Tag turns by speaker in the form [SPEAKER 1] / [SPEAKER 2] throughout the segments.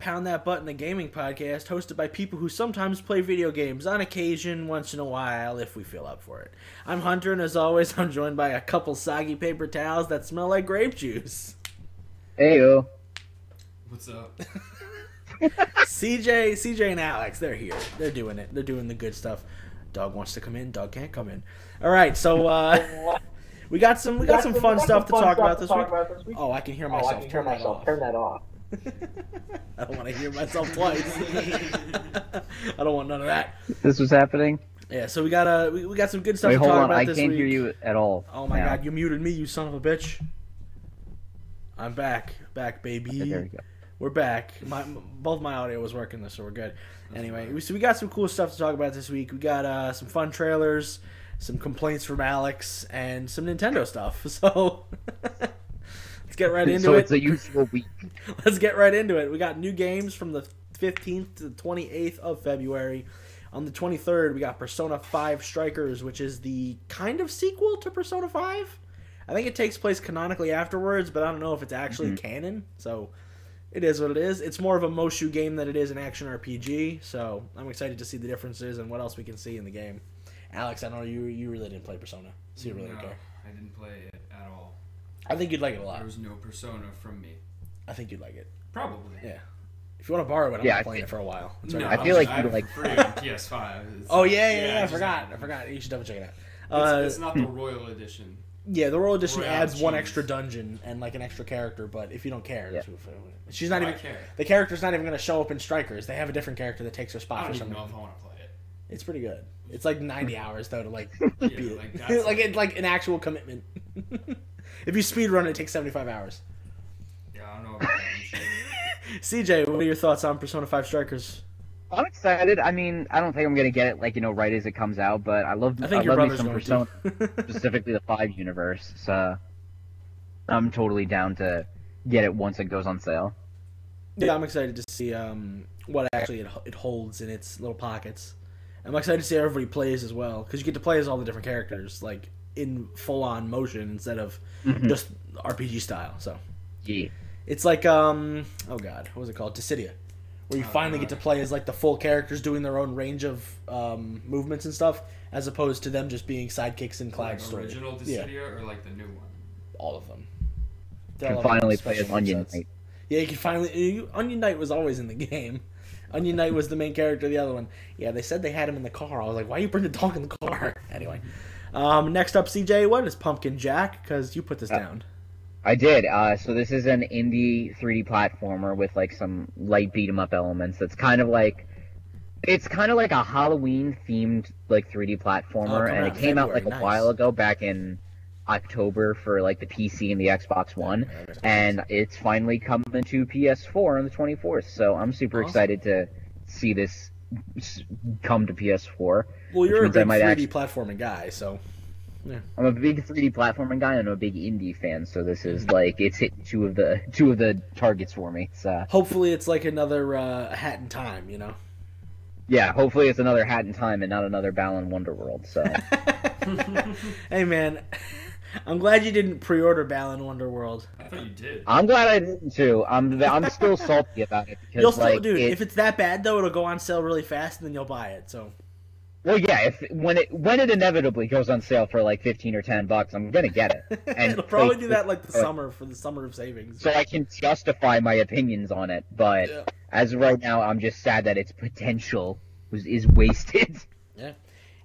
[SPEAKER 1] Pound That Button, the gaming podcast hosted by people who sometimes play video games on occasion, once in a while, if we feel up for it. I'm Hunter, and as always, I'm joined by a couple soggy paper towels that smell like grape juice.
[SPEAKER 2] Heyo.
[SPEAKER 3] What's up?
[SPEAKER 1] CJ, CJ, and Alex, they're here. They're doing it. They're doing the good stuff. Dog wants to come in. Dog can't come in. All right, so uh, we got some we got some fun stuff to talk about this week. Oh, I can hear myself. Turn that off.
[SPEAKER 2] Turn that off.
[SPEAKER 1] I don't want to hear myself twice. I don't want none of that.
[SPEAKER 2] This was happening.
[SPEAKER 1] Yeah, so we got uh, we, we got some good stuff
[SPEAKER 2] Wait,
[SPEAKER 1] to
[SPEAKER 2] hold
[SPEAKER 1] talk
[SPEAKER 2] on.
[SPEAKER 1] about
[SPEAKER 2] I
[SPEAKER 1] this
[SPEAKER 2] can't
[SPEAKER 1] week.
[SPEAKER 2] hear you at all.
[SPEAKER 1] Oh my
[SPEAKER 2] now.
[SPEAKER 1] god, you muted me, you son of a bitch. I'm back, back, baby.
[SPEAKER 2] Okay, there we go.
[SPEAKER 1] We're back. My m- both my audio was working this, so we're good. anyway, we, so we got some cool stuff to talk about this week. We got uh, some fun trailers, some complaints from Alex, and some Nintendo stuff. So let's get right into
[SPEAKER 2] so
[SPEAKER 1] it.
[SPEAKER 2] it's a usual week.
[SPEAKER 1] Let's get right into it. We got new games from the 15th to the 28th of February. On the 23rd, we got Persona 5 Strikers, which is the kind of sequel to Persona 5. I think it takes place canonically afterwards, but I don't know if it's actually
[SPEAKER 2] Mm-hmm.
[SPEAKER 1] canon. So it is what it is. It's more of a Moshu game than it is an action RPG. So I'm excited to see the differences and what else we can see in the game. Alex, I know you you really didn't play Persona, so you really
[SPEAKER 3] no,
[SPEAKER 1] don't care. Uh.
[SPEAKER 3] I didn't play it at all.
[SPEAKER 1] I think you'd like it a lot.
[SPEAKER 3] There was no persona from me.
[SPEAKER 1] I think you'd like it.
[SPEAKER 3] Probably.
[SPEAKER 1] Yeah. If you want to borrow it, I'm
[SPEAKER 2] Yeah, I
[SPEAKER 1] not playing it for a while. It's already
[SPEAKER 2] I
[SPEAKER 1] out.
[SPEAKER 2] feel like
[SPEAKER 3] I
[SPEAKER 2] you
[SPEAKER 3] have it
[SPEAKER 2] like-
[SPEAKER 3] for free on PS5. It's-
[SPEAKER 1] Oh yeah, yeah, yeah. I
[SPEAKER 3] just-
[SPEAKER 1] forgot. I
[SPEAKER 3] it's-
[SPEAKER 1] forgot. You should double check it out.
[SPEAKER 3] It's,
[SPEAKER 1] Uh,
[SPEAKER 3] not the Royal Edition.
[SPEAKER 1] yeah, the Royal Edition
[SPEAKER 3] Royal
[SPEAKER 1] adds one
[SPEAKER 3] Cheese.
[SPEAKER 1] extra dungeon and like an extra character, but if you don't care, that's what- she's not
[SPEAKER 3] I
[SPEAKER 1] even.
[SPEAKER 3] care.
[SPEAKER 1] The character's not even going to show up in Strikers. They have a different character that takes her
[SPEAKER 3] I
[SPEAKER 1] spot for
[SPEAKER 3] don't
[SPEAKER 1] some
[SPEAKER 3] even know if
[SPEAKER 1] reason.
[SPEAKER 3] I want to play it.
[SPEAKER 1] It's pretty good. It's like 90 hours though to like beat it.
[SPEAKER 3] like,
[SPEAKER 1] Like,
[SPEAKER 3] that's-
[SPEAKER 1] it's like an actual commitment. if you speed run it, it takes 75 hours.
[SPEAKER 3] Yeah, I don't know about that. I'm sure.
[SPEAKER 1] CJ, what are your thoughts on Persona 5 Strikers?
[SPEAKER 2] I'm excited. I mean, I don't think I'm gonna get it like you know right as it comes out, but I love
[SPEAKER 1] I think your
[SPEAKER 2] love me
[SPEAKER 1] brother's
[SPEAKER 2] some
[SPEAKER 1] going
[SPEAKER 2] Persona,
[SPEAKER 1] to.
[SPEAKER 2] specifically the Five universe. So I'm totally down to get it once it goes on sale.
[SPEAKER 1] Yeah, I'm excited to see um, what actually it, it holds in its little pockets. I'm excited to see how everybody plays as well because you get to play as all the different characters like in full on motion instead of
[SPEAKER 2] Hmm.
[SPEAKER 1] just RPG style. So
[SPEAKER 2] Yeah.
[SPEAKER 1] it's like um oh god, what was it called? Dissidia, where you
[SPEAKER 3] Oh,
[SPEAKER 1] finally get to play as like the full characters doing their own range of um, movements and stuff, as opposed to them just being sidekicks in Cloud
[SPEAKER 3] Like
[SPEAKER 1] Story.
[SPEAKER 3] original
[SPEAKER 1] Yeah,
[SPEAKER 3] Dissidia or like the new one?
[SPEAKER 1] all of them. They're
[SPEAKER 2] Can
[SPEAKER 1] all having
[SPEAKER 2] finally play
[SPEAKER 1] special
[SPEAKER 2] as Onion
[SPEAKER 1] moves.
[SPEAKER 2] Knight.
[SPEAKER 1] Yeah, you can finally. You, Onion Knight was always in the game. Onion Knight was the main character. of The other one, yeah, they said they had him in the car. I was like, why you bring the dog in the car? Anyway, um, next up, CJ, what is Pumpkin Jack? Because you put this down.
[SPEAKER 2] I did. Uh, so this is an indie 3D platformer with like some light beat 'em up elements. That's kind of like, it's kind of like a Halloween themed like 3D
[SPEAKER 1] Oh,
[SPEAKER 2] platformer,
[SPEAKER 1] it come
[SPEAKER 2] and
[SPEAKER 1] out
[SPEAKER 2] it
[SPEAKER 1] in
[SPEAKER 2] came out
[SPEAKER 1] February,
[SPEAKER 2] like a
[SPEAKER 1] nice.
[SPEAKER 2] while ago, back in October for like the PC and the Xbox One, and it's finally coming to PS4 on the 24th. So I'm super
[SPEAKER 1] Awesome.
[SPEAKER 2] excited to see this s- come to PS4.
[SPEAKER 1] Well, you're a
[SPEAKER 2] which means I
[SPEAKER 1] big 3D
[SPEAKER 2] might
[SPEAKER 1] platforming guy, so
[SPEAKER 2] I'm a big 3D platforming guy and I'm a big indie fan, so this is like it's hit two of the two of the targets for me. So
[SPEAKER 1] hopefully it's like another uh, Hat in Time, you know.
[SPEAKER 2] yeah, hopefully it's another Hat in Time and not another Balan Wonderworld. So
[SPEAKER 1] hey man, I'm glad you didn't pre-order Balan Wonderworld.
[SPEAKER 3] I thought you did.
[SPEAKER 1] Uh.
[SPEAKER 2] I'm glad I didn't too. I'm I'm still salty about it because
[SPEAKER 1] You'll still,
[SPEAKER 2] like
[SPEAKER 1] dude.
[SPEAKER 2] it-
[SPEAKER 1] if it's that bad though, it'll go on sale really fast, and then you'll buy it. So
[SPEAKER 2] well yeah if when it when it inevitably goes on sale for like 15 or 10 bucks, I'm gonna get it. And
[SPEAKER 1] it'll probably do
[SPEAKER 2] like,
[SPEAKER 1] that like the
[SPEAKER 2] uh,
[SPEAKER 1] summer for the summer of savings.
[SPEAKER 2] so I can justify my opinions on it. But
[SPEAKER 1] Yeah.
[SPEAKER 2] as of right now, I'm just sad that its potential was is wasted.
[SPEAKER 1] Yeah.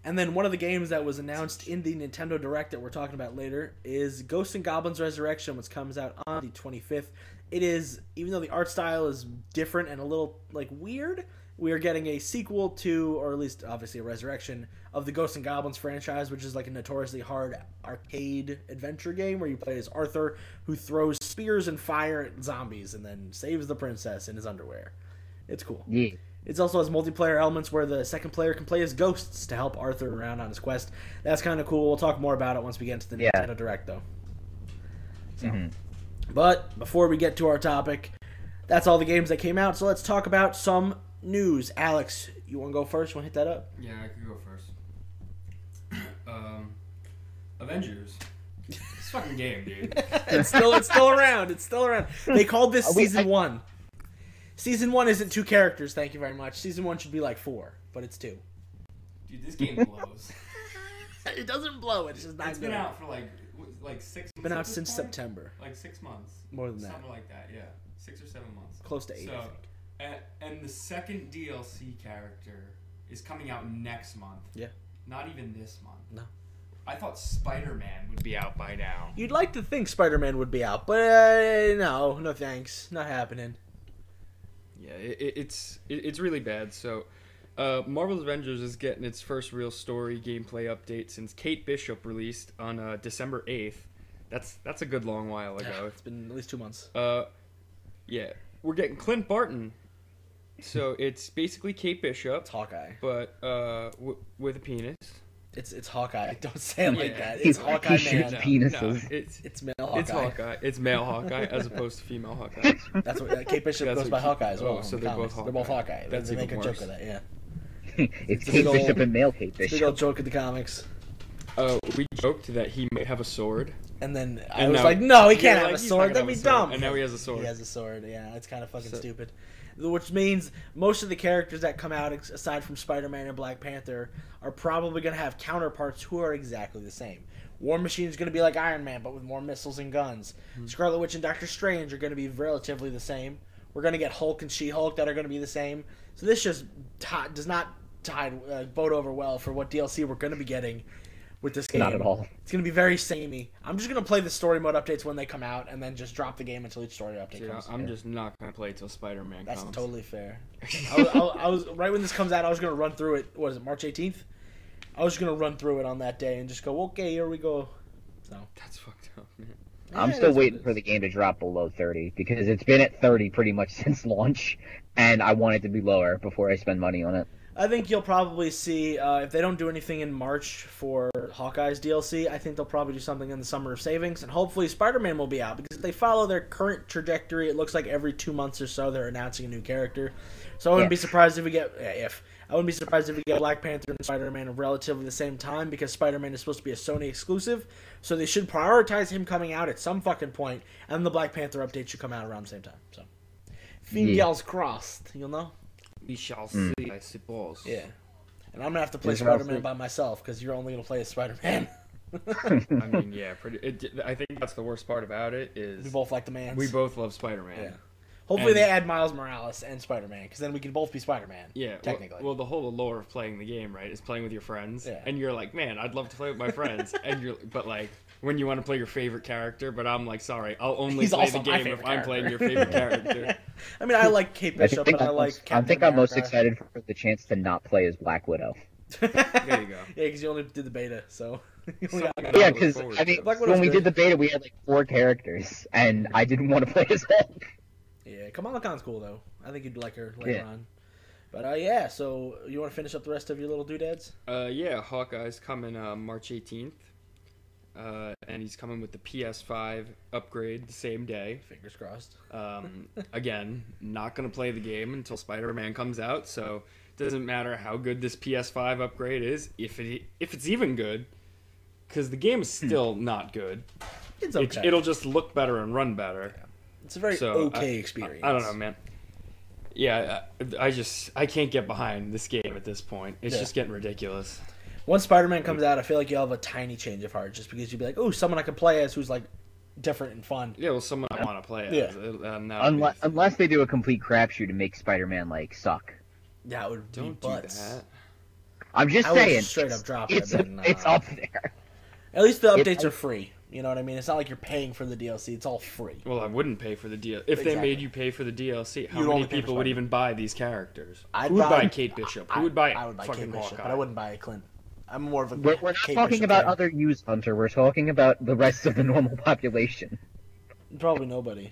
[SPEAKER 1] And then one of the games that was announced in the Nintendo Direct that we're talking about later is Ghosts and Goblins Resurrection, which comes out on the 25th. It is, even though the art style is different and a little like weird, we are getting a sequel to, or at least obviously a resurrection of the Ghosts and Goblins franchise, which is like a notoriously hard arcade adventure game where you play as Arthur, who throws spears and fire at zombies and then saves the princess in his underwear. It's cool.
[SPEAKER 2] Yeah.
[SPEAKER 1] It also has multiplayer elements where the second player can play as ghosts to help Arthur around on his quest. That's kind of cool. We'll talk more about it once we get into the
[SPEAKER 2] Yeah. Mm-hmm.
[SPEAKER 1] Nintendo Direct, though. So. But before we get to our topic, that's all the games that came out. So let's talk about some news. Alex, you want to go first? You want to hit that up?
[SPEAKER 3] Yeah, I could go first. um, Avengers. This fucking game, dude.
[SPEAKER 1] it's still it's still around. It's still around. They called this
[SPEAKER 2] we-
[SPEAKER 1] season
[SPEAKER 2] I-
[SPEAKER 1] one. Season one isn't two characters. Thank you very much. Season one should be like four, but it's two.
[SPEAKER 3] Dude, this game blows.
[SPEAKER 1] It doesn't blow. It's just not
[SPEAKER 3] it's
[SPEAKER 1] good.
[SPEAKER 3] been out for like what, like six.
[SPEAKER 1] Been
[SPEAKER 3] months at
[SPEAKER 1] out
[SPEAKER 3] this
[SPEAKER 1] since
[SPEAKER 3] point?
[SPEAKER 1] September.
[SPEAKER 3] Like six months.
[SPEAKER 1] More than that.
[SPEAKER 3] Something like that. Yeah, six or seven months.
[SPEAKER 1] Close to eight, I
[SPEAKER 3] So,
[SPEAKER 1] think.
[SPEAKER 3] and, and the second DLC character is coming out next month.
[SPEAKER 1] Yeah.
[SPEAKER 3] Not even this month.
[SPEAKER 1] No.
[SPEAKER 3] I thought Spider Man would be out by now.
[SPEAKER 1] You'd like to think Spider Man would be out, but uh, no, no thanks. Not happening.
[SPEAKER 4] Yeah, it, it- it's it, it's really bad. So, uh, Marvel's Avengers is getting its first real story gameplay update since Kate Bishop released on uh, December eighth. That's that's a good long while ago.
[SPEAKER 1] It's been at least two months.
[SPEAKER 4] Uh, yeah, we're getting Clint Barton. So it's basically Kate Bishop,
[SPEAKER 1] It's Hawkeye.
[SPEAKER 4] but uh, w- with a penis.
[SPEAKER 1] It's it's Hawkeye. Don't say it like
[SPEAKER 4] Yeah.
[SPEAKER 1] that. It's
[SPEAKER 2] He's-
[SPEAKER 1] Hawkeye
[SPEAKER 2] he
[SPEAKER 1] Man.
[SPEAKER 2] shoots
[SPEAKER 4] No,
[SPEAKER 2] Penises.
[SPEAKER 4] no, it's
[SPEAKER 1] It's male
[SPEAKER 4] it's
[SPEAKER 1] Hawkeye.
[SPEAKER 4] Hawkeye. It's male Hawkeye as opposed to female Hawkeye.
[SPEAKER 1] That's what uh, Kate Bishop
[SPEAKER 4] That's
[SPEAKER 1] goes
[SPEAKER 4] what
[SPEAKER 1] by
[SPEAKER 4] she-
[SPEAKER 1] Hawkeye as well.
[SPEAKER 4] oh, so
[SPEAKER 1] in the
[SPEAKER 4] they're both
[SPEAKER 1] comics. They're both
[SPEAKER 4] Hawkeye.
[SPEAKER 1] Hawkeye.
[SPEAKER 4] That's
[SPEAKER 1] they make
[SPEAKER 4] even
[SPEAKER 1] a joke
[SPEAKER 4] worse.
[SPEAKER 1] of that. Yeah,
[SPEAKER 2] it's
[SPEAKER 1] a
[SPEAKER 2] Kate
[SPEAKER 1] big
[SPEAKER 2] Bishop
[SPEAKER 1] old-
[SPEAKER 2] and male Kate
[SPEAKER 1] big old
[SPEAKER 2] Bishop.
[SPEAKER 1] joke in the comics.
[SPEAKER 4] Uh, we joked that he might have a sword.
[SPEAKER 1] And then I
[SPEAKER 4] And
[SPEAKER 1] was
[SPEAKER 4] now-
[SPEAKER 1] like, no, he
[SPEAKER 4] Yeah,
[SPEAKER 1] can't
[SPEAKER 4] like,
[SPEAKER 1] have a sword.
[SPEAKER 4] he's not gonna
[SPEAKER 1] That'd
[SPEAKER 4] have
[SPEAKER 1] be
[SPEAKER 4] a sword.
[SPEAKER 1] dumb.
[SPEAKER 4] And now he has a sword.
[SPEAKER 1] He has a sword. Yeah, it's kind of fucking
[SPEAKER 4] So-
[SPEAKER 1] stupid. Which means most of the characters that come out, ex- aside from Spider Man and Black Panther, are probably going to have counterparts who are exactly the same. War Machine is going to be like Iron Man, but with more missiles and guns.
[SPEAKER 4] Hmm.
[SPEAKER 1] Scarlet Witch and Doctor Strange are going to be relatively the same. We're going to get Hulk and She Hulk that are going to be the same. So this just ti- does not tide uh, boat over well for what DLC we're going to be getting with this game.
[SPEAKER 2] Not at all.
[SPEAKER 1] It's gonna be very samey. I'm just gonna play the story mode updates when they come out, and then just drop the game until each story update
[SPEAKER 4] Dude, I-
[SPEAKER 1] comes.
[SPEAKER 4] I'm just not gonna play till Spider Man
[SPEAKER 1] That's
[SPEAKER 4] comes.
[SPEAKER 1] totally fair. I was, I, was, I was right when this comes out. I was gonna run through it. What is it? March 18th. I was gonna run through it on that day and just go, okay, here we go.
[SPEAKER 4] That's fucked up, man.
[SPEAKER 2] I'm
[SPEAKER 1] Yeah,
[SPEAKER 2] still
[SPEAKER 1] that's what
[SPEAKER 2] waiting
[SPEAKER 1] it
[SPEAKER 2] for
[SPEAKER 1] is.
[SPEAKER 2] the game to drop below 30 because it's been at 30 pretty much since launch, and I want it to be lower before I spend money on it.
[SPEAKER 1] I think you'll probably see uh, if they don't do anything in March for Hawkeye's DLC. I think they'll probably do something in the summer of savings, and hopefully Spider-Man will be out because if they follow their current trajectory, it looks like every two months or so they're announcing a new character. So I wouldn't be
[SPEAKER 2] If.
[SPEAKER 1] surprised if we get yeah, if I wouldn't be surprised if we get Black Panther and Spider-Man at relatively the same time because Spider-Man is supposed to be a Sony exclusive, so they should prioritize him coming out at some fucking point, and the Black Panther update should come out around the same time. So fingers crossed, you know.
[SPEAKER 4] We shall
[SPEAKER 2] Mm.
[SPEAKER 4] see, I suppose.
[SPEAKER 1] Yeah. And I'm gonna have to play
[SPEAKER 2] Is Ralph
[SPEAKER 1] Spider Man
[SPEAKER 2] Lee-
[SPEAKER 1] by myself because you're only gonna play as Spider Man.
[SPEAKER 4] I mean, yeah. Pretty. It, I think that's the worst part about it is
[SPEAKER 1] we both like the man.
[SPEAKER 4] we both love Spider Man.
[SPEAKER 1] Yeah. Hopefully they
[SPEAKER 4] and-
[SPEAKER 1] add Miles Morales and Spider Man because then we can both be Spider Man.
[SPEAKER 4] Yeah, well-
[SPEAKER 1] Technically.
[SPEAKER 4] Well, the whole allure of playing the game, right, is playing with your friends.
[SPEAKER 1] Yeah.
[SPEAKER 4] And you're like, man, I'd love to play with my friends. and you're, but like, when you want to play your favorite character, but I'm like, sorry, I'll only
[SPEAKER 1] He's
[SPEAKER 4] play
[SPEAKER 1] also
[SPEAKER 4] the
[SPEAKER 1] my
[SPEAKER 4] game if
[SPEAKER 1] favorite
[SPEAKER 4] I'm playing your
[SPEAKER 1] character."
[SPEAKER 4] favorite character.
[SPEAKER 1] I mean, I like Kate
[SPEAKER 2] I
[SPEAKER 1] Bishop,
[SPEAKER 2] think,
[SPEAKER 1] but I
[SPEAKER 2] I'm,
[SPEAKER 1] like.
[SPEAKER 2] most- I
[SPEAKER 1] Captain
[SPEAKER 2] think I'm most
[SPEAKER 1] America.
[SPEAKER 2] excited for the chance to not play as Black Widow.
[SPEAKER 4] There you go.
[SPEAKER 1] Yeah, because you only did the beta, so. you only got-
[SPEAKER 4] Something
[SPEAKER 2] Yeah,
[SPEAKER 4] I look
[SPEAKER 2] because
[SPEAKER 4] forward
[SPEAKER 2] I
[SPEAKER 4] to.
[SPEAKER 2] mean,
[SPEAKER 1] Black Widow's
[SPEAKER 2] when we
[SPEAKER 1] good.
[SPEAKER 2] did the beta, we had like four characters, and I didn't want to play as Hulk.
[SPEAKER 1] yeah, Kamala Khan's cool though. I think you'd like her later
[SPEAKER 2] Yeah.
[SPEAKER 1] on. But uh, yeah, so you want to finish up the rest of your little doodads?
[SPEAKER 4] Uh, yeah, Hawkeye's coming uh, March 18th. Uh, and he's coming with the PS5 upgrade the same day.
[SPEAKER 1] Fingers crossed.
[SPEAKER 4] Um, again, not going to play the game until Spider Man comes out, so doesn't matter how good this PS5 upgrade is, if it if it's even good, because the game is still not good.
[SPEAKER 1] It's
[SPEAKER 4] It,
[SPEAKER 1] Hmm. okay.
[SPEAKER 4] it'll just look better and run better.
[SPEAKER 1] it's a very
[SPEAKER 4] So I-
[SPEAKER 1] okay
[SPEAKER 4] I-
[SPEAKER 1] experience.
[SPEAKER 4] I, don't know, man. Yeah, I, I just I can't get behind this game at this point. It's
[SPEAKER 1] Yeah.
[SPEAKER 4] just getting ridiculous.
[SPEAKER 1] Once Spider Man comes out, I feel like you'll have a tiny change of heart just because you'll be like, oh, someone I can play as who's like different and fun.
[SPEAKER 4] Yeah, well, someone I want to play
[SPEAKER 1] Yeah.
[SPEAKER 4] as. Um, that would be-
[SPEAKER 2] Unless, unless they do a complete crapshoot and make Spider-Man like suck.
[SPEAKER 1] That would be
[SPEAKER 4] don't do
[SPEAKER 1] butts.
[SPEAKER 4] that.
[SPEAKER 2] I'm just
[SPEAKER 1] I would
[SPEAKER 2] saying,
[SPEAKER 1] straight up drop it
[SPEAKER 2] it's,
[SPEAKER 1] and, uh,
[SPEAKER 2] it's up there.
[SPEAKER 1] At least the
[SPEAKER 2] If-
[SPEAKER 1] updates are free. You know what I mean? It's not like you're paying for the DLC. It's all free.
[SPEAKER 4] Well, I wouldn't pay for the DLC. If they
[SPEAKER 1] Exactly.
[SPEAKER 4] made you pay for the DLC, how
[SPEAKER 1] You'd only
[SPEAKER 4] many
[SPEAKER 1] pay for
[SPEAKER 4] people would
[SPEAKER 1] Spider-Man.
[SPEAKER 4] even buy these characters?
[SPEAKER 1] I'd
[SPEAKER 4] Who would
[SPEAKER 1] buy-
[SPEAKER 4] buy Kate Bishop? Who would buy,
[SPEAKER 1] I would buy
[SPEAKER 4] fucking
[SPEAKER 1] Kate Bishop,
[SPEAKER 4] Hawkeye?
[SPEAKER 1] but I wouldn't buy Clint. I'm more of a
[SPEAKER 2] We're, we're not
[SPEAKER 1] Kate
[SPEAKER 2] talking
[SPEAKER 1] Bishop
[SPEAKER 2] about
[SPEAKER 1] guy.
[SPEAKER 2] other use hunter. We're talking about the rest of the normal population.
[SPEAKER 1] probably nobody.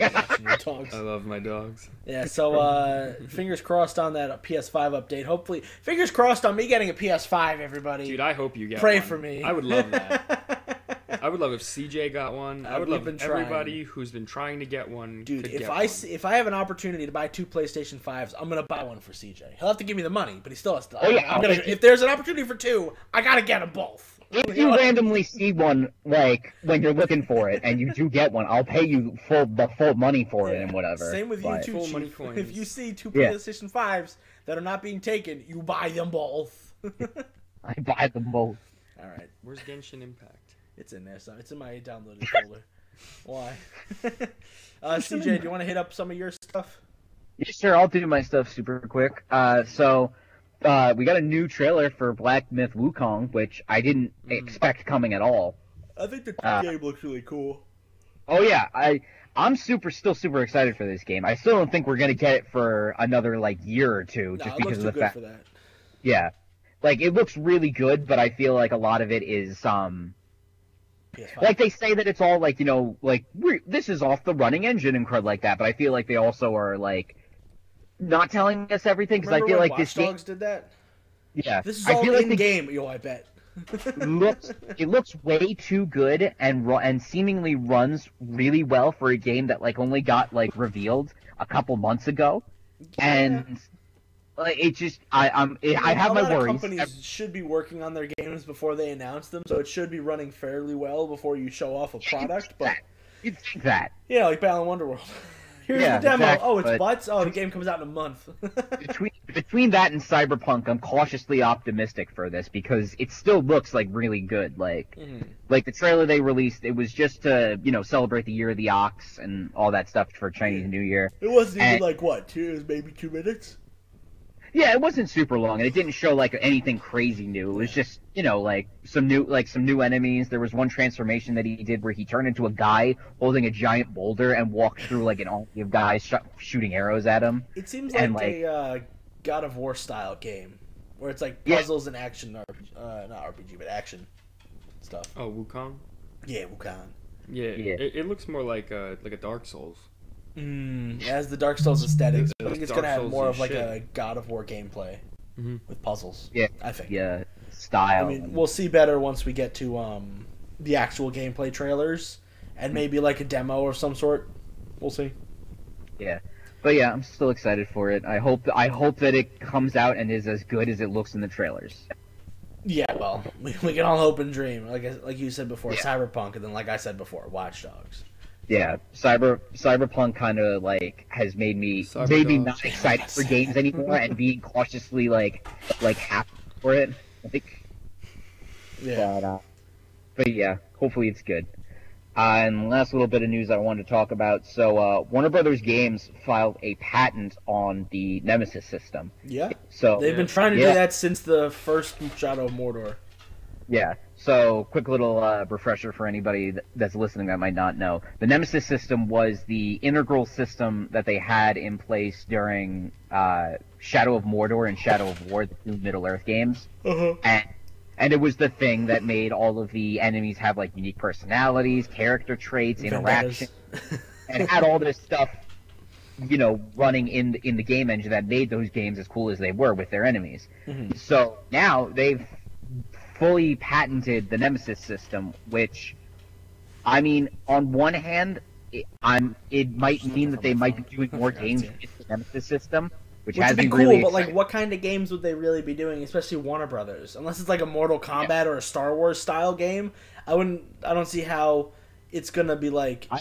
[SPEAKER 4] I
[SPEAKER 2] Oh.
[SPEAKER 4] love my dogs.
[SPEAKER 1] yeah, so uh, fingers crossed on that PS5 update. Hopefully, fingers crossed on me getting a PS5. Everybody,
[SPEAKER 4] Dude, I hope you get
[SPEAKER 1] pray
[SPEAKER 4] one.
[SPEAKER 1] for me.
[SPEAKER 4] I would love that. I would love if CJ got one.
[SPEAKER 1] Uh,
[SPEAKER 4] I would
[SPEAKER 1] we've
[SPEAKER 4] love
[SPEAKER 1] been
[SPEAKER 4] if everybody who's been trying to get one.
[SPEAKER 1] Dude,
[SPEAKER 4] could
[SPEAKER 1] if
[SPEAKER 4] get
[SPEAKER 1] I
[SPEAKER 4] one.
[SPEAKER 1] s- if I have an opportunity to buy two PlayStation fives, I'm gonna buy one for CJ. He'll have to give me the money, but he still has to.
[SPEAKER 2] Oh, yeah.
[SPEAKER 1] I'm gonna, if there's an opportunity for two, I gotta get them both.
[SPEAKER 2] If you randomly see one, like when you're looking for it, and you do get one, I'll pay you full the full money for it and whatever.
[SPEAKER 1] Same with
[SPEAKER 2] but-
[SPEAKER 1] you
[SPEAKER 4] Full
[SPEAKER 1] too.
[SPEAKER 4] money
[SPEAKER 1] Chief.
[SPEAKER 4] coins.
[SPEAKER 1] If you see two
[SPEAKER 2] Yeah.
[SPEAKER 1] PlayStation fives that are not being taken, you buy them both. All
[SPEAKER 2] I buy them both.
[SPEAKER 1] right,
[SPEAKER 4] Where's Genshin Impact?
[SPEAKER 1] it's in there. So it's in my downloaded folder. Why? uh, CJ, do you want to hit up some of your stuff?
[SPEAKER 2] Yeah, sure, I'll do my stuff super quick. Uh, so, uh, we got a new trailer for Black Myth Wukong, which I didn't
[SPEAKER 1] Mm-hmm.
[SPEAKER 2] expect coming at all.
[SPEAKER 1] I think the
[SPEAKER 2] Uh,
[SPEAKER 1] game looks really cool.
[SPEAKER 2] Oh yeah, I I'm super still super excited for this game. I still don't think we're gonna get it for another like year or two,
[SPEAKER 1] No,
[SPEAKER 2] just
[SPEAKER 1] it looks
[SPEAKER 2] because of
[SPEAKER 1] too
[SPEAKER 2] the
[SPEAKER 1] good
[SPEAKER 2] fact.
[SPEAKER 1] for that.
[SPEAKER 2] Yeah, like it looks really good, but I feel like a lot of it is um
[SPEAKER 1] PS5.
[SPEAKER 2] like they say that it's all like you know like we're, this is off the running engine and crud like that, but I feel like they also are like not telling us everything because I
[SPEAKER 1] Remember
[SPEAKER 2] feel
[SPEAKER 1] when
[SPEAKER 2] like
[SPEAKER 1] Watch
[SPEAKER 2] this game.
[SPEAKER 1] Dogs did that?
[SPEAKER 2] Yeah,
[SPEAKER 1] This is
[SPEAKER 2] I
[SPEAKER 1] all
[SPEAKER 2] feel like
[SPEAKER 1] in
[SPEAKER 2] the
[SPEAKER 1] game, yo. I bet.
[SPEAKER 2] looks it looks way too good and ru- and seemingly runs really well for a game that like only got like revealed a couple months ago, and like it just I um it, I have
[SPEAKER 1] a
[SPEAKER 2] my
[SPEAKER 1] lot of
[SPEAKER 2] worries.
[SPEAKER 1] companies should be working on their games before they announce them, so it should be running fairly well before you show off a product. But
[SPEAKER 2] You think that
[SPEAKER 1] yeah, like Balan Wonderworld. Here's
[SPEAKER 2] Yeah,
[SPEAKER 1] the demo.
[SPEAKER 2] exactly,
[SPEAKER 1] oh, it's
[SPEAKER 2] but-
[SPEAKER 1] butts. Oh, the game comes out in a month.
[SPEAKER 2] between between that and Cyberpunk, I'm cautiously optimistic for this because it still looks like really good. Like
[SPEAKER 1] Mm-hmm.
[SPEAKER 2] like the trailer they released, it was just to you know celebrate the year of the ox and all that stuff for Chinese New Year.
[SPEAKER 1] It wasn't even
[SPEAKER 2] And-
[SPEAKER 1] like what two, it was maybe two minutes.
[SPEAKER 2] Yeah, it wasn't super long, and it didn't show like anything crazy new. It was just you know like some new like some new enemies. There was one transformation that he did where he turned into a guy holding a giant boulder and walked through like an army of guys sh- shooting arrows at him.
[SPEAKER 1] It seems like,
[SPEAKER 2] And,
[SPEAKER 1] a uh, God of War style game where it's like
[SPEAKER 2] Yeah.
[SPEAKER 1] puzzles and action, RPG, uh, not RPG, but action stuff.
[SPEAKER 4] Oh, Wukong.
[SPEAKER 1] Yeah, Wukong.
[SPEAKER 4] Yeah,
[SPEAKER 2] Yeah.
[SPEAKER 4] It, it looks more like a like a Dark Souls.
[SPEAKER 1] Mm, as the Dark Souls aesthetics, I
[SPEAKER 4] It- it
[SPEAKER 1] think it's
[SPEAKER 4] was
[SPEAKER 1] gonna
[SPEAKER 4] Dark
[SPEAKER 1] have
[SPEAKER 4] Souls
[SPEAKER 1] more
[SPEAKER 4] and
[SPEAKER 1] of like
[SPEAKER 4] shit.
[SPEAKER 1] a God of War gameplay
[SPEAKER 4] Mhm.
[SPEAKER 1] with puzzles.
[SPEAKER 2] Mm-hmm. Yeah.
[SPEAKER 1] I think.
[SPEAKER 2] Yeah, style.
[SPEAKER 1] I mean, we'll see better once we get to um, the actual gameplay trailers
[SPEAKER 2] Mm-hmm.
[SPEAKER 1] and maybe like a demo of some sort. We'll see.
[SPEAKER 2] but yeah, I'm still excited for it. I hope I hope that it comes out and is as good as it looks in the trailers.
[SPEAKER 1] Yeah, well, we, we can all hope and dream. Like I, like you said before,
[SPEAKER 2] Mm-hmm. Yeah.
[SPEAKER 1] Cyberpunk, and then like I said before, Watch Dogs.
[SPEAKER 2] Yeah, cyber cyberpunk kind of like has made me
[SPEAKER 4] Cyber
[SPEAKER 2] made me
[SPEAKER 4] dogs.
[SPEAKER 2] not excited for games anymore and being cautiously like like happy for it. Like,
[SPEAKER 1] Yeah.
[SPEAKER 2] but, uh, but yeah, hopefully it's good. Uh, and last little bit of news I wanted to talk about. So uh, Warner Brothers Games filed a patent on the Nemesis system.
[SPEAKER 1] Yeah.
[SPEAKER 2] So
[SPEAKER 1] They've been
[SPEAKER 4] Yeah.
[SPEAKER 1] trying to do
[SPEAKER 2] Oh, Yeah.
[SPEAKER 1] that since the first Shadow of Mordor.
[SPEAKER 2] Yeah. So, quick little uh, refresher for anybody th- that's listening that might not know. The Nemesis system was the integral system that they had in place during uh, Shadow of Mordor and Shadow of War, the two Middle Earth games.
[SPEAKER 1] Uh-huh.
[SPEAKER 2] And, and it was the thing that made all of the enemies have, like, unique personalities, character traits, interactions and had all this stuff, you know, running in in the game engine that made those games as cool as they were with their enemies.
[SPEAKER 1] Mhm.
[SPEAKER 2] So now they've fully patented the Nemesis system, which, I mean, on one hand, it, I'm it might mean that they might be doing more games with the Nemesis system, which,
[SPEAKER 1] Which
[SPEAKER 2] has
[SPEAKER 1] would be
[SPEAKER 2] been
[SPEAKER 1] cool,
[SPEAKER 2] really
[SPEAKER 1] but like,
[SPEAKER 2] exciting.
[SPEAKER 1] what kind of games would they really be doing? Especially Warner Brothers, unless it's like a Mortal Kombat or a Star Wars style game. I wouldn't. I don't see how it's gonna be like.
[SPEAKER 2] I-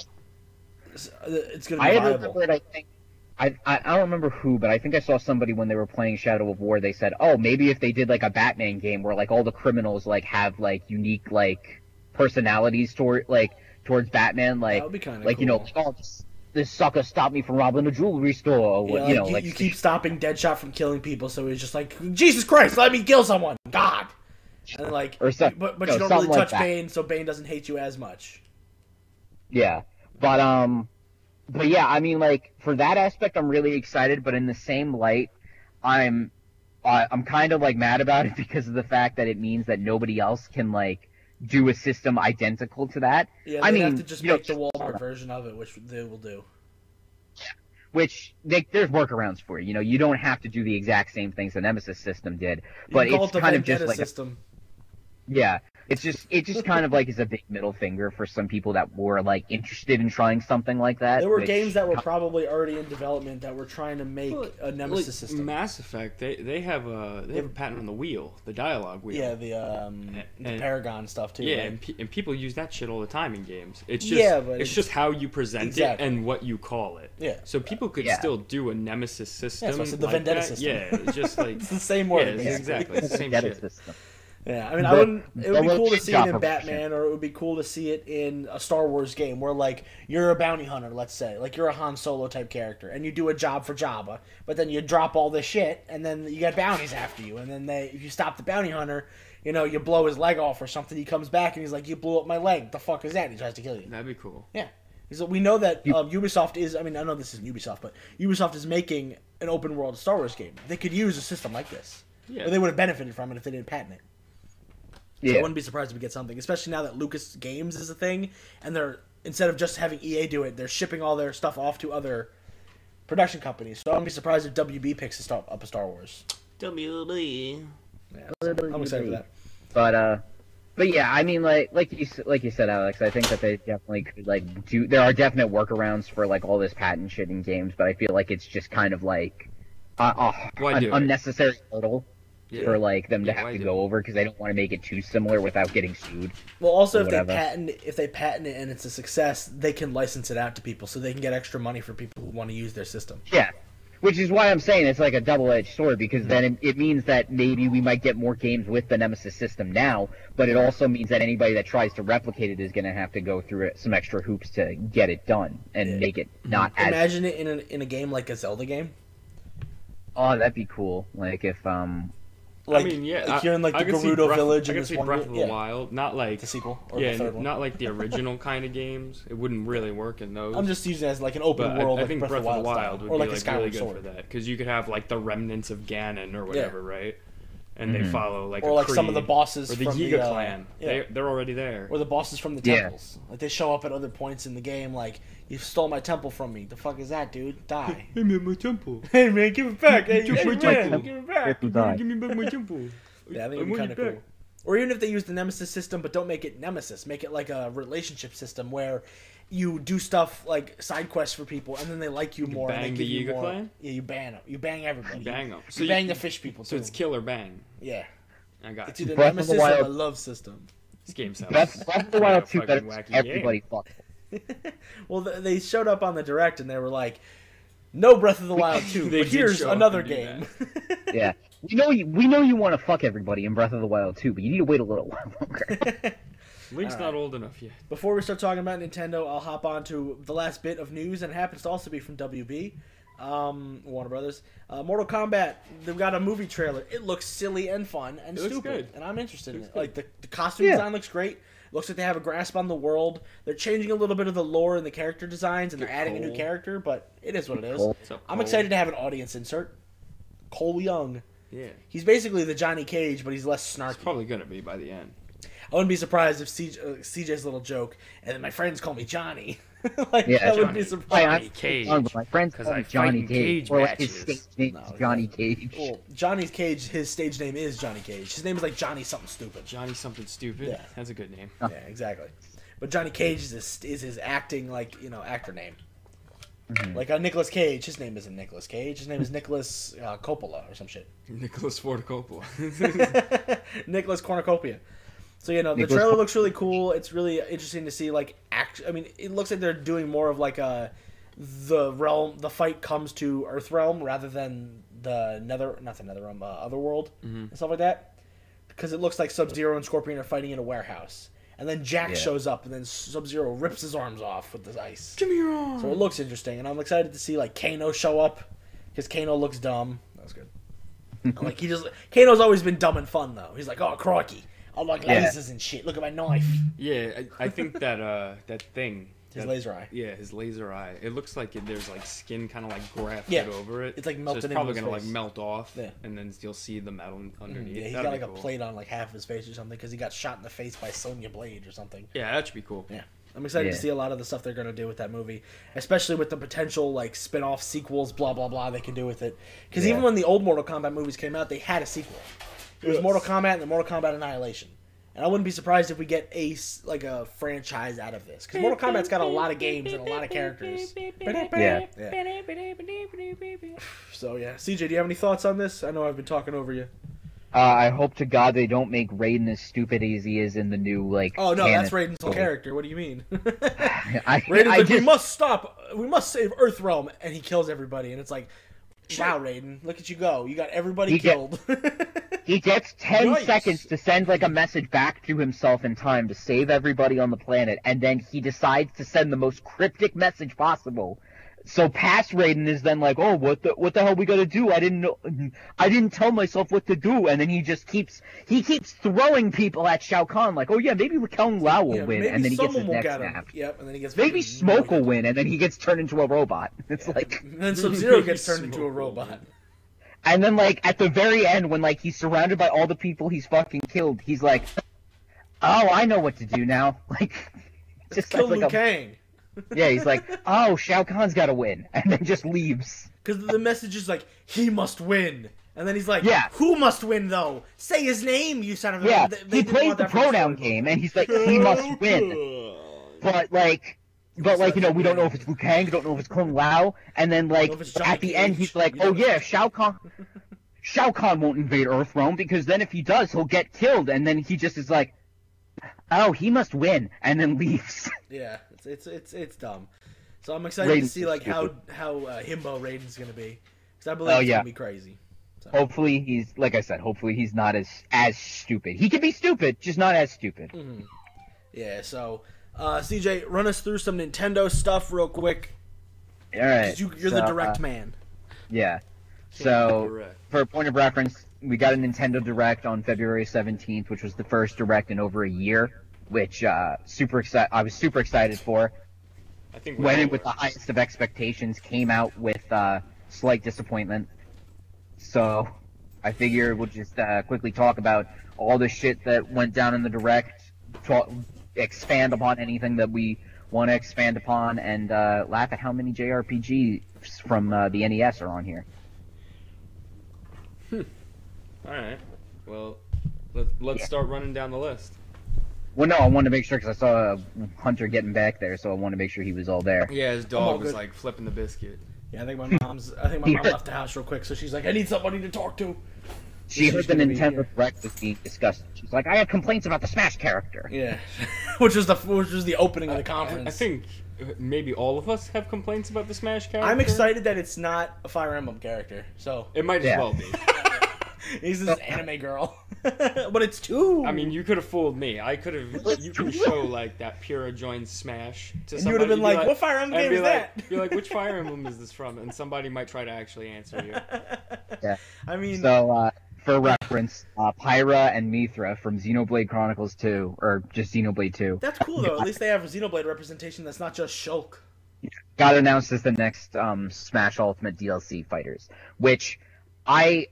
[SPEAKER 1] s- uh, it's gonna
[SPEAKER 2] I
[SPEAKER 1] be
[SPEAKER 2] had
[SPEAKER 1] viable.
[SPEAKER 2] remembered, I think. I, I, I don't remember who, but I think I saw somebody when they were playing Shadow of War. They said, "Oh, maybe if they did like a Batman game where like all the criminals like have like unique like personalities toward like towards Batman, like
[SPEAKER 1] that would be kind of
[SPEAKER 2] like
[SPEAKER 1] cool.
[SPEAKER 2] you know, like, oh this, this sucker stopped me from robbing a jewelry store,
[SPEAKER 1] Yeah,
[SPEAKER 2] or what-
[SPEAKER 1] like,
[SPEAKER 2] you
[SPEAKER 1] you,
[SPEAKER 2] know, like
[SPEAKER 1] you keep stopping Deadshot from killing people, so he's just like, Jesus Christ, let me kill someone, God, and like,
[SPEAKER 2] Or some-
[SPEAKER 1] but but
[SPEAKER 2] no,
[SPEAKER 1] you don't really
[SPEAKER 2] something like
[SPEAKER 1] touch
[SPEAKER 2] that.
[SPEAKER 1] Bane, so Bane doesn't hate you as much.
[SPEAKER 2] Yeah. But um but yeah, I mean like for that aspect I'm really excited, but in the same light I'm I, I'm kind of like mad about it because of the fact that it means that nobody else can like do a system identical to that,
[SPEAKER 1] Yeah,
[SPEAKER 2] I
[SPEAKER 1] they
[SPEAKER 2] mean,
[SPEAKER 1] have to just
[SPEAKER 2] you know,
[SPEAKER 1] make the Walmart version of it, which they will do.
[SPEAKER 2] which they, there's workarounds for. You know, you don't have to do the exact same things the Nemesis system did,
[SPEAKER 1] You
[SPEAKER 2] but
[SPEAKER 1] can call
[SPEAKER 2] it's
[SPEAKER 1] it the
[SPEAKER 2] kind of just
[SPEAKER 1] Vendetta
[SPEAKER 2] like a
[SPEAKER 1] system.
[SPEAKER 2] Yeah. It's just it just kind of like is a big middle finger for some people that were like interested in trying something like that.
[SPEAKER 1] There were
[SPEAKER 2] which-
[SPEAKER 1] games that were probably already in development that were trying to make
[SPEAKER 4] Well,
[SPEAKER 1] a Nemesis
[SPEAKER 4] like,
[SPEAKER 1] system.
[SPEAKER 4] Mass Effect, they they have a they have a patent on the wheel, the dialogue wheel.
[SPEAKER 1] yeah, the um, the
[SPEAKER 4] And-
[SPEAKER 1] Paragon stuff too.
[SPEAKER 4] Yeah,
[SPEAKER 1] right?
[SPEAKER 4] and, pe- and people use that shit all the time in games. It's just
[SPEAKER 1] Yeah, but
[SPEAKER 4] it's,
[SPEAKER 1] it's-
[SPEAKER 4] just how you present
[SPEAKER 1] Exactly.
[SPEAKER 4] it and what you call it.
[SPEAKER 1] Yeah.
[SPEAKER 4] So people could
[SPEAKER 2] Yeah.
[SPEAKER 4] still do a nemesis system.
[SPEAKER 1] Yeah, so I said the
[SPEAKER 4] like
[SPEAKER 1] vendetta
[SPEAKER 4] that.
[SPEAKER 1] system.
[SPEAKER 4] Yeah, it's just like
[SPEAKER 1] it's the same
[SPEAKER 4] yeah,
[SPEAKER 1] word.
[SPEAKER 4] it's
[SPEAKER 1] basically.
[SPEAKER 4] exactly it's the same
[SPEAKER 2] Get it,
[SPEAKER 4] shit.
[SPEAKER 2] system.
[SPEAKER 1] Yeah, I mean, I
[SPEAKER 2] The-
[SPEAKER 1] wouldn't. It would
[SPEAKER 2] the
[SPEAKER 1] be cool to see it
[SPEAKER 2] workshop
[SPEAKER 1] in
[SPEAKER 2] of-
[SPEAKER 1] Batman, or it would be cool to see it in a Star Wars game, where like you're a bounty hunter, let's say, like you're a Han Solo type character, and you do a job for Jabba, but then you drop all this shit, and then you got bounties after you, and then they, if you stop the bounty hunter, you know, you blow his leg off or something, he comes back and he's like, "You blew up my leg. The fuck is that?" And he tries to kill you.
[SPEAKER 4] That'd be cool.
[SPEAKER 1] Yeah. So we know that um, Ubisoft is, I mean, I know this isn't Ubisoft, but Ubisoft is making an open world Star Wars game. They could use a system like this.
[SPEAKER 4] Yeah.
[SPEAKER 1] Or they would have benefited from it if they didn't patent it. So I
[SPEAKER 2] Yeah.
[SPEAKER 1] wouldn't be surprised if we get something, especially now that Lucas Games is a thing, and they're, instead of just having EA do it, they're shipping all their stuff off to other production companies. So I wouldn't be surprised if WB picks a star, up a Star Wars.
[SPEAKER 4] WB.
[SPEAKER 1] I'm excited for that.
[SPEAKER 2] But uh, but yeah, I mean, like like you s- like you said, Alex, I think that they definitely could like do. There are definite workarounds for like all this patent shit in games, but I feel like it's just kind of like a, a,
[SPEAKER 4] Why
[SPEAKER 2] an
[SPEAKER 4] do it?
[SPEAKER 2] unnecessary hurdle
[SPEAKER 4] Yeah.
[SPEAKER 2] for like them to
[SPEAKER 4] Yeah,
[SPEAKER 2] have
[SPEAKER 4] why
[SPEAKER 2] to
[SPEAKER 4] do
[SPEAKER 2] go over because they don't want to make it too similar without getting sued.
[SPEAKER 1] Well, also
[SPEAKER 2] Or
[SPEAKER 1] if they
[SPEAKER 2] whatever.
[SPEAKER 1] patent if they patent it and it's a success, they can license it out to people, so they can get extra money for people who want to use their system.
[SPEAKER 2] Yeah. Which is why I'm saying it's like a double-edged sword because then it, it means that maybe we might get more games with the Nemesis system now, but it also means that anybody that tries to replicate it is going to have to go through it, some extra hoops to get it done and
[SPEAKER 1] Yeah.
[SPEAKER 2] make it not
[SPEAKER 4] Mm-hmm.
[SPEAKER 2] as
[SPEAKER 1] Imagine it in a, in a game like a Zelda game.
[SPEAKER 2] Oh, that'd be cool. Like if um
[SPEAKER 1] Like,
[SPEAKER 4] I mean, yeah,
[SPEAKER 1] like
[SPEAKER 4] I-
[SPEAKER 1] you're in like
[SPEAKER 4] I
[SPEAKER 1] the
[SPEAKER 4] could see
[SPEAKER 1] Gerudo
[SPEAKER 4] Breath-
[SPEAKER 1] village
[SPEAKER 4] I
[SPEAKER 1] and
[SPEAKER 4] could
[SPEAKER 1] this
[SPEAKER 4] see
[SPEAKER 1] one
[SPEAKER 4] Breath of the
[SPEAKER 1] yeah,
[SPEAKER 4] Wild, not like
[SPEAKER 1] the sequel or
[SPEAKER 4] yeah,
[SPEAKER 1] the third one.
[SPEAKER 4] not like the original kind of games. It wouldn't really work in those.
[SPEAKER 1] I'm just using it as like an open
[SPEAKER 4] but I-
[SPEAKER 1] world
[SPEAKER 4] I,
[SPEAKER 1] like
[SPEAKER 4] think
[SPEAKER 1] Breath, of the Wild, style.
[SPEAKER 4] would
[SPEAKER 1] or
[SPEAKER 4] be
[SPEAKER 1] like
[SPEAKER 4] like,
[SPEAKER 1] a Skyward
[SPEAKER 4] really good
[SPEAKER 1] Sword
[SPEAKER 4] for that because you could have like the remnants of Ganon or whatever, right? And
[SPEAKER 2] Mm-hmm.
[SPEAKER 4] they follow like
[SPEAKER 1] Or,
[SPEAKER 4] a
[SPEAKER 1] like, some of the
[SPEAKER 4] creed.
[SPEAKER 1] bosses
[SPEAKER 4] or the
[SPEAKER 1] from the,
[SPEAKER 4] Yiga
[SPEAKER 1] uh,
[SPEAKER 4] clan.
[SPEAKER 1] yeah.
[SPEAKER 4] They they're already there.
[SPEAKER 1] or the bosses from the
[SPEAKER 2] Yeah.
[SPEAKER 1] temples. Like they show up at other points in the game like you stole my temple from me. The fuck is that, dude? Die.
[SPEAKER 4] Hey man, my temple.
[SPEAKER 1] hey man, give it back. Hey,
[SPEAKER 4] You took
[SPEAKER 1] hey,
[SPEAKER 4] my
[SPEAKER 1] man,
[SPEAKER 4] temple.
[SPEAKER 1] give it back.
[SPEAKER 4] Give me back my temple.
[SPEAKER 1] Yeah, I think it'd be
[SPEAKER 4] want
[SPEAKER 1] kind
[SPEAKER 4] it
[SPEAKER 1] of
[SPEAKER 4] back.
[SPEAKER 1] cool. Or even if they use the Nemesis system, but don't make it Nemesis, make it like a relationship system where you do stuff like side quests for people, and then they like you, more. and
[SPEAKER 4] bang
[SPEAKER 1] they
[SPEAKER 4] the
[SPEAKER 1] give you
[SPEAKER 4] Yiga
[SPEAKER 1] more.
[SPEAKER 4] clan?
[SPEAKER 1] Yeah, you ban them. You bang everybody. You
[SPEAKER 4] Bang 'em.
[SPEAKER 1] So you bang the fish people
[SPEAKER 4] So
[SPEAKER 1] too.
[SPEAKER 4] it's kill or bang.
[SPEAKER 1] yeah,
[SPEAKER 4] I got
[SPEAKER 1] it's
[SPEAKER 4] it.
[SPEAKER 1] either
[SPEAKER 2] Breath of the
[SPEAKER 1] Nemesis or
[SPEAKER 2] Wild-
[SPEAKER 1] the love system.
[SPEAKER 4] This game sounds.
[SPEAKER 2] Breath, Breath of the
[SPEAKER 4] like a
[SPEAKER 2] Wild two
[SPEAKER 4] fucking
[SPEAKER 2] better
[SPEAKER 4] wacky game.
[SPEAKER 2] everybody fuck.
[SPEAKER 1] Well, th- they showed up on the direct and they were like, "No Breath of the Wild two,
[SPEAKER 4] They
[SPEAKER 1] but
[SPEAKER 4] did
[SPEAKER 1] here's
[SPEAKER 4] show up
[SPEAKER 1] another
[SPEAKER 4] and do
[SPEAKER 1] game."
[SPEAKER 2] Yeah. We know you we know you want to fuck everybody in Breath of the Wild too, but you need to wait a little while longer.
[SPEAKER 4] Link's not old enough yet.
[SPEAKER 1] Before we start talking about Nintendo, I'll hop on to the last bit of news, and it happens to also be from WB, um, Warner Brothers. Uh, Mortal Kombat, they've got a movie trailer. It looks silly and fun and
[SPEAKER 4] It looks
[SPEAKER 1] stupid,
[SPEAKER 4] good.
[SPEAKER 1] and I'm interested in
[SPEAKER 4] Looks
[SPEAKER 1] it.
[SPEAKER 4] good.
[SPEAKER 1] Like, the, the costume
[SPEAKER 2] Yeah.
[SPEAKER 1] design looks great. Looks like they have a grasp on the world. They're changing a little bit of the lore and the character designs, and they're
[SPEAKER 4] Get
[SPEAKER 1] adding a new
[SPEAKER 4] Cole.
[SPEAKER 1] character, but it is what it is.
[SPEAKER 2] Cole.
[SPEAKER 4] What's up,
[SPEAKER 1] I'm
[SPEAKER 4] Cole?
[SPEAKER 1] excited to have an audience insert. Cole Young.
[SPEAKER 4] Yeah,
[SPEAKER 1] He's basically the Johnny Cage, but he's less snarky.
[SPEAKER 4] it's probably gonna be by the end.
[SPEAKER 1] I wouldn't be surprised if CJ, uh, CJ's little joke, and then my friends call me Johnny. like
[SPEAKER 2] Yeah,
[SPEAKER 1] that would
[SPEAKER 4] Johnny.
[SPEAKER 1] be
[SPEAKER 2] Hey,
[SPEAKER 1] surprising.
[SPEAKER 2] I'm
[SPEAKER 4] Cage,
[SPEAKER 2] young, but my friends
[SPEAKER 4] 'cause
[SPEAKER 2] call
[SPEAKER 4] I
[SPEAKER 2] me
[SPEAKER 4] fight
[SPEAKER 2] Johnny
[SPEAKER 4] in
[SPEAKER 2] Cage.
[SPEAKER 4] cage
[SPEAKER 2] or like his
[SPEAKER 4] matches. Oh,
[SPEAKER 2] stage name
[SPEAKER 1] No,
[SPEAKER 2] is
[SPEAKER 1] he
[SPEAKER 2] Johnny
[SPEAKER 1] doesn't.
[SPEAKER 2] Cage.
[SPEAKER 1] Well, Johnny's Cage, his stage name is Johnny Cage. His name is like Johnny something stupid.
[SPEAKER 4] Johnny something stupid.
[SPEAKER 1] Yeah.
[SPEAKER 4] That's a good name.
[SPEAKER 1] Yeah, exactly. But Johnny Cage is his, is his acting like you know actor name. Like on Nicolas Cage, his name isn't Nicolas Cage. His name is Nicholas uh, Coppola or some shit.
[SPEAKER 4] Nicholas Ford Coppola.
[SPEAKER 1] Nicholas Cornucopia. So you know the
[SPEAKER 2] Nicholas
[SPEAKER 1] trailer looks really cool. It's really interesting to see like act. I mean, it looks like they're doing more of like a the realm. The fight comes to Earth realm rather than the Nether, not the Nether realm, uh, other world
[SPEAKER 2] Mm-hmm.
[SPEAKER 1] and stuff like that. Because it looks like Sub Zero and Scorpion are fighting in a warehouse, and then Jack
[SPEAKER 2] Yeah.
[SPEAKER 1] shows up, and then Sub Zero rips his arms off with his ice.
[SPEAKER 4] Give me your arm.
[SPEAKER 1] So it looks interesting, and I'm excited to see like Kano show up because Kano looks dumb. That's good. like he just Kano's always been dumb and fun though. He's like, oh crocky, I like
[SPEAKER 2] Yeah.
[SPEAKER 1] lasers and shit. Look at my knife.
[SPEAKER 4] Yeah, I, I think that uh that thing.
[SPEAKER 1] His
[SPEAKER 4] that-
[SPEAKER 1] laser eye.
[SPEAKER 4] Yeah, his laser eye. It looks like it, there's like skin kind of like grafted
[SPEAKER 1] Yeah,
[SPEAKER 4] over it.
[SPEAKER 1] it's, like,
[SPEAKER 4] So
[SPEAKER 1] melted
[SPEAKER 4] it's probably
[SPEAKER 1] into his
[SPEAKER 4] gonna
[SPEAKER 1] face.
[SPEAKER 4] like melt off.
[SPEAKER 1] Yeah. Mm,
[SPEAKER 4] And then you'll see the metal underneath.
[SPEAKER 1] Yeah, he's
[SPEAKER 4] That'd
[SPEAKER 1] got
[SPEAKER 4] be
[SPEAKER 1] like a
[SPEAKER 4] cool.
[SPEAKER 1] plate on like half his face or something because he got shot in the face by Sonya Blade or something.
[SPEAKER 4] Yeah, that should be cool.
[SPEAKER 1] Yeah. I'm excited to
[SPEAKER 2] Yeah.
[SPEAKER 1] see a lot of the stuff they're going to do with that movie, especially with the potential like spin-off sequels, blah blah blah they can do with it. Cuz
[SPEAKER 2] Yeah.
[SPEAKER 1] even when the old Mortal Kombat movies came out, they had a sequel. It was Mortal Kombat and the Mortal Kombat Annihilation. And I wouldn't be surprised if we get a s- like a franchise out of this because Mortal Kombat's got a lot of games and a lot of characters.
[SPEAKER 2] Yeah.
[SPEAKER 1] Yeah. So yeah, CJ, do you have any thoughts on this? I know I've been talking over you.
[SPEAKER 2] Uh, I hope to God they don't make Raiden as stupid as he is in the new like.
[SPEAKER 1] Oh no,
[SPEAKER 2] canon.
[SPEAKER 1] that's Raiden's whole
[SPEAKER 2] Oh.
[SPEAKER 1] character. What do you mean?
[SPEAKER 2] I,
[SPEAKER 1] Raiden's
[SPEAKER 2] I
[SPEAKER 1] like, we
[SPEAKER 2] just,
[SPEAKER 1] must stop. We must save Earthrealm, and he kills everybody. And it's like, wow, Raiden, look at you go. You got everybody
[SPEAKER 2] You get-
[SPEAKER 1] killed.
[SPEAKER 2] he gets ten
[SPEAKER 1] Yikes.
[SPEAKER 2] seconds to send like a message back to himself in time to save everybody on the planet, and then he decides to send the most cryptic message possible. So past Raiden is then like, oh, what the what the hell we gotta do? I didn't know, I didn't tell myself what to do, and then he just keeps he keeps throwing people at Shao Kahn like, oh yeah, maybe Raquel Lau will
[SPEAKER 1] Yeah,
[SPEAKER 2] win, and then he gets his neck
[SPEAKER 1] get him.
[SPEAKER 2] snapped.
[SPEAKER 1] Yep, and then he gets
[SPEAKER 2] Maybe
[SPEAKER 1] fucking
[SPEAKER 2] Smoke will
[SPEAKER 1] murdered.
[SPEAKER 2] win, and then he gets turned into a robot. It's like,
[SPEAKER 1] And then Sub Zero
[SPEAKER 4] Maybe
[SPEAKER 1] gets turned into a
[SPEAKER 4] Smoke will
[SPEAKER 1] robot.
[SPEAKER 4] win.
[SPEAKER 2] and then like at the very end, when like he's surrounded by all the people he's fucking killed, he's like, "Oh, I know what to do now." Like, just
[SPEAKER 1] Kill
[SPEAKER 2] like
[SPEAKER 1] Liu
[SPEAKER 2] a-
[SPEAKER 1] Kang.
[SPEAKER 2] yeah, he's like, "Oh, Shao Kahn's got to win," and then just leaves.
[SPEAKER 1] Because the message is like, he must win. And then he's like,
[SPEAKER 2] Yeah.
[SPEAKER 1] who must win, though? Say his name, you son of a...
[SPEAKER 2] Yeah,
[SPEAKER 1] They- they
[SPEAKER 2] he
[SPEAKER 1] didn't
[SPEAKER 2] plays
[SPEAKER 1] want
[SPEAKER 2] the
[SPEAKER 1] that for the
[SPEAKER 2] pronoun
[SPEAKER 1] storyline.
[SPEAKER 2] game, and he's like, "He must win," but like. But like you know, we don't know if it's Liu Kang, we don't know if it's Kung Lao, and then like
[SPEAKER 1] Don't know if it's Johnny
[SPEAKER 2] at the end
[SPEAKER 1] Cage.
[SPEAKER 2] he's like,
[SPEAKER 1] You
[SPEAKER 2] "Oh
[SPEAKER 1] don't know.
[SPEAKER 2] yeah, Shao Kahn, Shao Kahn won't invade Earthrealm because then if he does, he'll get killed." And then he just is like, "Oh, he must win," and then leaves.
[SPEAKER 1] Yeah, it's, it's, it's, it's dumb. So I'm excited to
[SPEAKER 2] Raiden's
[SPEAKER 1] see like how,
[SPEAKER 2] stupid.
[SPEAKER 1] how uh, himbo Raiden's going to be. Because I believe
[SPEAKER 2] Oh,
[SPEAKER 1] it's
[SPEAKER 2] yeah.
[SPEAKER 1] going to be crazy.
[SPEAKER 2] hopefully he's like I said, hopefully he's not as as stupid. He can be stupid, just not as stupid.
[SPEAKER 1] Mm. Yeah, so... Uh, CJ, run us through some Nintendo stuff real quick.
[SPEAKER 2] All right,
[SPEAKER 1] 'cause you, you're
[SPEAKER 2] so,
[SPEAKER 1] the
[SPEAKER 2] uh,
[SPEAKER 1] direct man.
[SPEAKER 2] yeah. So
[SPEAKER 4] Correct.
[SPEAKER 2] for a point of reference, we got a Nintendo Direct on February 17th, which was the first Direct in over a year, which uh, super excited. I was super excited for.
[SPEAKER 4] I think we
[SPEAKER 2] Went
[SPEAKER 4] all
[SPEAKER 2] in with the
[SPEAKER 4] were.
[SPEAKER 2] highest of expectations, came out with uh, slight disappointment. So I figure we'll just uh, quickly talk about all the shit that went down in the direct, talk, expand upon anything that we want to expand upon, and uh, laugh at how many JRPGs from uh, the NES are on here.
[SPEAKER 4] All right. Well, let, let's
[SPEAKER 2] Yeah.
[SPEAKER 4] start running down the list.
[SPEAKER 2] Well, no, I wanted to make sure because I saw Hunter getting back there, so I want to make sure he was all there.
[SPEAKER 4] Yeah, his
[SPEAKER 1] all
[SPEAKER 4] dog was
[SPEAKER 1] good.
[SPEAKER 4] like flipping the biscuit.
[SPEAKER 1] Yeah, I think my mom's. I think my mom left the house real quick, so she's like, "I need somebody to talk to."
[SPEAKER 2] She
[SPEAKER 1] She's
[SPEAKER 2] heard the
[SPEAKER 1] gonna be uh,
[SPEAKER 2] Nintendo
[SPEAKER 1] here.
[SPEAKER 2] Direct was being discussed. She's like, I have complaints about the Smash character.
[SPEAKER 1] Yeah, which was the which was the opening of the
[SPEAKER 4] I,
[SPEAKER 1] conference.
[SPEAKER 4] I think uh, maybe all of us have complaints about the Smash character.
[SPEAKER 1] I'm excited that it's not a Fire Emblem character. So
[SPEAKER 4] It might as
[SPEAKER 2] Yeah.
[SPEAKER 4] well be.
[SPEAKER 1] he's this anime girl, but it's two.
[SPEAKER 4] I mean, you could have fooled me. I could have. You can show like that Pura joins Smash to
[SPEAKER 1] you would have
[SPEAKER 4] somebody,
[SPEAKER 1] been
[SPEAKER 4] be
[SPEAKER 1] like, "What Fire Emblem
[SPEAKER 4] I'd
[SPEAKER 1] game
[SPEAKER 4] be
[SPEAKER 1] is
[SPEAKER 4] like-
[SPEAKER 1] that?"
[SPEAKER 4] Be like, which Fire Emblem is this from? And somebody might try to actually answer you.
[SPEAKER 2] Yeah.
[SPEAKER 1] I mean,
[SPEAKER 2] So, uh, for reference, uh, Pyra and Mithra from Xenoblade Chronicles 2, or just Xenoblade 2,
[SPEAKER 1] that's cool though. At least they have Xenoblade representation. That's not just Shulk.
[SPEAKER 2] got announced as the next um, Smash Ultimate DLC fighters, which I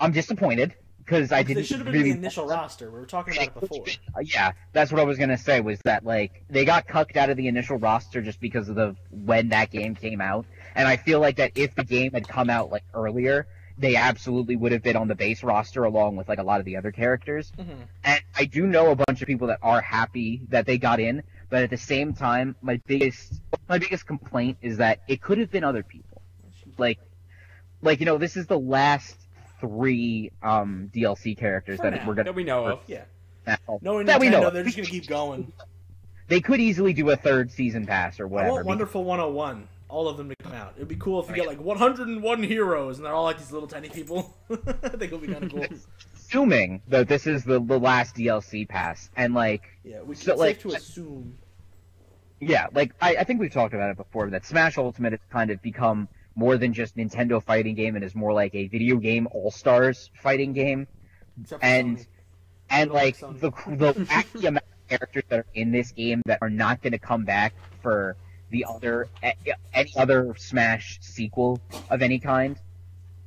[SPEAKER 2] I'm disappointed because I
[SPEAKER 1] They
[SPEAKER 2] didn't
[SPEAKER 1] should have been in
[SPEAKER 2] really
[SPEAKER 1] the initial roster. We were talking about it before.
[SPEAKER 2] Uh, yeah, that's what I was gonna say was that like they got cucked out of the initial roster just because of the when that game came out, and I feel like that if the game had come out like earlier, they absolutely would have been on the base roster along with like a lot of the other characters.
[SPEAKER 1] Mhm.
[SPEAKER 2] And I do know a bunch of people that are happy that they got in, but at the same time, my biggest my biggest complaint is that it could have been other people, like like you know this is the last three um DLC characters
[SPEAKER 1] For
[SPEAKER 2] that
[SPEAKER 1] now.
[SPEAKER 2] we're gonna
[SPEAKER 4] That we know of.
[SPEAKER 1] Yeah,
[SPEAKER 2] now
[SPEAKER 1] knowing
[SPEAKER 2] that
[SPEAKER 1] Nintendo,
[SPEAKER 2] we know.
[SPEAKER 1] they're just gonna keep going.
[SPEAKER 2] They could easily do a third season pass
[SPEAKER 1] I
[SPEAKER 2] or whatever.
[SPEAKER 1] want Oh, Wonderful 101, all of them to come out. It'd be cool if you get like 101 heroes and they're all like these little tiny people. I think it'll be kind of cool.
[SPEAKER 2] Assuming that this is the, the last DLC pass, and like,
[SPEAKER 1] Yeah, we
[SPEAKER 2] So,
[SPEAKER 1] can
[SPEAKER 2] like,
[SPEAKER 1] safe to assume.
[SPEAKER 2] yeah, like I, I think we've talked about it before that Smash Ultimate has kind of become more than just Nintendo fighting game, and is more like a video game All Stars fighting game.
[SPEAKER 1] Except
[SPEAKER 2] and
[SPEAKER 1] Sony.
[SPEAKER 2] and
[SPEAKER 1] Don't like
[SPEAKER 2] like the the actually amount of characters that are in this game that are not going to come back for the other a- any other Smash sequel of any kind.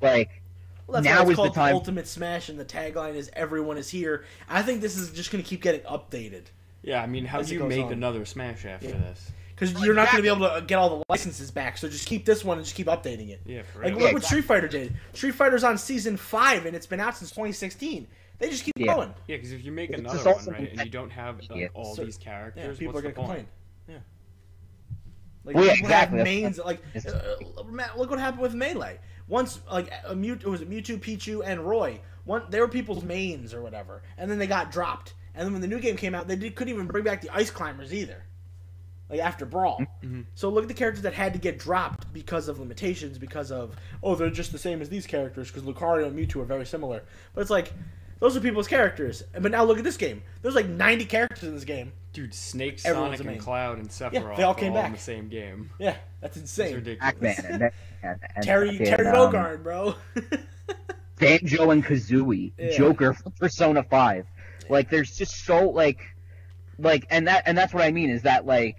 [SPEAKER 2] Like,
[SPEAKER 1] Well, that's
[SPEAKER 2] now
[SPEAKER 1] why it's
[SPEAKER 2] is the
[SPEAKER 1] called
[SPEAKER 2] time-
[SPEAKER 1] Ultimate Smash, and the tagline is "Everyone is here." I think this is just going to keep getting updated
[SPEAKER 4] Yeah, I mean, how
[SPEAKER 1] As
[SPEAKER 4] do
[SPEAKER 1] it
[SPEAKER 4] you
[SPEAKER 1] goes
[SPEAKER 4] make
[SPEAKER 1] on.
[SPEAKER 4] another Smash after
[SPEAKER 1] Yeah.
[SPEAKER 4] this?
[SPEAKER 1] because you're not going to be able to get all the licenses back. So just keep this one and just keep updating it.
[SPEAKER 4] Yeah, for
[SPEAKER 1] Like
[SPEAKER 4] real.
[SPEAKER 1] look
[SPEAKER 2] Yeah,
[SPEAKER 1] what Street Fighter did. Street Fighter's on season five and it's been out since 2016. They just keep
[SPEAKER 2] Yeah.
[SPEAKER 1] going.
[SPEAKER 4] Yeah, because if you make
[SPEAKER 2] It's
[SPEAKER 4] another
[SPEAKER 2] just
[SPEAKER 4] one,
[SPEAKER 2] also
[SPEAKER 4] right, and you don't have uh,
[SPEAKER 2] Yeah.
[SPEAKER 4] all
[SPEAKER 1] So-
[SPEAKER 4] these
[SPEAKER 1] Yeah,
[SPEAKER 4] characters,
[SPEAKER 1] people are
[SPEAKER 4] what's
[SPEAKER 1] going to
[SPEAKER 4] the point?
[SPEAKER 1] complain. Yeah. Like
[SPEAKER 2] Well, yeah,
[SPEAKER 1] people have
[SPEAKER 2] exactly.
[SPEAKER 1] mains like
[SPEAKER 2] It's-
[SPEAKER 1] uh, Matt, look what happened with melee. Once like a Mewtwo, was it Mewtwo, Pichu, and Roy. One they were people's mains or whatever, and then they got dropped. And then when the new game came out, they did, couldn't even bring back the ice climbers either. Like after Brawl,
[SPEAKER 4] Mm-hmm.
[SPEAKER 1] so look at the characters that had to get dropped because of limitations, because of oh they're just the same as these characters because Lucario and Mewtwo are very similar. But it's like those are people's characters. But now look at this game. There's like 90 characters in this game.
[SPEAKER 4] Dude, Snake,
[SPEAKER 1] Everyone's
[SPEAKER 4] Sonic,
[SPEAKER 1] a
[SPEAKER 4] and
[SPEAKER 1] main.
[SPEAKER 4] Cloud and Sephiroth
[SPEAKER 1] they all
[SPEAKER 4] are
[SPEAKER 1] came
[SPEAKER 4] all in
[SPEAKER 1] back.
[SPEAKER 4] the same game.
[SPEAKER 1] Yeah, that's
[SPEAKER 4] It's
[SPEAKER 1] insane.
[SPEAKER 4] ridiculous.
[SPEAKER 2] Pac-Man and, and, and
[SPEAKER 1] Terry
[SPEAKER 2] fucking,
[SPEAKER 1] Terry
[SPEAKER 2] um,
[SPEAKER 1] Bogard, bro.
[SPEAKER 2] Banjo and Kazooie,
[SPEAKER 1] Yeah.
[SPEAKER 2] Joker from Persona Five. Like there's just so like like and that and that's what I mean is that like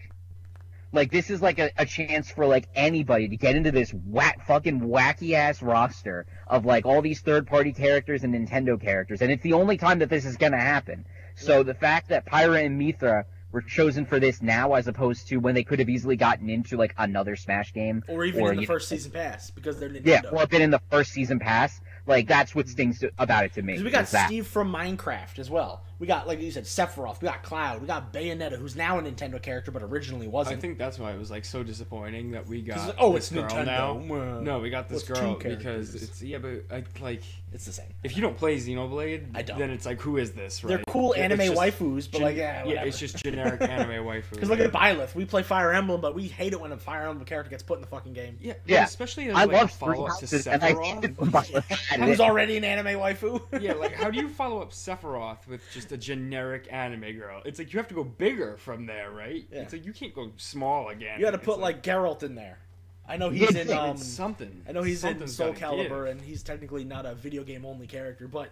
[SPEAKER 2] like this is like a, a chance for like anybody to get into this whack fucking wacky ass roster of like all these third party characters and Nintendo characters and it's the only time that this is gonna happen. So the fact that Pyra and Mithra were chosen for this now as opposed to when they could have easily gotten into like another Smash game
[SPEAKER 1] or even in the
[SPEAKER 2] you know,
[SPEAKER 1] first season pass because they're Nintendo.
[SPEAKER 2] yeah, or been in the first season pass. Like that's what stings to- about it to me.
[SPEAKER 1] Mm-hmm. Because we got
[SPEAKER 2] is that.
[SPEAKER 1] Steve from Minecraft as well. We got, like you said, Sephiroth. We got Cloud. We got Bayonetta, who's now a Nintendo character but originally
[SPEAKER 4] I
[SPEAKER 1] wasn't.
[SPEAKER 4] think that's why it was like so disappointing that we
[SPEAKER 1] It's
[SPEAKER 4] got
[SPEAKER 1] like, oh,
[SPEAKER 4] this
[SPEAKER 1] it's
[SPEAKER 4] girl
[SPEAKER 1] Nintendo.
[SPEAKER 4] now.
[SPEAKER 1] Well,
[SPEAKER 4] No, we got this
[SPEAKER 1] well, it's
[SPEAKER 4] girl
[SPEAKER 1] two
[SPEAKER 4] because
[SPEAKER 1] characters.
[SPEAKER 4] it's yeah, but I, like
[SPEAKER 1] it's the same.
[SPEAKER 4] if you don't play Xenoblade,
[SPEAKER 1] I don't.
[SPEAKER 4] then it's like who is this? Right?
[SPEAKER 1] They're cool
[SPEAKER 4] It- it's
[SPEAKER 1] anime
[SPEAKER 4] just
[SPEAKER 1] waifus, but
[SPEAKER 4] gen-
[SPEAKER 1] like, yeah, whatever.
[SPEAKER 4] it's just generic anime waifu.
[SPEAKER 1] Because look at Byleth. We play Fire Emblem, but we hate it when a Fire Emblem character gets put in the fucking game.
[SPEAKER 4] yeah, but
[SPEAKER 2] Yeah.
[SPEAKER 4] especially as
[SPEAKER 2] I
[SPEAKER 4] like,
[SPEAKER 2] love
[SPEAKER 4] a
[SPEAKER 2] Three
[SPEAKER 4] follow up to
[SPEAKER 2] Houses, and I hated
[SPEAKER 4] Sephiroth.
[SPEAKER 2] them by the
[SPEAKER 1] That was already an anime waifu.
[SPEAKER 4] yeah, like how do you follow up Sephiroth with just a generic anime girl? It's like you have to go bigger from there, right?
[SPEAKER 1] Yeah.
[SPEAKER 4] It's like you can't go small again.
[SPEAKER 1] you had to
[SPEAKER 4] It's
[SPEAKER 1] put like Geralt in there. I know
[SPEAKER 2] Yeah,
[SPEAKER 1] he's in.
[SPEAKER 2] dude,
[SPEAKER 1] Um,
[SPEAKER 4] it's something.
[SPEAKER 1] I know he's in
[SPEAKER 4] Something's
[SPEAKER 1] Soul
[SPEAKER 4] gotta give.
[SPEAKER 1] Calibur, and he's technically not a video game only character, but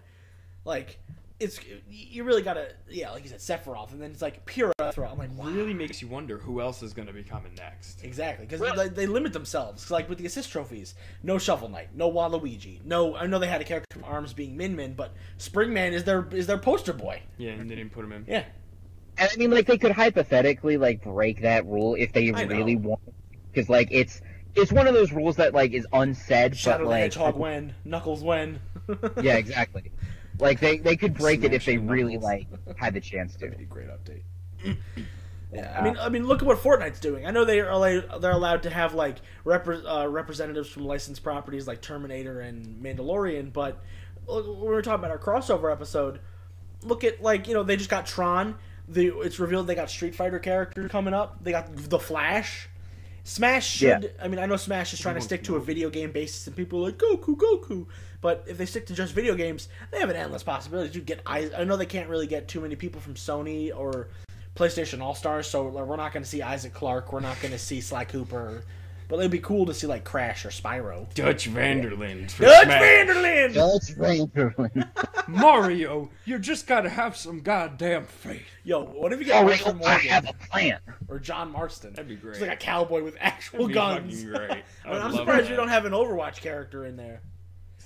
[SPEAKER 1] like, it's you really gotta, yeah, like you said, Sephiroth, and then it's like pure Athra. I'm like, wow.
[SPEAKER 4] Really makes you wonder who else is going to be coming next.
[SPEAKER 1] Exactly, because
[SPEAKER 2] Well-
[SPEAKER 1] they, they limit themselves. 'Cause, Like with the assist trophies, no Shovel Knight, no Waluigi, no. I know they had a character from Arms being Min Min, but Springman is their is their poster boy.
[SPEAKER 4] Yeah, and they didn't put him in.
[SPEAKER 1] Yeah,
[SPEAKER 2] And I mean, like they could hypothetically like break that rule if they
[SPEAKER 1] I know.
[SPEAKER 2] really want, because like it's it's one of those rules that like is unsaid,
[SPEAKER 1] Shadow
[SPEAKER 2] but
[SPEAKER 1] the
[SPEAKER 2] like
[SPEAKER 1] Hedgehog when Knuckles when.
[SPEAKER 2] yeah, exactly. Like they they could break it if they
[SPEAKER 4] Smashing
[SPEAKER 2] really
[SPEAKER 4] knuckles.
[SPEAKER 2] like had the chance to.
[SPEAKER 1] a great update. yeah, I mean, I mean, look at what Fortnite's doing. I know they are allowed, they're allowed to have like repre- uh, representatives from licensed properties like Terminator and Mandalorian, but look, when we were talking about our crossover episode, look at like you know they just got Tron. The, it's revealed they got Street Fighter character coming up. They got the Flash. Smash should. I mean, I know Smash is trying to stick to a video game basis, and people are like Goku, Goku. But if they stick to just video games, they have an endless possibility to get. I, I know they can't really get too many people from Sony or PlayStation All Stars, so like, we're not going to see Isaac Clarke. We're not going to see Sly Cooper. But it'd be cool to see like Crash or Spyro.
[SPEAKER 4] Dutch Vanderland. for
[SPEAKER 1] Dutch
[SPEAKER 4] Smash.
[SPEAKER 1] Vanderland.
[SPEAKER 2] That's right.
[SPEAKER 4] Mario, you just gotta have some goddamn faith.
[SPEAKER 1] Yo, what if you get
[SPEAKER 2] oh,
[SPEAKER 1] Rick
[SPEAKER 2] wait, I
[SPEAKER 1] Morgan
[SPEAKER 2] have a plan.
[SPEAKER 1] or John Marston? That'd
[SPEAKER 4] be great.
[SPEAKER 1] He's like a cowboy with actual
[SPEAKER 4] Be
[SPEAKER 1] guns.
[SPEAKER 4] fucking great.
[SPEAKER 1] I mean,
[SPEAKER 4] I'd
[SPEAKER 1] I'm
[SPEAKER 4] love
[SPEAKER 1] surprised
[SPEAKER 4] that.
[SPEAKER 1] we don't have an Overwatch character in there.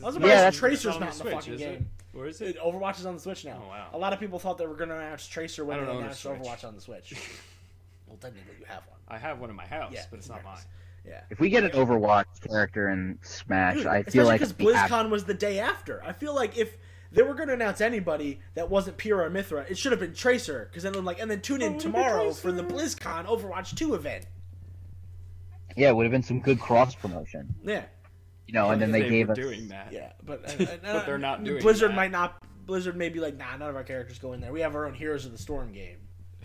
[SPEAKER 1] I'm surprised
[SPEAKER 2] Yeah, that's-
[SPEAKER 1] Tracer's
[SPEAKER 4] It's on
[SPEAKER 1] not in the
[SPEAKER 4] Switch,
[SPEAKER 1] fucking
[SPEAKER 4] is
[SPEAKER 1] game.
[SPEAKER 4] it? Or is
[SPEAKER 1] Dude,
[SPEAKER 4] it?
[SPEAKER 1] Overwatch is on the Switch now.
[SPEAKER 4] Oh, wow.
[SPEAKER 1] A lot of people thought they were going to announce Tracer when
[SPEAKER 4] I
[SPEAKER 1] they
[SPEAKER 4] don't own a
[SPEAKER 1] announced
[SPEAKER 4] Switch.
[SPEAKER 1] Overwatch on the Switch. well, technically, you have one.
[SPEAKER 4] I have one in my house,
[SPEAKER 1] Yeah,
[SPEAKER 4] but it's not mine.
[SPEAKER 1] fairness. Yeah.
[SPEAKER 2] If we get an Overwatch character in Smash,
[SPEAKER 1] Dude,
[SPEAKER 2] I feel
[SPEAKER 1] especially
[SPEAKER 2] like
[SPEAKER 1] because
[SPEAKER 2] we have-
[SPEAKER 1] BlizzCon was the day after. I feel like if they were going to announce anybody that wasn't Pyrrha or Mithra, it should have been Tracer. Because then I'm like, and then tune in
[SPEAKER 4] Oh,
[SPEAKER 1] tomorrow
[SPEAKER 4] Tracer.
[SPEAKER 1] for the BlizzCon Overwatch 2 event.
[SPEAKER 2] yeah, it would have been some good cross promotion.
[SPEAKER 1] Yeah.
[SPEAKER 2] you know, Oh, and then they,
[SPEAKER 4] They
[SPEAKER 2] gave
[SPEAKER 4] were
[SPEAKER 2] us
[SPEAKER 4] doing that.
[SPEAKER 1] Yeah, but uh,
[SPEAKER 4] But they're not doing
[SPEAKER 1] Blizzard
[SPEAKER 4] that.
[SPEAKER 1] might not. Blizzard may be like, nah, none of our characters go in there. We have our own Heroes of the Storm game.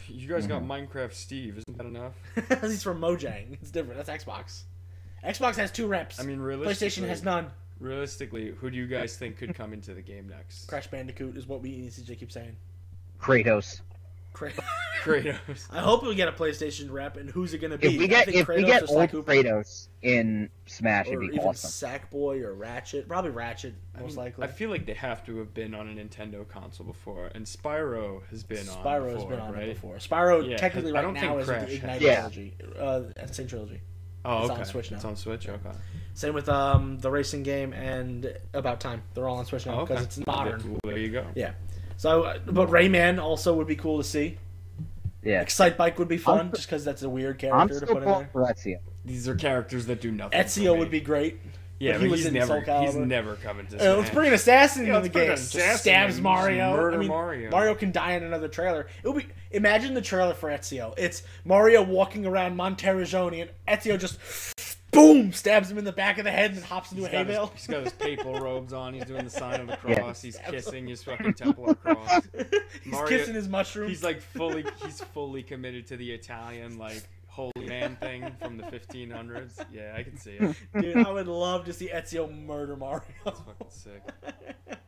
[SPEAKER 4] You guys got
[SPEAKER 2] Mm-hmm.
[SPEAKER 4] Minecraft Steve, isn't that enough?
[SPEAKER 1] He's from Mojang. It's different. That's Xbox. Xbox has two reps.
[SPEAKER 4] I mean,
[SPEAKER 1] PlayStation
[SPEAKER 4] realistically,
[SPEAKER 1] has none.
[SPEAKER 4] realistically, who do you guys think could come into the game next?
[SPEAKER 1] Crash Bandicoot is what we and CJ keep saying.
[SPEAKER 2] Kratos.
[SPEAKER 1] Cra-
[SPEAKER 4] Kratos.
[SPEAKER 1] I hope we get a PlayStation rep, and who's it gonna be?
[SPEAKER 2] If we
[SPEAKER 1] I
[SPEAKER 2] get
[SPEAKER 1] think
[SPEAKER 2] if we
[SPEAKER 1] Kratos
[SPEAKER 2] get
[SPEAKER 1] or Sly
[SPEAKER 2] old
[SPEAKER 1] Cooper,
[SPEAKER 2] Kratos in Smash,
[SPEAKER 1] or
[SPEAKER 2] it'd be
[SPEAKER 1] even
[SPEAKER 2] awesome.
[SPEAKER 1] Sackboy or Ratchet, probably Ratchet most likely.
[SPEAKER 4] I feel like they have to have been on a Nintendo console before, and Spyro has been on.
[SPEAKER 1] Spyro's
[SPEAKER 4] before,
[SPEAKER 1] been on
[SPEAKER 4] right?
[SPEAKER 1] it before. Spyro
[SPEAKER 4] Yeah,
[SPEAKER 1] technically
[SPEAKER 4] I
[SPEAKER 1] right
[SPEAKER 4] don't
[SPEAKER 1] now
[SPEAKER 4] think
[SPEAKER 1] is in
[SPEAKER 4] Crash
[SPEAKER 1] the
[SPEAKER 4] has.
[SPEAKER 1] Ignite
[SPEAKER 2] Yeah.
[SPEAKER 1] trilogy, uh, that's the same trilogy.
[SPEAKER 4] Oh,
[SPEAKER 1] It's
[SPEAKER 4] okay.
[SPEAKER 1] on Switch now.
[SPEAKER 4] It's on Switch. Okay.
[SPEAKER 1] Same with um, the racing game and About Time. They're all on Switch now
[SPEAKER 4] Oh,
[SPEAKER 1] because
[SPEAKER 4] okay.
[SPEAKER 1] it's modern.
[SPEAKER 4] Well, there you go.
[SPEAKER 1] Yeah. So, uh, but Rayman also would be cool to see.
[SPEAKER 2] Yeah.
[SPEAKER 1] Excite Bike would be fun,
[SPEAKER 2] I'm-
[SPEAKER 1] just because that's a weird
[SPEAKER 2] I'm
[SPEAKER 1] character to
[SPEAKER 2] still
[SPEAKER 1] put in
[SPEAKER 2] pulling
[SPEAKER 1] there.
[SPEAKER 2] for Ezio.
[SPEAKER 4] These are characters that do nothing. for
[SPEAKER 1] Ezio
[SPEAKER 4] me.
[SPEAKER 1] would be great.
[SPEAKER 4] Yeah,
[SPEAKER 1] but
[SPEAKER 4] but,
[SPEAKER 1] he was
[SPEAKER 4] he's
[SPEAKER 1] in
[SPEAKER 4] never
[SPEAKER 1] Soul
[SPEAKER 4] he's
[SPEAKER 1] Calibur.
[SPEAKER 4] never coming to.
[SPEAKER 1] Uh, let's
[SPEAKER 4] Smash.
[SPEAKER 1] bring an assassin
[SPEAKER 4] Yeah,
[SPEAKER 1] into
[SPEAKER 4] let's
[SPEAKER 1] the
[SPEAKER 4] bring
[SPEAKER 1] game.
[SPEAKER 4] an
[SPEAKER 1] Just
[SPEAKER 4] assassin
[SPEAKER 1] stabs
[SPEAKER 4] in.
[SPEAKER 1] Mario.
[SPEAKER 4] Murder
[SPEAKER 1] I mean,
[SPEAKER 4] Mario.
[SPEAKER 1] can die in another trailer. It would be imagine the trailer for Ezio. It's Mario walking around Monterrejone, and Ezio just boom stabs him in the back of the head and then hops into
[SPEAKER 4] He's
[SPEAKER 1] a hay
[SPEAKER 4] got, his,
[SPEAKER 1] bale.
[SPEAKER 4] he's got his papal robes on. He's doing the sign of the
[SPEAKER 2] Yeah.
[SPEAKER 4] cross. He's kissing his fucking temple of cross.
[SPEAKER 1] he's
[SPEAKER 4] Mario-
[SPEAKER 1] kissing his mushroom.
[SPEAKER 4] He's like fully he's fully committed to the Italian like holy man thing from the 1500s. Yeah, I can see it.
[SPEAKER 1] Dude, I would love to see Ezio murder Mario.
[SPEAKER 4] It's fucking sick.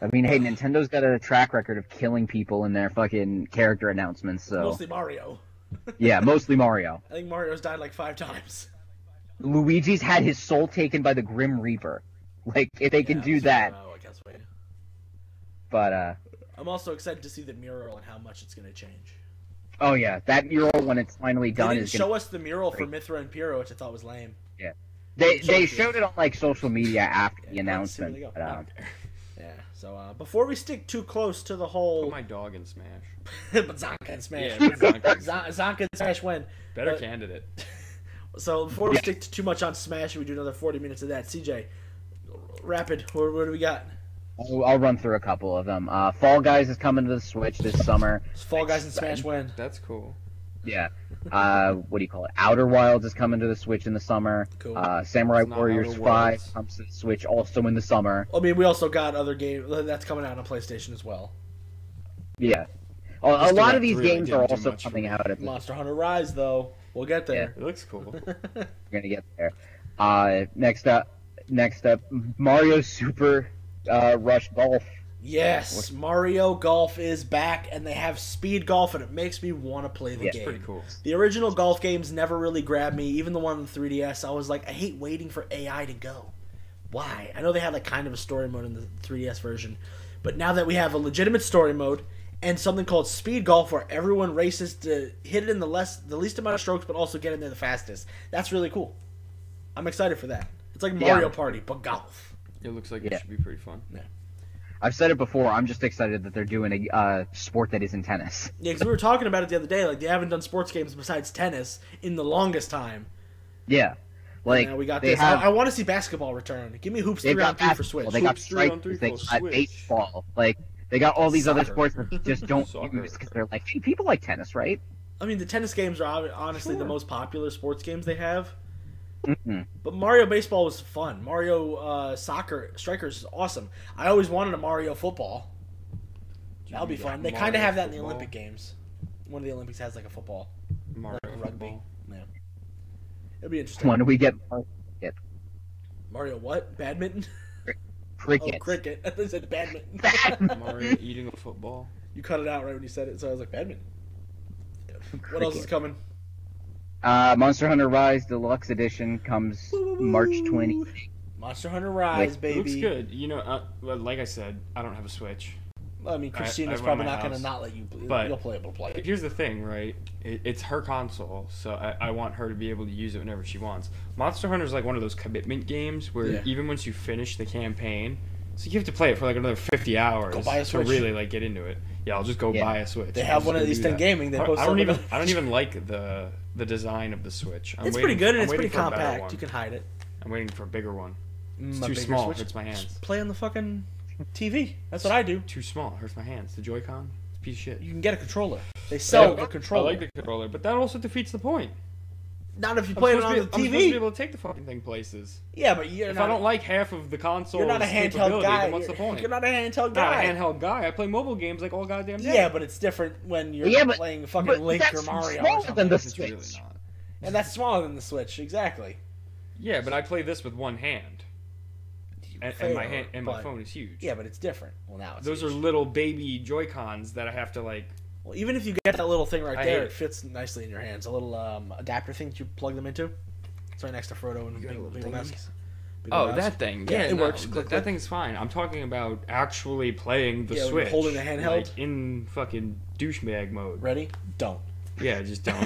[SPEAKER 2] I mean, hey, Nintendo's got a track record of killing people in their fucking character announcements. So
[SPEAKER 1] Mostly Mario.
[SPEAKER 2] yeah, mostly Mario.
[SPEAKER 1] I think Mario's died like five times.
[SPEAKER 2] Luigi's had his soul taken by the Grim Reaper. Like if they can do that,
[SPEAKER 1] Oh, I guess we.
[SPEAKER 2] but uh,
[SPEAKER 1] I'm also excited to see the mural and how much it's going to change.
[SPEAKER 2] oh yeah, that mural when it's finally
[SPEAKER 1] They
[SPEAKER 2] done
[SPEAKER 1] didn't
[SPEAKER 2] is gonna.
[SPEAKER 1] show us the mural for Mithra and Pyro, which I thought was lame.
[SPEAKER 2] they
[SPEAKER 1] show
[SPEAKER 2] they
[SPEAKER 1] it to you.
[SPEAKER 2] showed it on like social media after the
[SPEAKER 1] Yeah, let's see where
[SPEAKER 2] announcement.
[SPEAKER 1] they go.
[SPEAKER 2] But, um,
[SPEAKER 1] Yeah. So uh, before we stick too close to the
[SPEAKER 4] Put
[SPEAKER 1] whole
[SPEAKER 4] Oh my dog in Smash.
[SPEAKER 1] but Zonka and Smash,
[SPEAKER 4] Yeah, but Zonka.
[SPEAKER 1] Zon- Zonka and Smash win.
[SPEAKER 4] Better
[SPEAKER 1] But-
[SPEAKER 4] candidate.
[SPEAKER 1] So before we stick to too much on Smash, we do another 40 minutes of that. CJ, rapid, what, what do we got?
[SPEAKER 2] uh, I'll, I'll run through a couple of them. Uh, Fall Guys is coming to the Switch this summer.
[SPEAKER 1] Fall Guys and Smash win.
[SPEAKER 4] That's cool.
[SPEAKER 2] Yeah. Uh, what do you call it? Outer Wilds is coming to the Switch in the summer.
[SPEAKER 1] Cool.
[SPEAKER 2] Uh, Samurai
[SPEAKER 4] It's not
[SPEAKER 2] Warriors
[SPEAKER 4] Outer
[SPEAKER 2] Five
[SPEAKER 4] Worlds.
[SPEAKER 2] comes to the Switch also in the summer.
[SPEAKER 1] I mean, we also got other game that's coming out on PlayStation as well.
[SPEAKER 2] Yeah. A, a lot
[SPEAKER 4] Just direct
[SPEAKER 2] of these
[SPEAKER 4] really
[SPEAKER 2] games are
[SPEAKER 4] didn't do
[SPEAKER 2] also
[SPEAKER 4] much for
[SPEAKER 2] coming
[SPEAKER 4] me.
[SPEAKER 2] out at the
[SPEAKER 1] Monster Hunter Rise, though, we'll get there.
[SPEAKER 4] It looks cool.
[SPEAKER 2] we're gonna get there. Uh, next up, next up, Mario Super uh, Rush Golf.
[SPEAKER 1] Yes, Mario Golf is back, and they have speed golf, and it makes me want to play the
[SPEAKER 2] Yeah, it's
[SPEAKER 1] game.
[SPEAKER 4] Pretty cool.
[SPEAKER 1] The original golf games never really grabbed me. Even the one on the 3DS, I was like, I hate waiting for AI to go. Why? I know they had like kind of a story mode in the 3DS version, but now that we have a legitimate story mode and something called speed golf, where everyone races to hit it in the less, the least amount of strokes, but also get in there the fastest, that's really cool. I'm excited for that. It's like Mario Party, but golf.
[SPEAKER 4] It looks like
[SPEAKER 2] Yeah.
[SPEAKER 4] it should be pretty fun.
[SPEAKER 2] I've said it before. I'm just excited that they're doing a uh, sport that isn't tennis.
[SPEAKER 1] Yeah, because we were talking about it the other day. Like they haven't done sports games besides tennis in the longest time.
[SPEAKER 2] Yeah. Like
[SPEAKER 1] now we got
[SPEAKER 2] they
[SPEAKER 1] this.
[SPEAKER 2] have.
[SPEAKER 1] I, want to see basketball return. Give me hoops
[SPEAKER 2] They've
[SPEAKER 1] three on
[SPEAKER 2] got
[SPEAKER 1] three for
[SPEAKER 2] basketball.
[SPEAKER 1] Switch.
[SPEAKER 2] They got
[SPEAKER 4] Hoops, three on
[SPEAKER 2] strikers.
[SPEAKER 4] three
[SPEAKER 2] They
[SPEAKER 4] for
[SPEAKER 2] got
[SPEAKER 4] Switch.
[SPEAKER 2] baseball. Like they got all these other
[SPEAKER 4] Soccer.
[SPEAKER 2] sports that they just don't
[SPEAKER 4] Soccer.
[SPEAKER 2] use because they're like, hey, people like tennis, right?
[SPEAKER 1] I mean, the tennis games are ob- honestly the
[SPEAKER 4] Sure.
[SPEAKER 1] most popular sports games they have.
[SPEAKER 2] Mhm.
[SPEAKER 1] But Mario Baseball was fun. Mario uh, Soccer Strikers is awesome. I always wanted a Mario Football. That'll be
[SPEAKER 4] Yeah,
[SPEAKER 1] fun. They
[SPEAKER 4] Mario
[SPEAKER 1] kind of have that in the
[SPEAKER 4] football.
[SPEAKER 1] Olympic Games. One of the Olympics has like a football,
[SPEAKER 4] Mario
[SPEAKER 1] like rugby.
[SPEAKER 4] rugby.
[SPEAKER 1] Yeah, it'll be interesting.
[SPEAKER 2] When do we get
[SPEAKER 1] Oh, Mario what? Badminton?
[SPEAKER 2] cricket?
[SPEAKER 1] Oh, cricket. I thought you said badminton.
[SPEAKER 4] Mario eating a football.
[SPEAKER 1] you cut it out right when you said it, so I was like badminton. What else is
[SPEAKER 2] Cricket.
[SPEAKER 1] coming?
[SPEAKER 2] Uh, Monster Hunter Rise Deluxe Edition comes March 20.
[SPEAKER 1] Monster Hunter Rise,
[SPEAKER 2] Wait,
[SPEAKER 1] baby.
[SPEAKER 4] Looks good. You know, uh, well, like I said, I don't have a Switch.
[SPEAKER 1] I mean, Christina's
[SPEAKER 4] I
[SPEAKER 1] probably
[SPEAKER 4] run my
[SPEAKER 1] not going to
[SPEAKER 4] house.
[SPEAKER 1] not let you.
[SPEAKER 4] But-
[SPEAKER 1] you'll play able to play it.
[SPEAKER 4] Here's the thing, right? It, it's her console, so I, I want her to be able to use it whenever she wants. Monster Hunter is like one of those commitment games where
[SPEAKER 1] Yeah.
[SPEAKER 4] even once you finish the campaign, so you have to play it for like another 50 hours
[SPEAKER 1] Go buy a
[SPEAKER 4] to
[SPEAKER 1] Switch.
[SPEAKER 4] really like get into it. Yeah, I'll just go
[SPEAKER 2] Yeah.
[SPEAKER 4] buy a Switch.
[SPEAKER 1] They
[SPEAKER 4] I'll
[SPEAKER 1] have
[SPEAKER 4] just
[SPEAKER 1] one
[SPEAKER 4] go
[SPEAKER 1] of these
[SPEAKER 4] do
[SPEAKER 1] ten
[SPEAKER 4] that.
[SPEAKER 1] gaming. They
[SPEAKER 4] I don't,
[SPEAKER 1] post
[SPEAKER 4] I don't
[SPEAKER 1] up
[SPEAKER 4] even
[SPEAKER 1] about-
[SPEAKER 4] I don't even like the the design of the Switch. I'm
[SPEAKER 1] It's
[SPEAKER 4] waiting-
[SPEAKER 1] pretty good and
[SPEAKER 4] I'm
[SPEAKER 1] it's
[SPEAKER 4] waiting
[SPEAKER 1] pretty
[SPEAKER 4] for a better one.
[SPEAKER 1] compact. You can hide it.
[SPEAKER 4] I'm waiting for a bigger one. It's
[SPEAKER 1] My
[SPEAKER 4] too
[SPEAKER 1] bigger
[SPEAKER 4] small.
[SPEAKER 1] Switch.
[SPEAKER 4] Hurts my hands.
[SPEAKER 1] Just play on the fucking TV. That's what I do.
[SPEAKER 4] Too small. Hurts my hands. The Joy-Con. It's a piece of shit.
[SPEAKER 1] You can get a controller. They sell the controller.
[SPEAKER 4] I like the controller, but that also defeats the point.
[SPEAKER 1] Not if you
[SPEAKER 4] I'm
[SPEAKER 1] play it
[SPEAKER 4] supposed
[SPEAKER 1] on
[SPEAKER 4] to
[SPEAKER 1] the
[SPEAKER 4] be- I'm supposed to be
[SPEAKER 1] TV.
[SPEAKER 4] able to take the fucking thing places.
[SPEAKER 1] Yeah, but you're
[SPEAKER 4] if
[SPEAKER 1] not.
[SPEAKER 4] I don't like half of the console,
[SPEAKER 1] you're not a handheld guy.
[SPEAKER 4] Then what's
[SPEAKER 1] you're,
[SPEAKER 4] the point?
[SPEAKER 1] you're not a handheld
[SPEAKER 4] Not
[SPEAKER 1] guy.
[SPEAKER 4] a handheld guy. I play mobile games like all goddamn day.
[SPEAKER 1] Yeah, but it's different when you're
[SPEAKER 2] Yeah, but-
[SPEAKER 1] playing fucking
[SPEAKER 2] but
[SPEAKER 1] Link or
[SPEAKER 2] that's
[SPEAKER 1] Mario, or
[SPEAKER 2] smaller
[SPEAKER 1] something.
[SPEAKER 2] than the
[SPEAKER 4] It's really
[SPEAKER 2] Switch.
[SPEAKER 4] not.
[SPEAKER 1] and that's smaller than the Switch. Exactly.
[SPEAKER 4] Yeah, but I play this with one hand, and, and my
[SPEAKER 1] Fair,
[SPEAKER 4] hand, and my
[SPEAKER 1] but-
[SPEAKER 4] phone is huge.
[SPEAKER 1] Yeah, but it's different. Well, now it's
[SPEAKER 4] Those are
[SPEAKER 1] huge.
[SPEAKER 4] little baby Joy Cons that I have to like.
[SPEAKER 1] Well, even if you get that little thing right
[SPEAKER 4] I hate
[SPEAKER 1] there,
[SPEAKER 4] it.
[SPEAKER 1] it fits nicely in your hands. A little um, adapter thing that you plug them into. It's right next to Frodo and
[SPEAKER 4] got a
[SPEAKER 1] Big-
[SPEAKER 4] little
[SPEAKER 1] Big
[SPEAKER 4] thingy?
[SPEAKER 1] Lebowski's. Big
[SPEAKER 4] Oh,
[SPEAKER 1] Lebowski.
[SPEAKER 4] that thing.
[SPEAKER 1] Yeah,
[SPEAKER 4] Yeah,
[SPEAKER 1] it
[SPEAKER 4] no,
[SPEAKER 1] works.
[SPEAKER 4] th-
[SPEAKER 1] Click,
[SPEAKER 4] that
[SPEAKER 1] click.
[SPEAKER 4] thing's fine. I'm talking about actually playing the
[SPEAKER 1] Yeah, when you're
[SPEAKER 4] Switch,
[SPEAKER 1] holding the handheld.
[SPEAKER 4] like, in fucking douchebag mode.
[SPEAKER 1] Ready? Don't.
[SPEAKER 4] Yeah, just don't.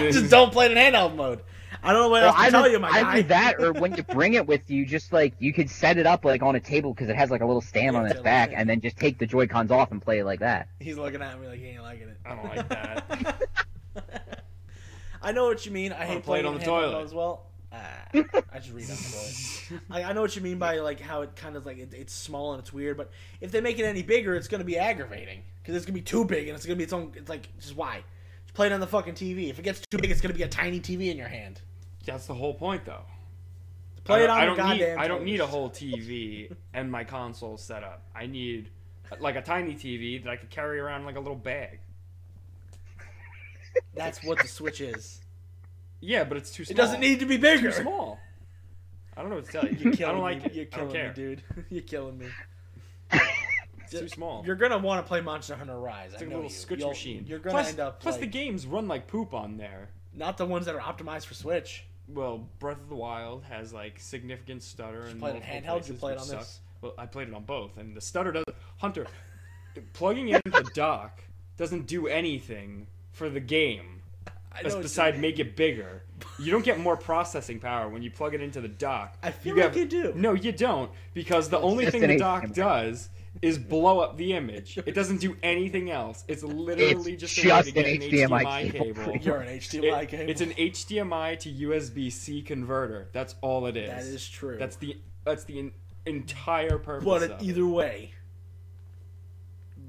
[SPEAKER 1] just don't play it in handheld mode. I don't know what
[SPEAKER 2] Well,
[SPEAKER 1] else to
[SPEAKER 2] either,
[SPEAKER 1] tell you, my guy.
[SPEAKER 2] either that or when you bring it with you, just like you could set it up like on a table because it has like a little stand
[SPEAKER 1] Yeah,
[SPEAKER 2] on
[SPEAKER 1] yeah,
[SPEAKER 2] its back,
[SPEAKER 1] yeah.
[SPEAKER 2] and then just take the Joy Cons off and play it like that.
[SPEAKER 1] He's looking at me like he ain't liking it.
[SPEAKER 4] I don't like that.
[SPEAKER 1] I know what you mean. I
[SPEAKER 4] wanna
[SPEAKER 1] hate
[SPEAKER 4] play it
[SPEAKER 1] playing
[SPEAKER 4] on
[SPEAKER 1] in
[SPEAKER 4] the
[SPEAKER 1] handheld
[SPEAKER 4] toilet.
[SPEAKER 1] mode as well. Ah, I just read on the toilet. I, I know what you mean by like how it kind of like it, it's small and it's weird, but if they make it any bigger, it's gonna be aggravating because it's gonna be too big and it's gonna be its own. It's like just why? Just play it on the fucking TV. If it gets too big, it's gonna be a tiny TV in your hand.
[SPEAKER 4] That's the whole point, though.
[SPEAKER 1] Play
[SPEAKER 4] I
[SPEAKER 1] it
[SPEAKER 4] don't-
[SPEAKER 1] on
[SPEAKER 4] I
[SPEAKER 1] a
[SPEAKER 4] don't
[SPEAKER 1] goddamn.
[SPEAKER 4] need, I don't need a
[SPEAKER 1] television.
[SPEAKER 4] whole TV and my console set up. I need like a tiny TV that I could carry around like a little bag.
[SPEAKER 1] That's what the Switch is.
[SPEAKER 4] Yeah, but it's too small.
[SPEAKER 1] It doesn't need to be bigger.
[SPEAKER 4] too small. I don't know what to tell you.
[SPEAKER 1] You're
[SPEAKER 4] I
[SPEAKER 1] killing
[SPEAKER 4] don't like
[SPEAKER 1] me.
[SPEAKER 4] it.
[SPEAKER 1] You're
[SPEAKER 4] I
[SPEAKER 1] killing
[SPEAKER 4] don't
[SPEAKER 1] me,
[SPEAKER 4] care.
[SPEAKER 1] dude. You're killing me.
[SPEAKER 4] It's too small.
[SPEAKER 1] You're gonna want to play Monster Hunter Rise.
[SPEAKER 4] Oh. it's
[SPEAKER 1] I
[SPEAKER 4] like a
[SPEAKER 1] know
[SPEAKER 4] little
[SPEAKER 1] you.
[SPEAKER 4] scooch
[SPEAKER 1] You'll-
[SPEAKER 4] machine.
[SPEAKER 1] You're gonna
[SPEAKER 4] plus,
[SPEAKER 1] end up
[SPEAKER 4] plus
[SPEAKER 1] like,
[SPEAKER 4] the games run like poop on there.
[SPEAKER 1] not the ones that are optimized for Switch.
[SPEAKER 4] Well, Breath of the Wild has like significant stutter and
[SPEAKER 1] play it in handheld? You play it on this?
[SPEAKER 4] Well, I played it on both, and the stutter doesn't. Hunter, plugging in the dock doesn't do anything for the game.
[SPEAKER 1] I
[SPEAKER 4] That's
[SPEAKER 1] know it's-
[SPEAKER 4] beside make it bigger. You don't get more processing power when you plug it into the dock.
[SPEAKER 1] I feel like you do.
[SPEAKER 4] No, you don't, because the only
[SPEAKER 2] just
[SPEAKER 4] thing
[SPEAKER 2] an
[SPEAKER 4] the
[SPEAKER 2] eight
[SPEAKER 4] dock
[SPEAKER 2] camera.
[SPEAKER 4] does is blow up the image. It doesn't do anything else. It's literally
[SPEAKER 2] It's
[SPEAKER 4] just, a way to
[SPEAKER 2] just
[SPEAKER 4] get
[SPEAKER 2] an
[SPEAKER 4] an
[SPEAKER 2] HDMI
[SPEAKER 4] HDMI
[SPEAKER 2] cable.
[SPEAKER 4] cable.
[SPEAKER 1] You're an HDMI
[SPEAKER 4] It-
[SPEAKER 1] cable.
[SPEAKER 4] It's an HDMI to USB C converter. That's all it is.
[SPEAKER 1] That is true.
[SPEAKER 4] That's the that's the en- entire purpose.
[SPEAKER 1] But
[SPEAKER 4] of it.
[SPEAKER 1] either way,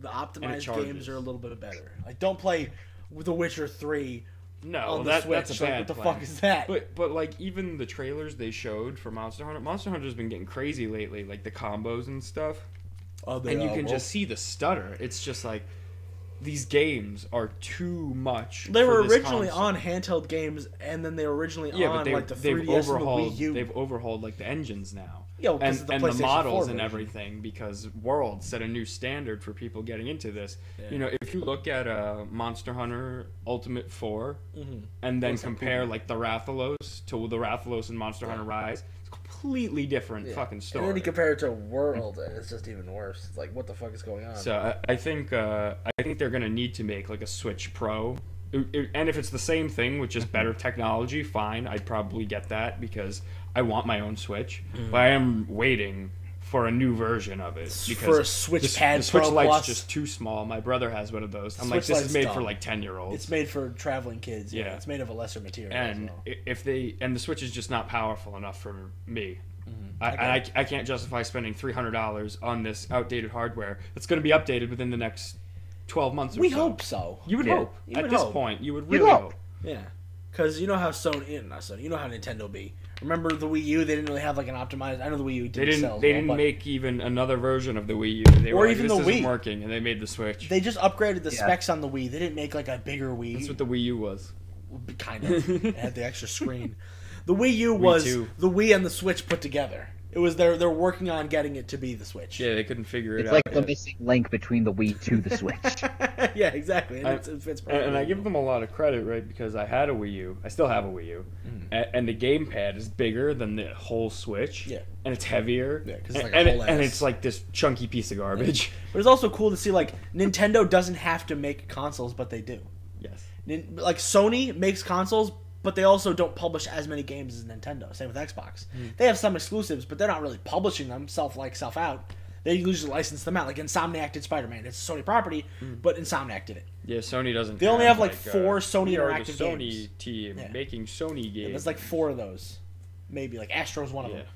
[SPEAKER 1] the optimized
[SPEAKER 4] charges.
[SPEAKER 1] games are a little bit better. Like, don't play The Witcher 3
[SPEAKER 4] no,
[SPEAKER 1] on the
[SPEAKER 4] Oh, that,
[SPEAKER 1] Switch.
[SPEAKER 4] that's a
[SPEAKER 1] like,
[SPEAKER 4] bad
[SPEAKER 1] what the
[SPEAKER 4] plan.
[SPEAKER 1] fuck is that?
[SPEAKER 4] But but like even the trailers they showed for Monster Hunter, Monster Hunter's been getting crazy lately, like the combos and stuff.
[SPEAKER 1] Oh, they
[SPEAKER 4] and you
[SPEAKER 1] are,
[SPEAKER 4] can
[SPEAKER 1] well,
[SPEAKER 4] just see the stutter. It's just like these games are too much.
[SPEAKER 1] They
[SPEAKER 4] for
[SPEAKER 1] were
[SPEAKER 4] this
[SPEAKER 1] originally
[SPEAKER 4] console.
[SPEAKER 1] on handheld games, and then they were originally
[SPEAKER 4] yeah,
[SPEAKER 1] on
[SPEAKER 4] but they,
[SPEAKER 1] like the
[SPEAKER 4] they've
[SPEAKER 1] 3DS and the
[SPEAKER 4] overhauled
[SPEAKER 1] Wii U.
[SPEAKER 4] they've overhauled like the engines now.
[SPEAKER 1] Yeah, well, 'cause
[SPEAKER 4] and,
[SPEAKER 1] of the
[SPEAKER 4] and
[SPEAKER 1] PlayStation
[SPEAKER 4] the
[SPEAKER 1] 4
[SPEAKER 4] models
[SPEAKER 1] version.
[SPEAKER 4] and everything because World set a new standard for people getting into this.
[SPEAKER 1] Yeah.
[SPEAKER 4] You know, if you look at uh, Monster Hunter Ultimate 4
[SPEAKER 1] Mm-hmm.
[SPEAKER 4] and then compare like the Rathalos to the Rathalos in Monster Hunter Rise, it's a completely different fucking story.
[SPEAKER 1] And then you compare it to World, and it's just even worse. It's like, what the fuck is going on?
[SPEAKER 4] So I, I think uh, I think they're gonna need to make like a Switch Pro, It- it- and if it's the same thing with just better technology, fine. I'd probably get that because I want my own Switch, but I am waiting for a new version of it because
[SPEAKER 1] Mm. for a Switch
[SPEAKER 4] the, s-
[SPEAKER 1] Pad
[SPEAKER 4] the Switch
[SPEAKER 1] Pro
[SPEAKER 4] Lite's
[SPEAKER 1] Plus.
[SPEAKER 4] just too small. My brother has one of those. I'm
[SPEAKER 1] Switch
[SPEAKER 4] like, this
[SPEAKER 1] Lite's
[SPEAKER 4] is made for
[SPEAKER 1] dumb.
[SPEAKER 4] like ten year olds.
[SPEAKER 1] it's made for traveling kids. Yeah.
[SPEAKER 4] Yeah.
[SPEAKER 1] It's made of a lesser material. as
[SPEAKER 4] and
[SPEAKER 1] well.
[SPEAKER 4] i if they and the Switch is just not powerful enough for me.
[SPEAKER 1] Mm-hmm.
[SPEAKER 4] I, and I, I can't justify spending three hundred dollars on this outdated hardware that's going to be updated within the next twelve months. Or
[SPEAKER 1] we
[SPEAKER 4] so.
[SPEAKER 1] hope so.
[SPEAKER 4] You would
[SPEAKER 2] Yeah.
[SPEAKER 4] hope.
[SPEAKER 1] You
[SPEAKER 4] At
[SPEAKER 1] would
[SPEAKER 4] this
[SPEAKER 1] hope.
[SPEAKER 4] point, you would
[SPEAKER 2] You'd
[SPEAKER 4] really
[SPEAKER 2] hope.
[SPEAKER 4] hope.
[SPEAKER 1] Yeah, because you know how Sony, eh, not Sony, you know how Nintendo be. Remember the Wii U? They didn't really have like an optimized. I know the Wii U didn't.
[SPEAKER 4] They didn't.
[SPEAKER 1] sell as
[SPEAKER 4] they
[SPEAKER 1] well,
[SPEAKER 4] didn't
[SPEAKER 1] but
[SPEAKER 4] make even another version of the Wii U. They
[SPEAKER 1] Or
[SPEAKER 4] were like,
[SPEAKER 1] even
[SPEAKER 4] this
[SPEAKER 1] the
[SPEAKER 4] isn't
[SPEAKER 1] Wii.
[SPEAKER 4] working, and they made the Switch.
[SPEAKER 1] They just upgraded the
[SPEAKER 2] Yeah.
[SPEAKER 1] specs on the Wii. They didn't make like a bigger
[SPEAKER 4] That's
[SPEAKER 1] Wii.
[SPEAKER 4] what the Wii U was.
[SPEAKER 1] kind of it had the extra screen. The Wii U was
[SPEAKER 4] too.
[SPEAKER 1] the Wii and the Switch put together. It was they're they're working on getting it to be the Switch.
[SPEAKER 4] Yeah, they couldn't figure it
[SPEAKER 2] It's
[SPEAKER 4] out.
[SPEAKER 2] like the
[SPEAKER 4] yet.
[SPEAKER 2] missing link between the Wii to the Switch.
[SPEAKER 1] yeah, exactly. And
[SPEAKER 4] I-
[SPEAKER 1] it's, it fits
[SPEAKER 4] and, and I
[SPEAKER 1] perfectly.
[SPEAKER 4] give them a lot of credit, right? Because I had a Wii U. I still have a Wii U,
[SPEAKER 1] Mm.
[SPEAKER 4] A- and the gamepad is bigger than the whole Switch.
[SPEAKER 1] Yeah.
[SPEAKER 4] and it's heavier.
[SPEAKER 1] Yeah, 'cause it's
[SPEAKER 4] and,
[SPEAKER 1] like a
[SPEAKER 4] and
[SPEAKER 1] whole
[SPEAKER 4] it- and
[SPEAKER 1] ass.
[SPEAKER 4] it's like this chunky piece of garbage.
[SPEAKER 1] But it's also cool to see like Nintendo doesn't have to make consoles, but they do.
[SPEAKER 4] yes.
[SPEAKER 1] Nin- like Sony makes consoles, but they also don't publish as many games as Nintendo. Same with Xbox.
[SPEAKER 4] Hmm.
[SPEAKER 1] They have some exclusives, but they're not really publishing them self like self out. They usually license them out. Like Insomniac did Spider Man. It's a Sony property,
[SPEAKER 4] Hmm.
[SPEAKER 1] but Insomniac did it.
[SPEAKER 4] Yeah, Sony doesn't.
[SPEAKER 1] They only have, like, four Sony
[SPEAKER 4] we are the
[SPEAKER 1] interactive
[SPEAKER 4] Sony
[SPEAKER 1] games.
[SPEAKER 4] team
[SPEAKER 1] Yeah.
[SPEAKER 4] making Sony games.
[SPEAKER 1] And There's like four of those, maybe. Like Astro's one of
[SPEAKER 4] yeah.
[SPEAKER 1] them,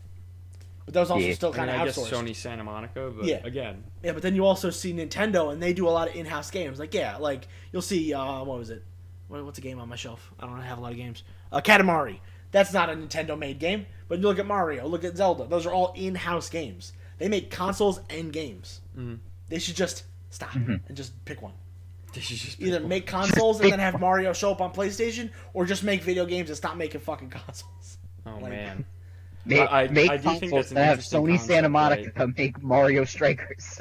[SPEAKER 1] but that was also
[SPEAKER 2] Yeah.
[SPEAKER 1] still
[SPEAKER 4] I,
[SPEAKER 1] kind
[SPEAKER 4] mean,
[SPEAKER 1] of
[SPEAKER 4] I guess
[SPEAKER 1] outsourced.
[SPEAKER 4] Sony Santa Monica, but
[SPEAKER 1] Yeah.
[SPEAKER 4] again,
[SPEAKER 1] Yeah, but then you also see Nintendo, and they do a lot of in house games. Like yeah, like you'll see uh, what was it? What, what's a game on my shelf? I don't have a lot of games. Uh, Katamari. That's not a Nintendo made game, but you look at Mario, look at Zelda. Those are all in house games. They make consoles and games.
[SPEAKER 4] Mm-hmm.
[SPEAKER 1] They should just stop and just pick one.
[SPEAKER 4] they should just
[SPEAKER 1] Either make consoles and then have Mario show up on PlayStation, or just make video games and stop making fucking consoles.
[SPEAKER 4] Oh
[SPEAKER 1] Like-
[SPEAKER 4] man,
[SPEAKER 2] Make,
[SPEAKER 4] I- I
[SPEAKER 2] make
[SPEAKER 4] do think
[SPEAKER 2] consoles
[SPEAKER 4] that's an
[SPEAKER 2] that have
[SPEAKER 4] interesting
[SPEAKER 2] Sony
[SPEAKER 4] concept,
[SPEAKER 2] Santa
[SPEAKER 4] right?
[SPEAKER 2] Monica make Mario Strikers.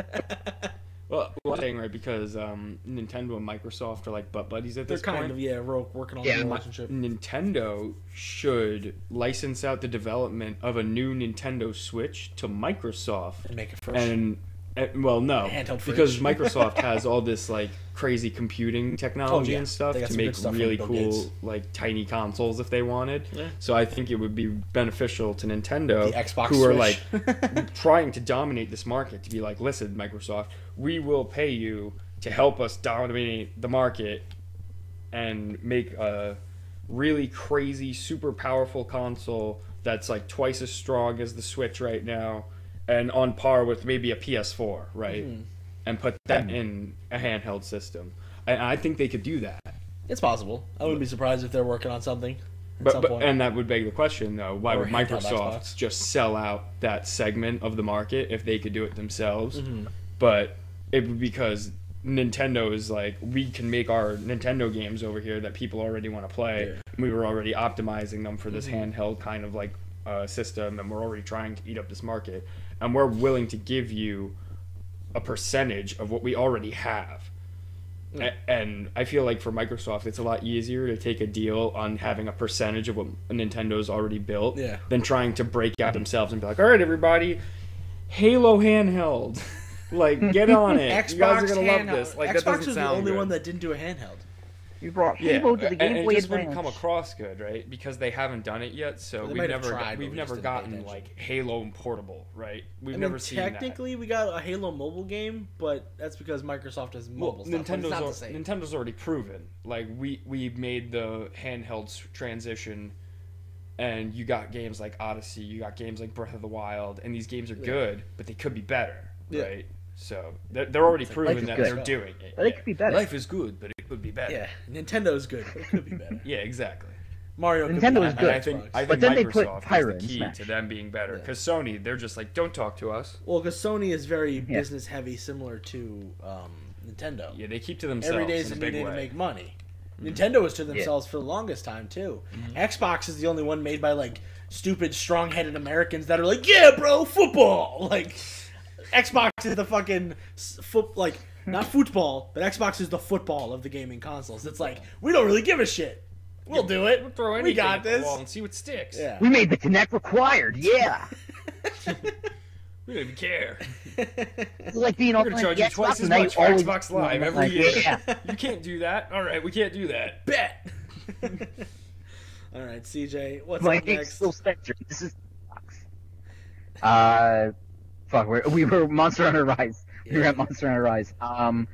[SPEAKER 4] well, well, I'm saying right because um, Nintendo and Microsoft are like butt buddies at
[SPEAKER 1] They're
[SPEAKER 4] this
[SPEAKER 1] kind
[SPEAKER 4] point. Mm.
[SPEAKER 1] of yeah, ro- working on
[SPEAKER 2] Yeah,
[SPEAKER 1] the
[SPEAKER 2] my-
[SPEAKER 1] relationship.
[SPEAKER 4] Nintendo should license out the development of a new Nintendo Switch to Microsoft
[SPEAKER 1] and make it fresh.
[SPEAKER 4] and Eh, Well, no,
[SPEAKER 1] Handheld fridge.
[SPEAKER 4] because Microsoft has all this like crazy computing technology
[SPEAKER 1] Oh, yeah.
[SPEAKER 4] and stuff
[SPEAKER 1] They got
[SPEAKER 4] to
[SPEAKER 1] some good
[SPEAKER 4] make
[SPEAKER 1] stuff from
[SPEAKER 4] really
[SPEAKER 1] Bill
[SPEAKER 4] cool
[SPEAKER 1] Gates.
[SPEAKER 4] like tiny consoles if they wanted.
[SPEAKER 1] Yeah.
[SPEAKER 4] So I think it would be beneficial to Nintendo,
[SPEAKER 1] The Xbox
[SPEAKER 4] who are like
[SPEAKER 1] Switch.
[SPEAKER 4] trying to dominate this market, to be like, listen, Microsoft, we will pay you to help us dominate the market and make a really crazy, super powerful console that's like twice as strong as the Switch right now and on par with maybe a PS4, right?
[SPEAKER 1] Hmm.
[SPEAKER 4] And put that in a handheld system. And I think they could do that.
[SPEAKER 1] It's possible. I wouldn't be surprised if they're working on something at
[SPEAKER 4] But,
[SPEAKER 1] some
[SPEAKER 4] but-
[SPEAKER 1] point.
[SPEAKER 4] and that would beg the question though, why
[SPEAKER 1] Or
[SPEAKER 4] would
[SPEAKER 1] handheld
[SPEAKER 4] Microsoft
[SPEAKER 1] Xbox.
[SPEAKER 4] just sell out that segment of the market if they could do it themselves?
[SPEAKER 1] Mm-hmm.
[SPEAKER 4] But it would be because Nintendo is like we can make our Nintendo games over here that people already want to play. We were already optimizing them for this
[SPEAKER 1] Mm-hmm.
[SPEAKER 4] handheld kind of like uh, system, and we're already trying to eat up this market, and we're willing to give you a percentage of what we already have.
[SPEAKER 1] Hmm.
[SPEAKER 4] A- And I feel like for Microsoft, it's a lot easier to take a deal on having a percentage of what Nintendo's already built
[SPEAKER 1] Yeah.
[SPEAKER 4] than trying to break out themselves and be like, all right, everybody, Halo handheld. like, get on it.
[SPEAKER 1] Xbox
[SPEAKER 4] you guys are going to love
[SPEAKER 1] handheld-
[SPEAKER 4] this. Like, that
[SPEAKER 1] Xbox
[SPEAKER 4] doesn't
[SPEAKER 1] was the
[SPEAKER 4] sound
[SPEAKER 1] only
[SPEAKER 4] good.
[SPEAKER 1] one that didn't do a handheld.
[SPEAKER 2] You brought
[SPEAKER 4] yeah,
[SPEAKER 2] Halo to the
[SPEAKER 4] and-
[SPEAKER 2] Game
[SPEAKER 4] and
[SPEAKER 2] Boy
[SPEAKER 4] it just wouldn't come
[SPEAKER 2] Advance.
[SPEAKER 4] across good, right? Because they haven't done it yet, so
[SPEAKER 1] They
[SPEAKER 4] we've
[SPEAKER 1] might have
[SPEAKER 4] never
[SPEAKER 1] tried,
[SPEAKER 4] got,
[SPEAKER 1] but
[SPEAKER 4] we've
[SPEAKER 1] we just
[SPEAKER 4] never
[SPEAKER 1] didn't pay
[SPEAKER 4] gotten
[SPEAKER 1] attention.
[SPEAKER 4] like Halo and portable, right? We've
[SPEAKER 1] I mean,
[SPEAKER 4] never seen that.
[SPEAKER 1] technically, we got a Halo mobile game, but that's because Microsoft has mobile
[SPEAKER 4] Well,
[SPEAKER 1] stuff. but it's
[SPEAKER 4] Nintendo's,
[SPEAKER 1] not
[SPEAKER 4] al-
[SPEAKER 1] the same.
[SPEAKER 4] Nintendo's already proven. Like we we made the handheld s- transition, and you got games like Odyssey, you got games like Breath of the Wild, and these games are good, but they could be better,
[SPEAKER 1] Yeah.
[SPEAKER 4] right? So they're, they're already
[SPEAKER 2] life
[SPEAKER 4] proven
[SPEAKER 2] is
[SPEAKER 4] that
[SPEAKER 2] good.
[SPEAKER 4] they're doing it.
[SPEAKER 2] But it could be better.
[SPEAKER 4] Life is good, but it could be better.
[SPEAKER 1] yeah, Nintendo's good. It could be better.
[SPEAKER 4] yeah exactly.
[SPEAKER 1] Mario. could be
[SPEAKER 2] Nintendo
[SPEAKER 1] better
[SPEAKER 2] is
[SPEAKER 1] than
[SPEAKER 4] And I
[SPEAKER 2] good.
[SPEAKER 4] think,
[SPEAKER 1] Xbox.
[SPEAKER 4] I think
[SPEAKER 2] But then they
[SPEAKER 4] Microsoft
[SPEAKER 2] put Pyro in
[SPEAKER 4] is the key
[SPEAKER 2] Smash.
[SPEAKER 4] to them being better because Sony, they're just like, don't talk to us.
[SPEAKER 1] Well, because Sony is very business heavy, similar to um, Nintendo.
[SPEAKER 4] Yeah, they keep to themselves.
[SPEAKER 1] Every day is
[SPEAKER 4] in
[SPEAKER 1] a
[SPEAKER 4] a
[SPEAKER 1] new
[SPEAKER 4] big
[SPEAKER 1] day to
[SPEAKER 4] way. Mm-hmm.
[SPEAKER 1] make money. Nintendo was to themselves for the longest time too. Xbox is the only one made by like stupid, strong-headed Americans that are like, "Yeah, bro, football." Like, Xbox is the fucking s- foot, like not football, but Xbox is the football of the gaming consoles. It's like we don't really give a shit. We'll do it.
[SPEAKER 4] We'll throw anything
[SPEAKER 1] we got
[SPEAKER 4] at the
[SPEAKER 1] this.
[SPEAKER 4] wall and see what sticks.
[SPEAKER 1] Yeah.
[SPEAKER 2] We made the Connect required. Yeah,
[SPEAKER 4] We don't even care.
[SPEAKER 2] It's like being
[SPEAKER 4] We're
[SPEAKER 2] all
[SPEAKER 4] gonna
[SPEAKER 2] like
[SPEAKER 4] charge
[SPEAKER 2] the
[SPEAKER 4] you twice
[SPEAKER 2] Xbox,
[SPEAKER 4] as
[SPEAKER 2] and now you
[SPEAKER 4] much for
[SPEAKER 2] always-
[SPEAKER 4] Xbox Live every
[SPEAKER 2] Like,
[SPEAKER 4] year.
[SPEAKER 2] Yeah.
[SPEAKER 4] You can't do that. All right, we can't do that.
[SPEAKER 1] Bet. All right, CJ, what's
[SPEAKER 2] My
[SPEAKER 1] up
[SPEAKER 2] name's
[SPEAKER 1] next?
[SPEAKER 2] still Spencer. This is Fox. Uh, fuck. We're, we were Monster Hunter Rise. We were
[SPEAKER 1] Yeah.
[SPEAKER 2] at Monster Hunter Rise. Um,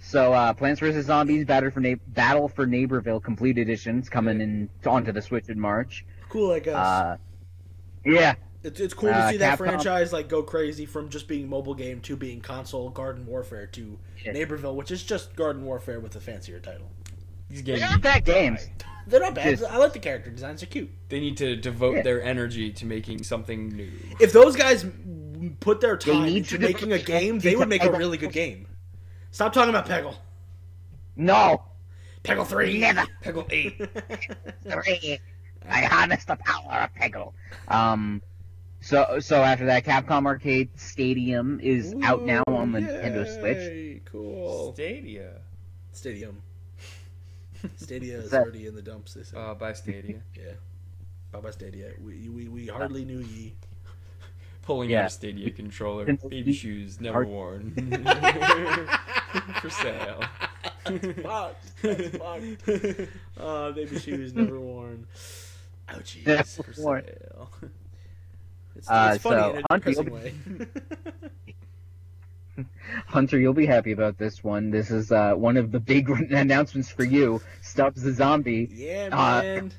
[SPEAKER 2] so uh, Plants vs Zombies Battle for Na- Battle for Neighborville Complete Edition is coming in onto the Switch in March.
[SPEAKER 1] Cool, I guess.
[SPEAKER 2] Uh, yeah,
[SPEAKER 1] It's, it's cool to
[SPEAKER 2] Uh,
[SPEAKER 1] see that
[SPEAKER 2] Capcom-
[SPEAKER 1] franchise like go crazy from just being mobile game to being console Garden Warfare to
[SPEAKER 2] Yeah.
[SPEAKER 1] Neighborville, which is just Garden Warfare with a fancier title.
[SPEAKER 4] These
[SPEAKER 2] they're
[SPEAKER 4] games.
[SPEAKER 2] not bad games.
[SPEAKER 1] They're not bad.
[SPEAKER 2] Just-
[SPEAKER 1] I like the character designs; they're cute.
[SPEAKER 4] They need to devote
[SPEAKER 2] Yeah.
[SPEAKER 4] their energy to making something new.
[SPEAKER 1] If those guys m- put their time
[SPEAKER 2] need
[SPEAKER 1] into
[SPEAKER 2] to
[SPEAKER 1] making a
[SPEAKER 2] develop-
[SPEAKER 1] game, they would make a really good game. Stop talking about Peggle.
[SPEAKER 2] No,
[SPEAKER 1] Peggle three.
[SPEAKER 2] never.
[SPEAKER 4] Peggle eight.
[SPEAKER 2] three. I harness the power of Peggle. Um, so so after that, Capcom Arcade Stadium is out now on the Nintendo Switch.
[SPEAKER 1] Yay, Cool.
[SPEAKER 4] Stadia.
[SPEAKER 1] Stadium. Stadia is
[SPEAKER 2] that-
[SPEAKER 1] already in the dumps. They said.
[SPEAKER 4] Uh, by Stadia.
[SPEAKER 1] yeah. Bye bye Stadia. We, we, we hardly knew ye.
[SPEAKER 4] Pulling
[SPEAKER 2] Yeah.
[SPEAKER 4] out a Stadia controller.
[SPEAKER 2] Can-
[SPEAKER 4] Baby shoes, never
[SPEAKER 2] Hard-
[SPEAKER 4] worn. For sale.
[SPEAKER 1] Fucked. That's fucked. Uh, baby shoes never worn. Oh, Ouchies.
[SPEAKER 2] Never
[SPEAKER 4] For
[SPEAKER 2] worn.
[SPEAKER 4] sale.
[SPEAKER 1] It's,
[SPEAKER 2] Uh,
[SPEAKER 1] it's funny
[SPEAKER 2] so,
[SPEAKER 1] in a
[SPEAKER 2] Hunter, you'll
[SPEAKER 1] depressing way.
[SPEAKER 2] Hunter, you'll be happy about this one. This is uh, one of the big announcements for you. Stubbs the Zombie
[SPEAKER 1] yeah,
[SPEAKER 2] Uh,
[SPEAKER 1] man.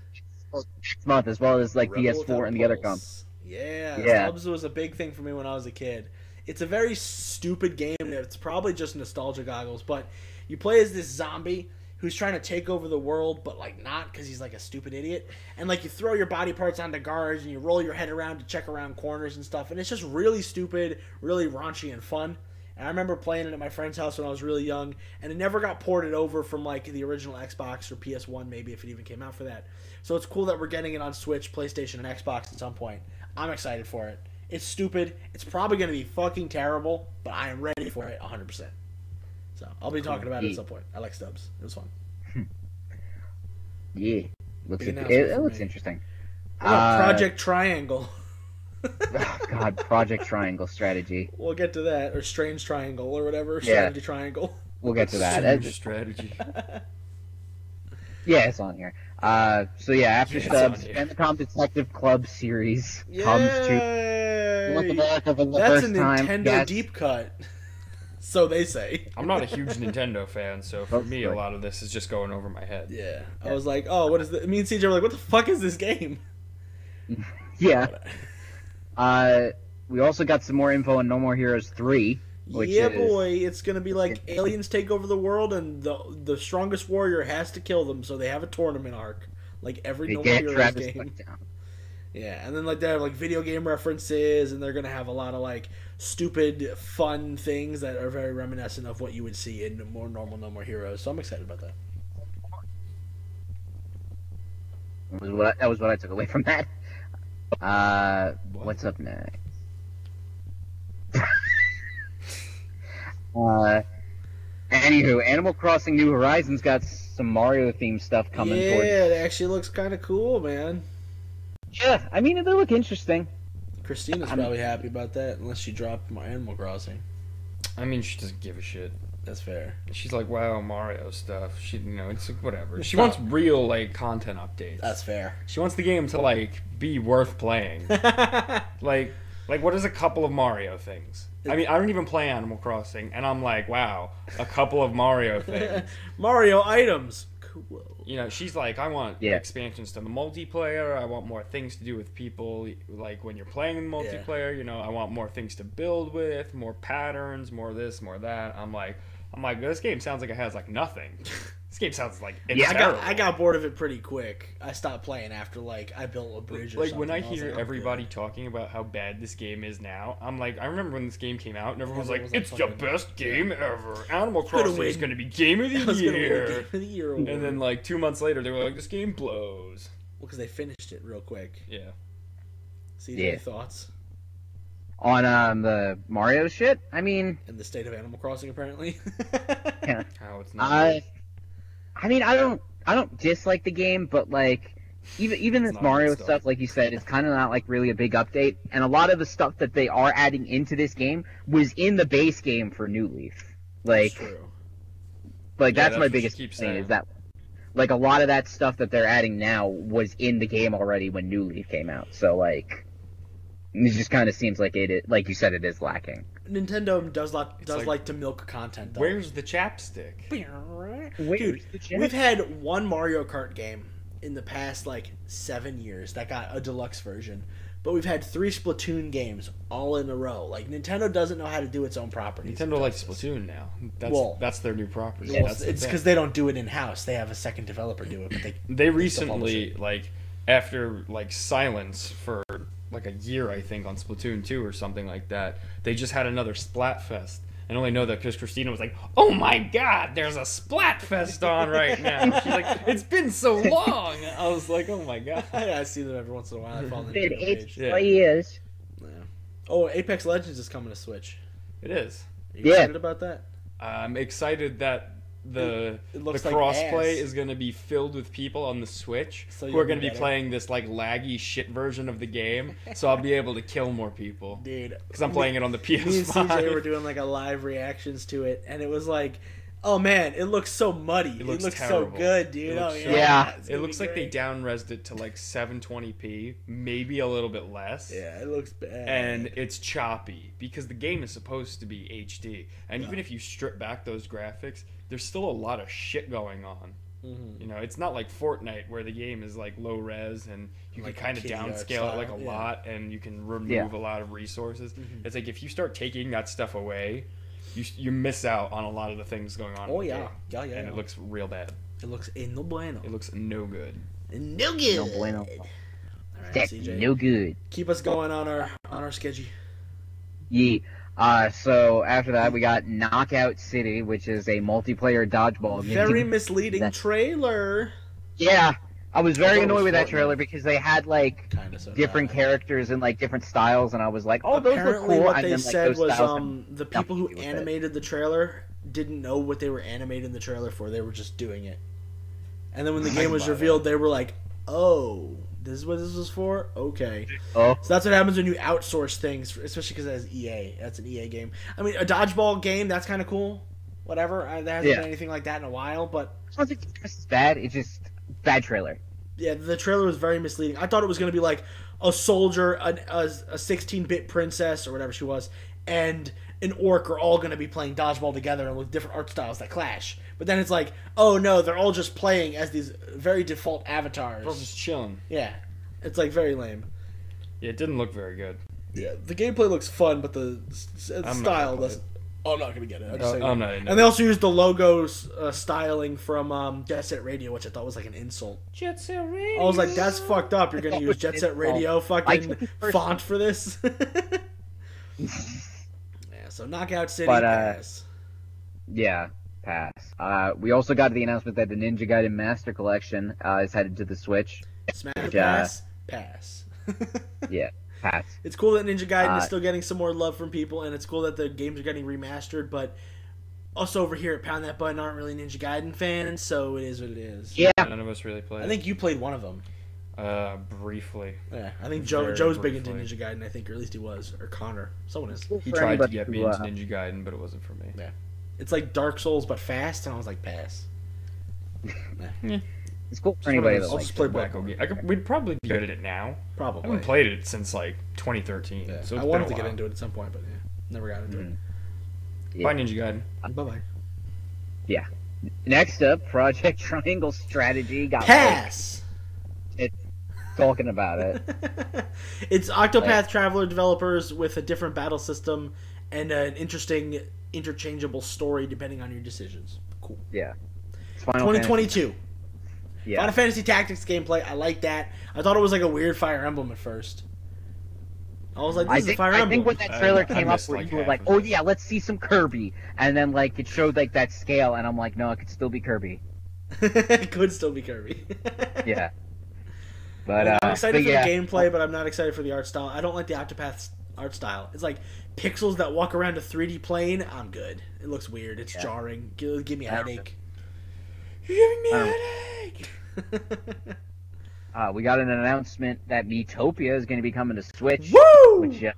[SPEAKER 2] next month, as well as like
[SPEAKER 1] Rebel
[SPEAKER 2] PS4
[SPEAKER 1] Without
[SPEAKER 2] and the other
[SPEAKER 1] Pulse.
[SPEAKER 2] comps.
[SPEAKER 1] Yeah,
[SPEAKER 2] Yeah.
[SPEAKER 1] Stubbs was a big thing for me when I was a kid. It's a very stupid game. It's probably just nostalgia goggles, but you play as this zombie who's trying to take over the world, but like not because he's like a stupid idiot. And like you throw your body parts onto guards and you roll your head around to check around corners and stuff. And it's just really stupid, really raunchy and fun. And I remember playing it at my friend's house when I was really young, and it never got ported over from like the original Xbox or PS1, maybe if it even came out for that. So it's cool that we're getting it on Switch, PlayStation, and Xbox at some point. I'm excited for it. It's stupid. It's probably going to be fucking terrible, but I am ready for it 100%. So I'll be talking about it at some point. I like Stubbs. It was fun.
[SPEAKER 2] Yeah, looks
[SPEAKER 1] Big
[SPEAKER 2] it,
[SPEAKER 1] announcement
[SPEAKER 2] it
[SPEAKER 1] for
[SPEAKER 2] looks
[SPEAKER 1] me.
[SPEAKER 2] interesting.
[SPEAKER 1] What about
[SPEAKER 2] Uh,
[SPEAKER 1] Project Triangle.
[SPEAKER 2] Oh, God, Project Triangle strategy.
[SPEAKER 1] We'll get to that, or Strange Triangle, or whatever.
[SPEAKER 2] Yeah.
[SPEAKER 1] Strategy Triangle.
[SPEAKER 2] We'll get to that.
[SPEAKER 4] Strange
[SPEAKER 2] That's-
[SPEAKER 4] strategy.
[SPEAKER 2] yeah, it's on here. Uh, so yeah, After
[SPEAKER 4] Yeah, it's
[SPEAKER 2] Stubbs
[SPEAKER 4] on here.
[SPEAKER 2] and the Tom Detective Club series comes to North
[SPEAKER 1] Yay!
[SPEAKER 2] America for the
[SPEAKER 1] That's a
[SPEAKER 2] first time.
[SPEAKER 1] Nintendo
[SPEAKER 2] Yes.
[SPEAKER 1] deep cut. so they say.
[SPEAKER 4] I'm not a huge Nintendo fan, so for me, a lot of this is just going over my head.
[SPEAKER 1] Yeah. I was like, oh, what is this? Me and CJ were like, what the fuck is this game?
[SPEAKER 2] Yeah. Uh, we also got some more info on No More Heroes three. Which
[SPEAKER 1] yeah,
[SPEAKER 2] is-
[SPEAKER 1] boy, it's gonna be like aliens take over the world, and the the strongest warrior has to kill them. So they have a tournament arc, like every
[SPEAKER 2] They
[SPEAKER 1] No More
[SPEAKER 2] get
[SPEAKER 1] Heroes
[SPEAKER 2] Travis
[SPEAKER 1] game.
[SPEAKER 2] Touchdown.
[SPEAKER 1] Yeah, and then like they have like video game references, and they're gonna have a lot of like stupid, fun things that are very reminiscent of what you would see in more normal No More Heroes. So I'm excited about that.
[SPEAKER 2] That was what I, that was what I took away from that. Uh,
[SPEAKER 4] What?
[SPEAKER 2] what's up next? uh, anywho, Animal Crossing New Horizons got some Mario themed stuff coming.
[SPEAKER 1] yeah,
[SPEAKER 2] towards-
[SPEAKER 1] it actually looks kind of cool, man.
[SPEAKER 2] yeah. I mean, they look interesting.
[SPEAKER 1] Christina's
[SPEAKER 2] I'm-
[SPEAKER 1] probably happy about that, unless she dropped my Animal Crossing.
[SPEAKER 4] I mean, she doesn't give a shit.
[SPEAKER 1] That's fair.
[SPEAKER 4] She's like, wow, Mario stuff. She, you know, it's like whatever. She wants real like content updates.
[SPEAKER 1] That's fair.
[SPEAKER 4] She wants the game to like be worth playing. like, like what is a couple of Mario things? I mean, I don't even play Animal Crossing, and I'm like, wow, a couple of Mario things.
[SPEAKER 1] Mario items. Cool.
[SPEAKER 4] You know, she's like, I want
[SPEAKER 2] Yeah.
[SPEAKER 4] expansions to the multiplayer. I want more things to do with people. Like when you're playing in multiplayer, you know, I want more things to build with, more patterns, more this, more that. I'm like, I'm like, this game sounds like it has like nothing. this game sounds like it's
[SPEAKER 2] Yeah,
[SPEAKER 1] I got
[SPEAKER 4] terrible.
[SPEAKER 1] I got bored of it pretty quick. I stopped playing after like I built a bridge. Or
[SPEAKER 4] like when
[SPEAKER 1] something. was
[SPEAKER 4] I
[SPEAKER 1] like, "Oh,
[SPEAKER 4] hear
[SPEAKER 1] I'm good.
[SPEAKER 4] everybody talking about how bad this game is now, I'm like, I remember when this game came out, and everyone was like,
[SPEAKER 1] Everyone
[SPEAKER 4] "It's
[SPEAKER 1] was
[SPEAKER 4] the
[SPEAKER 1] like, fucking-
[SPEAKER 4] best game ever! Animal Crossing is
[SPEAKER 1] win.
[SPEAKER 4] going to be game of
[SPEAKER 1] I
[SPEAKER 4] the
[SPEAKER 1] was gonna win
[SPEAKER 4] year."
[SPEAKER 1] Game of the year
[SPEAKER 4] And then like two months later, they were like, "This game blows."
[SPEAKER 1] because they finished it real quick.
[SPEAKER 4] Yeah.
[SPEAKER 1] CJ
[SPEAKER 2] Yeah.
[SPEAKER 1] thoughts
[SPEAKER 2] On um, the Mario shit. I mean,
[SPEAKER 1] and the state of Animal Crossing apparently.
[SPEAKER 4] How it's not.
[SPEAKER 2] I, I mean, I don't, I don't dislike the game, but like, even even
[SPEAKER 4] It's
[SPEAKER 2] this
[SPEAKER 4] not good
[SPEAKER 2] Mario
[SPEAKER 4] stuff.
[SPEAKER 2] stuff. like you said, is kind of not like really a big update. And a lot of the stuff that they are adding into this game was in the base game for New Leaf.
[SPEAKER 1] It's
[SPEAKER 2] Like,
[SPEAKER 1] true.
[SPEAKER 2] like
[SPEAKER 4] Yeah,
[SPEAKER 2] that's,
[SPEAKER 4] that's
[SPEAKER 2] my
[SPEAKER 4] what she
[SPEAKER 2] biggest thing
[SPEAKER 4] keeps saying.
[SPEAKER 2] is that, like, a lot of that stuff that they're adding now was in the game already when New Leaf came out. So like, it just kind of seems like it, it, like you said, it is lacking.
[SPEAKER 1] Nintendo does like does
[SPEAKER 4] like-
[SPEAKER 1] like, to milk content. Though.
[SPEAKER 4] Where's the chapstick?
[SPEAKER 1] Dude, We've had one Mario Kart game in the past like seven years that got a deluxe version, but we've had three Splatoon games all in a row. Like Nintendo doesn't know how to do its own properties.
[SPEAKER 4] Nintendo likes Splatoon now. That's
[SPEAKER 1] Well-
[SPEAKER 4] that's their new property.
[SPEAKER 1] Well,
[SPEAKER 4] that's the
[SPEAKER 1] it's
[SPEAKER 4] thing.
[SPEAKER 1] because they don't do it in house. They have a second developer do it, but they
[SPEAKER 4] they
[SPEAKER 1] still publish
[SPEAKER 4] recently like after like silence for like a year I think on Splatoon 2 or something like that. They just had another Splatfest. I only know that because Christina was like, "Oh my God, there's a Splatfest on right now." She's like, "It's been so long." I was like, "Oh my God."
[SPEAKER 1] I see them every once in a while. I follow the
[SPEAKER 2] been
[SPEAKER 1] Nintendo
[SPEAKER 2] eight
[SPEAKER 1] page.
[SPEAKER 4] Yeah.
[SPEAKER 2] years.
[SPEAKER 1] Oh, Apex Legends is coming to Switch.
[SPEAKER 4] It is.
[SPEAKER 1] Are you
[SPEAKER 2] Yeah.
[SPEAKER 1] excited about that?
[SPEAKER 4] I'm excited that the
[SPEAKER 1] It- it looks
[SPEAKER 4] the
[SPEAKER 1] like
[SPEAKER 4] crossplay
[SPEAKER 1] ass.
[SPEAKER 4] is going to be filled with people on the Switch
[SPEAKER 1] So
[SPEAKER 4] who
[SPEAKER 1] you'll
[SPEAKER 4] are
[SPEAKER 1] be
[SPEAKER 4] going to be
[SPEAKER 1] better.
[SPEAKER 4] playing this like laggy shit version of the game. so I'll be able to kill more people
[SPEAKER 1] Dude,
[SPEAKER 4] because I'm playing it on the
[SPEAKER 1] me and CJ were
[SPEAKER 4] PS5.
[SPEAKER 1] doing like a live reactions to it, and it was like, oh man, it looks so muddy. It looks,
[SPEAKER 4] looks
[SPEAKER 1] so
[SPEAKER 4] terrible.
[SPEAKER 1] good, dude.
[SPEAKER 4] It
[SPEAKER 1] oh, yeah.
[SPEAKER 4] looks so-
[SPEAKER 2] Yeah.
[SPEAKER 1] It's
[SPEAKER 4] It
[SPEAKER 1] gonna
[SPEAKER 4] looks
[SPEAKER 1] be
[SPEAKER 4] like they
[SPEAKER 1] great.
[SPEAKER 4] down resed it to like 720p, maybe a little bit less.
[SPEAKER 1] Yeah, it looks bad.
[SPEAKER 4] And it's choppy because the game is supposed to be HD. And even if you strip back those graphics, there's still a lot of shit going on.
[SPEAKER 1] Mhm.
[SPEAKER 4] You know, it's not like Fortnite where the game is like low res and you
[SPEAKER 1] Like a
[SPEAKER 4] can kind of
[SPEAKER 1] kitty art
[SPEAKER 4] downscale it like a
[SPEAKER 1] style, yeah. Mm-hmm.
[SPEAKER 4] lot and you can remove
[SPEAKER 2] Yeah.
[SPEAKER 4] a lot of resources. It's like if you start taking that stuff away, you you miss out on a lot of the things going on. in
[SPEAKER 1] oh
[SPEAKER 4] the
[SPEAKER 1] yeah,
[SPEAKER 4] game.
[SPEAKER 1] yeah, yeah.
[SPEAKER 4] And it
[SPEAKER 1] yeah.
[SPEAKER 4] looks real bad.
[SPEAKER 1] it looks in the bueno.
[SPEAKER 4] It looks no good.
[SPEAKER 1] No good.
[SPEAKER 2] No bueno.
[SPEAKER 1] All right,
[SPEAKER 2] That's
[SPEAKER 1] CJ,
[SPEAKER 2] no good.
[SPEAKER 1] keep us going on our on our schedule.
[SPEAKER 2] Yeet. Uh, so after that, we got Knockout City, which is a multiplayer dodgeball game.
[SPEAKER 1] Very misleading
[SPEAKER 2] That's-
[SPEAKER 1] trailer.
[SPEAKER 2] yeah, I was very
[SPEAKER 1] I thought it
[SPEAKER 2] annoyed
[SPEAKER 1] was
[SPEAKER 2] with that
[SPEAKER 1] Fortnite.
[SPEAKER 2] trailer because they had like
[SPEAKER 1] Kind of so
[SPEAKER 2] different
[SPEAKER 1] not.
[SPEAKER 2] characters and like different styles, and I was like, oh, those look
[SPEAKER 1] Apparently,
[SPEAKER 2] cool.
[SPEAKER 1] what
[SPEAKER 2] and
[SPEAKER 1] they
[SPEAKER 2] then, like,
[SPEAKER 1] said
[SPEAKER 2] those
[SPEAKER 1] was
[SPEAKER 2] styles had
[SPEAKER 1] um the people
[SPEAKER 2] nothing
[SPEAKER 1] who
[SPEAKER 2] to do with it.
[SPEAKER 1] animated the trailer didn't know what they were animating the trailer for. They were just doing it. And then when the game was
[SPEAKER 4] buy that.
[SPEAKER 1] revealed, they were like, "Oh, This is what this was for. Okay.
[SPEAKER 2] Oh,
[SPEAKER 1] So that's what happens when you outsource things, especially because has EA. That's an EA game. I mean, a dodgeball game. That's kind of cool. Whatever. I, there hasn't
[SPEAKER 2] Yeah.
[SPEAKER 1] been anything like that in a while, but
[SPEAKER 2] it's not like it's bad. It's just bad trailer.
[SPEAKER 1] yeah, the trailer was very misleading. I thought it was going to be like a soldier, an, a, a 16-bit princess or whatever she was, and an orc are all going to be playing dodgeball together and with different art styles that clash. But then it's like, oh no, they're all just playing as these very default
[SPEAKER 4] We're
[SPEAKER 1] avatars.
[SPEAKER 4] just chilling.
[SPEAKER 1] Yeah, it's like very lame.
[SPEAKER 4] Yeah, it didn't look very good.
[SPEAKER 1] Yeah, the gameplay looks fun, but the s- s-
[SPEAKER 4] not gonna
[SPEAKER 1] style
[SPEAKER 4] play
[SPEAKER 1] doesn't. Oh, I'm not gonna get it. I'm just saying.
[SPEAKER 4] I'm not in
[SPEAKER 1] and they also used the logos uh, styling from um, Jet Set Radio, which I thought was like an insult.
[SPEAKER 4] Jet Set Radio.
[SPEAKER 1] I was like, "That's fucked up. You're gonna
[SPEAKER 2] That
[SPEAKER 1] use
[SPEAKER 2] was
[SPEAKER 1] Jet
[SPEAKER 2] an
[SPEAKER 1] Set Radio
[SPEAKER 2] I
[SPEAKER 1] fucking
[SPEAKER 2] took it first.
[SPEAKER 1] font for this." yeah, so Knockout City.
[SPEAKER 2] But, uh,
[SPEAKER 1] pass.
[SPEAKER 2] Yeah, pass. Uh, we also got the announcement that the Ninja Gaiden Master Collection uh, is headed to the Switch.
[SPEAKER 1] smash
[SPEAKER 2] uh,
[SPEAKER 1] pass, pass.
[SPEAKER 2] Yeah, pass.
[SPEAKER 1] It's cool that Ninja Gaiden is
[SPEAKER 2] Uh,
[SPEAKER 1] still getting some more love from people, and it's cool that the games are getting remastered. But us over here at Pound That Button aren't really Ninja Gaiden fans, so it is what it is.
[SPEAKER 2] Yeah,
[SPEAKER 4] None of us really played.
[SPEAKER 1] I think you played one of them.
[SPEAKER 4] Uh, briefly.
[SPEAKER 1] Yeah, I think Joe
[SPEAKER 4] Very
[SPEAKER 1] Joe's big into
[SPEAKER 4] briefly.
[SPEAKER 1] Ninja Gaiden. I think, or at least he was, or Connor, someone is.
[SPEAKER 4] He
[SPEAKER 2] For
[SPEAKER 4] tried to
[SPEAKER 2] anybody
[SPEAKER 4] get me
[SPEAKER 2] who,
[SPEAKER 4] into
[SPEAKER 2] uh,
[SPEAKER 4] Ninja Gaiden, but it wasn't for me.
[SPEAKER 1] It's like Dark Souls but fast, and I was like, pass.
[SPEAKER 2] it's cool for
[SPEAKER 4] Just one
[SPEAKER 2] anybody
[SPEAKER 4] of
[SPEAKER 2] that
[SPEAKER 4] those
[SPEAKER 1] I'll
[SPEAKER 2] likes.
[SPEAKER 1] just play
[SPEAKER 4] tobacco
[SPEAKER 1] Bloodborne.
[SPEAKER 4] game- I could, we'd probably be good at it now. I
[SPEAKER 1] Probably.
[SPEAKER 4] haven't played it since like 2013.
[SPEAKER 1] Yeah.
[SPEAKER 4] So
[SPEAKER 1] I
[SPEAKER 4] it's
[SPEAKER 1] wanted
[SPEAKER 4] been
[SPEAKER 1] to
[SPEAKER 4] a
[SPEAKER 1] get
[SPEAKER 4] while.
[SPEAKER 1] into it at some point, but yeah, never got into
[SPEAKER 2] it.
[SPEAKER 4] Bye, Ninja Gaiden.
[SPEAKER 1] it. Bye bye.
[SPEAKER 2] Next up, Project Triangle Strategy got like,
[SPEAKER 1] Pass.
[SPEAKER 2] talking about it.
[SPEAKER 1] it's Octopath Traveler developers with a different battle system and an interesting interchangeable story depending on your decisions. Cool.
[SPEAKER 2] It's Final
[SPEAKER 1] 2022.
[SPEAKER 2] Fantasy. Yeah.
[SPEAKER 1] Final Fantasy Tactics gameplay. I like that. I thought it was like a weird Fire Emblem at first. I was like, this
[SPEAKER 2] I
[SPEAKER 1] is
[SPEAKER 2] think,
[SPEAKER 1] a Fire
[SPEAKER 2] I
[SPEAKER 1] Emblem.
[SPEAKER 2] think when that
[SPEAKER 4] I-
[SPEAKER 2] trailer
[SPEAKER 4] I
[SPEAKER 2] came up,
[SPEAKER 4] missed,
[SPEAKER 2] where
[SPEAKER 4] like,
[SPEAKER 2] you were
[SPEAKER 4] half
[SPEAKER 2] like,
[SPEAKER 4] of
[SPEAKER 2] "Oh
[SPEAKER 4] it.
[SPEAKER 2] yeah, let's see some Kirby," and then like it showed like that scale, and I'm like, "No, it could still be Kirby."
[SPEAKER 1] it could still be Kirby.
[SPEAKER 2] Yeah. But uh,
[SPEAKER 1] I'm excited
[SPEAKER 2] but
[SPEAKER 1] for
[SPEAKER 2] yeah,
[SPEAKER 1] the gameplay, but I'm not excited for the art style. I don't like the Octopath's art style. It's like pixels that walk around a 3D plane. I'm good. It looks weird. It's
[SPEAKER 2] Yeah.
[SPEAKER 1] jarring. Give, give me a
[SPEAKER 2] I don't-
[SPEAKER 1] headache.
[SPEAKER 4] You're giving me
[SPEAKER 2] a Um,
[SPEAKER 4] headache.
[SPEAKER 2] uh, we got an announcement that Metopia is going to be coming to Switch,
[SPEAKER 1] Woo!
[SPEAKER 2] which uh,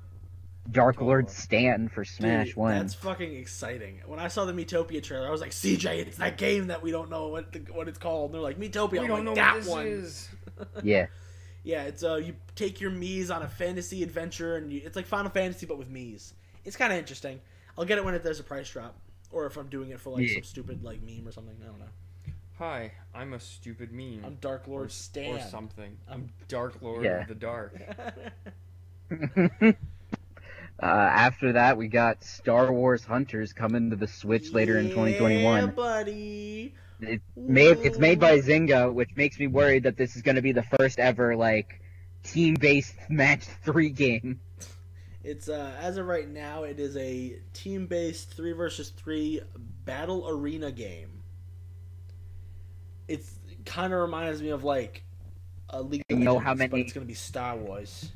[SPEAKER 2] Dark Lord Stan for Smash
[SPEAKER 1] Dude,
[SPEAKER 2] One.
[SPEAKER 1] That's fucking exciting. When I saw the Metopia trailer, I was like, CJ, it's that game that we don't know what the, what it's called. And they're like, Metopia.
[SPEAKER 4] We
[SPEAKER 1] I'm like,
[SPEAKER 4] don't know
[SPEAKER 1] that
[SPEAKER 4] what this
[SPEAKER 1] one.
[SPEAKER 4] is.
[SPEAKER 2] Yeah,
[SPEAKER 1] Yeah, it's uh, you take your Mii's on a fantasy adventure, and you, it's like Final Fantasy but with Mii's. It's kind of interesting. I'll get it when it, there's a price drop, or if I'm doing it for like
[SPEAKER 2] Yeah.
[SPEAKER 1] some stupid like meme or something. I don't know.
[SPEAKER 4] Hi, I'm a stupid meme.
[SPEAKER 1] I'm Dark
[SPEAKER 4] Mm. or,
[SPEAKER 1] Lord
[SPEAKER 4] s-
[SPEAKER 1] Stan.
[SPEAKER 4] or something. I'm Dark Lord
[SPEAKER 2] Yeah.
[SPEAKER 4] of the Dark.
[SPEAKER 2] uh, after that, we got Star Wars Hunters coming to the Switch later in 2021.
[SPEAKER 1] Yeah, buddy.
[SPEAKER 2] It made, it's made by Zynga, which makes me worried that this is going to be the first ever like team-based match three game.
[SPEAKER 1] It's uh, as of right now, it is a team-based three versus three battle arena game. It's kind of reminds me of like a League of
[SPEAKER 2] You know
[SPEAKER 1] Legends,
[SPEAKER 2] how
[SPEAKER 1] but
[SPEAKER 2] many-
[SPEAKER 1] it's gonna be Star Wars.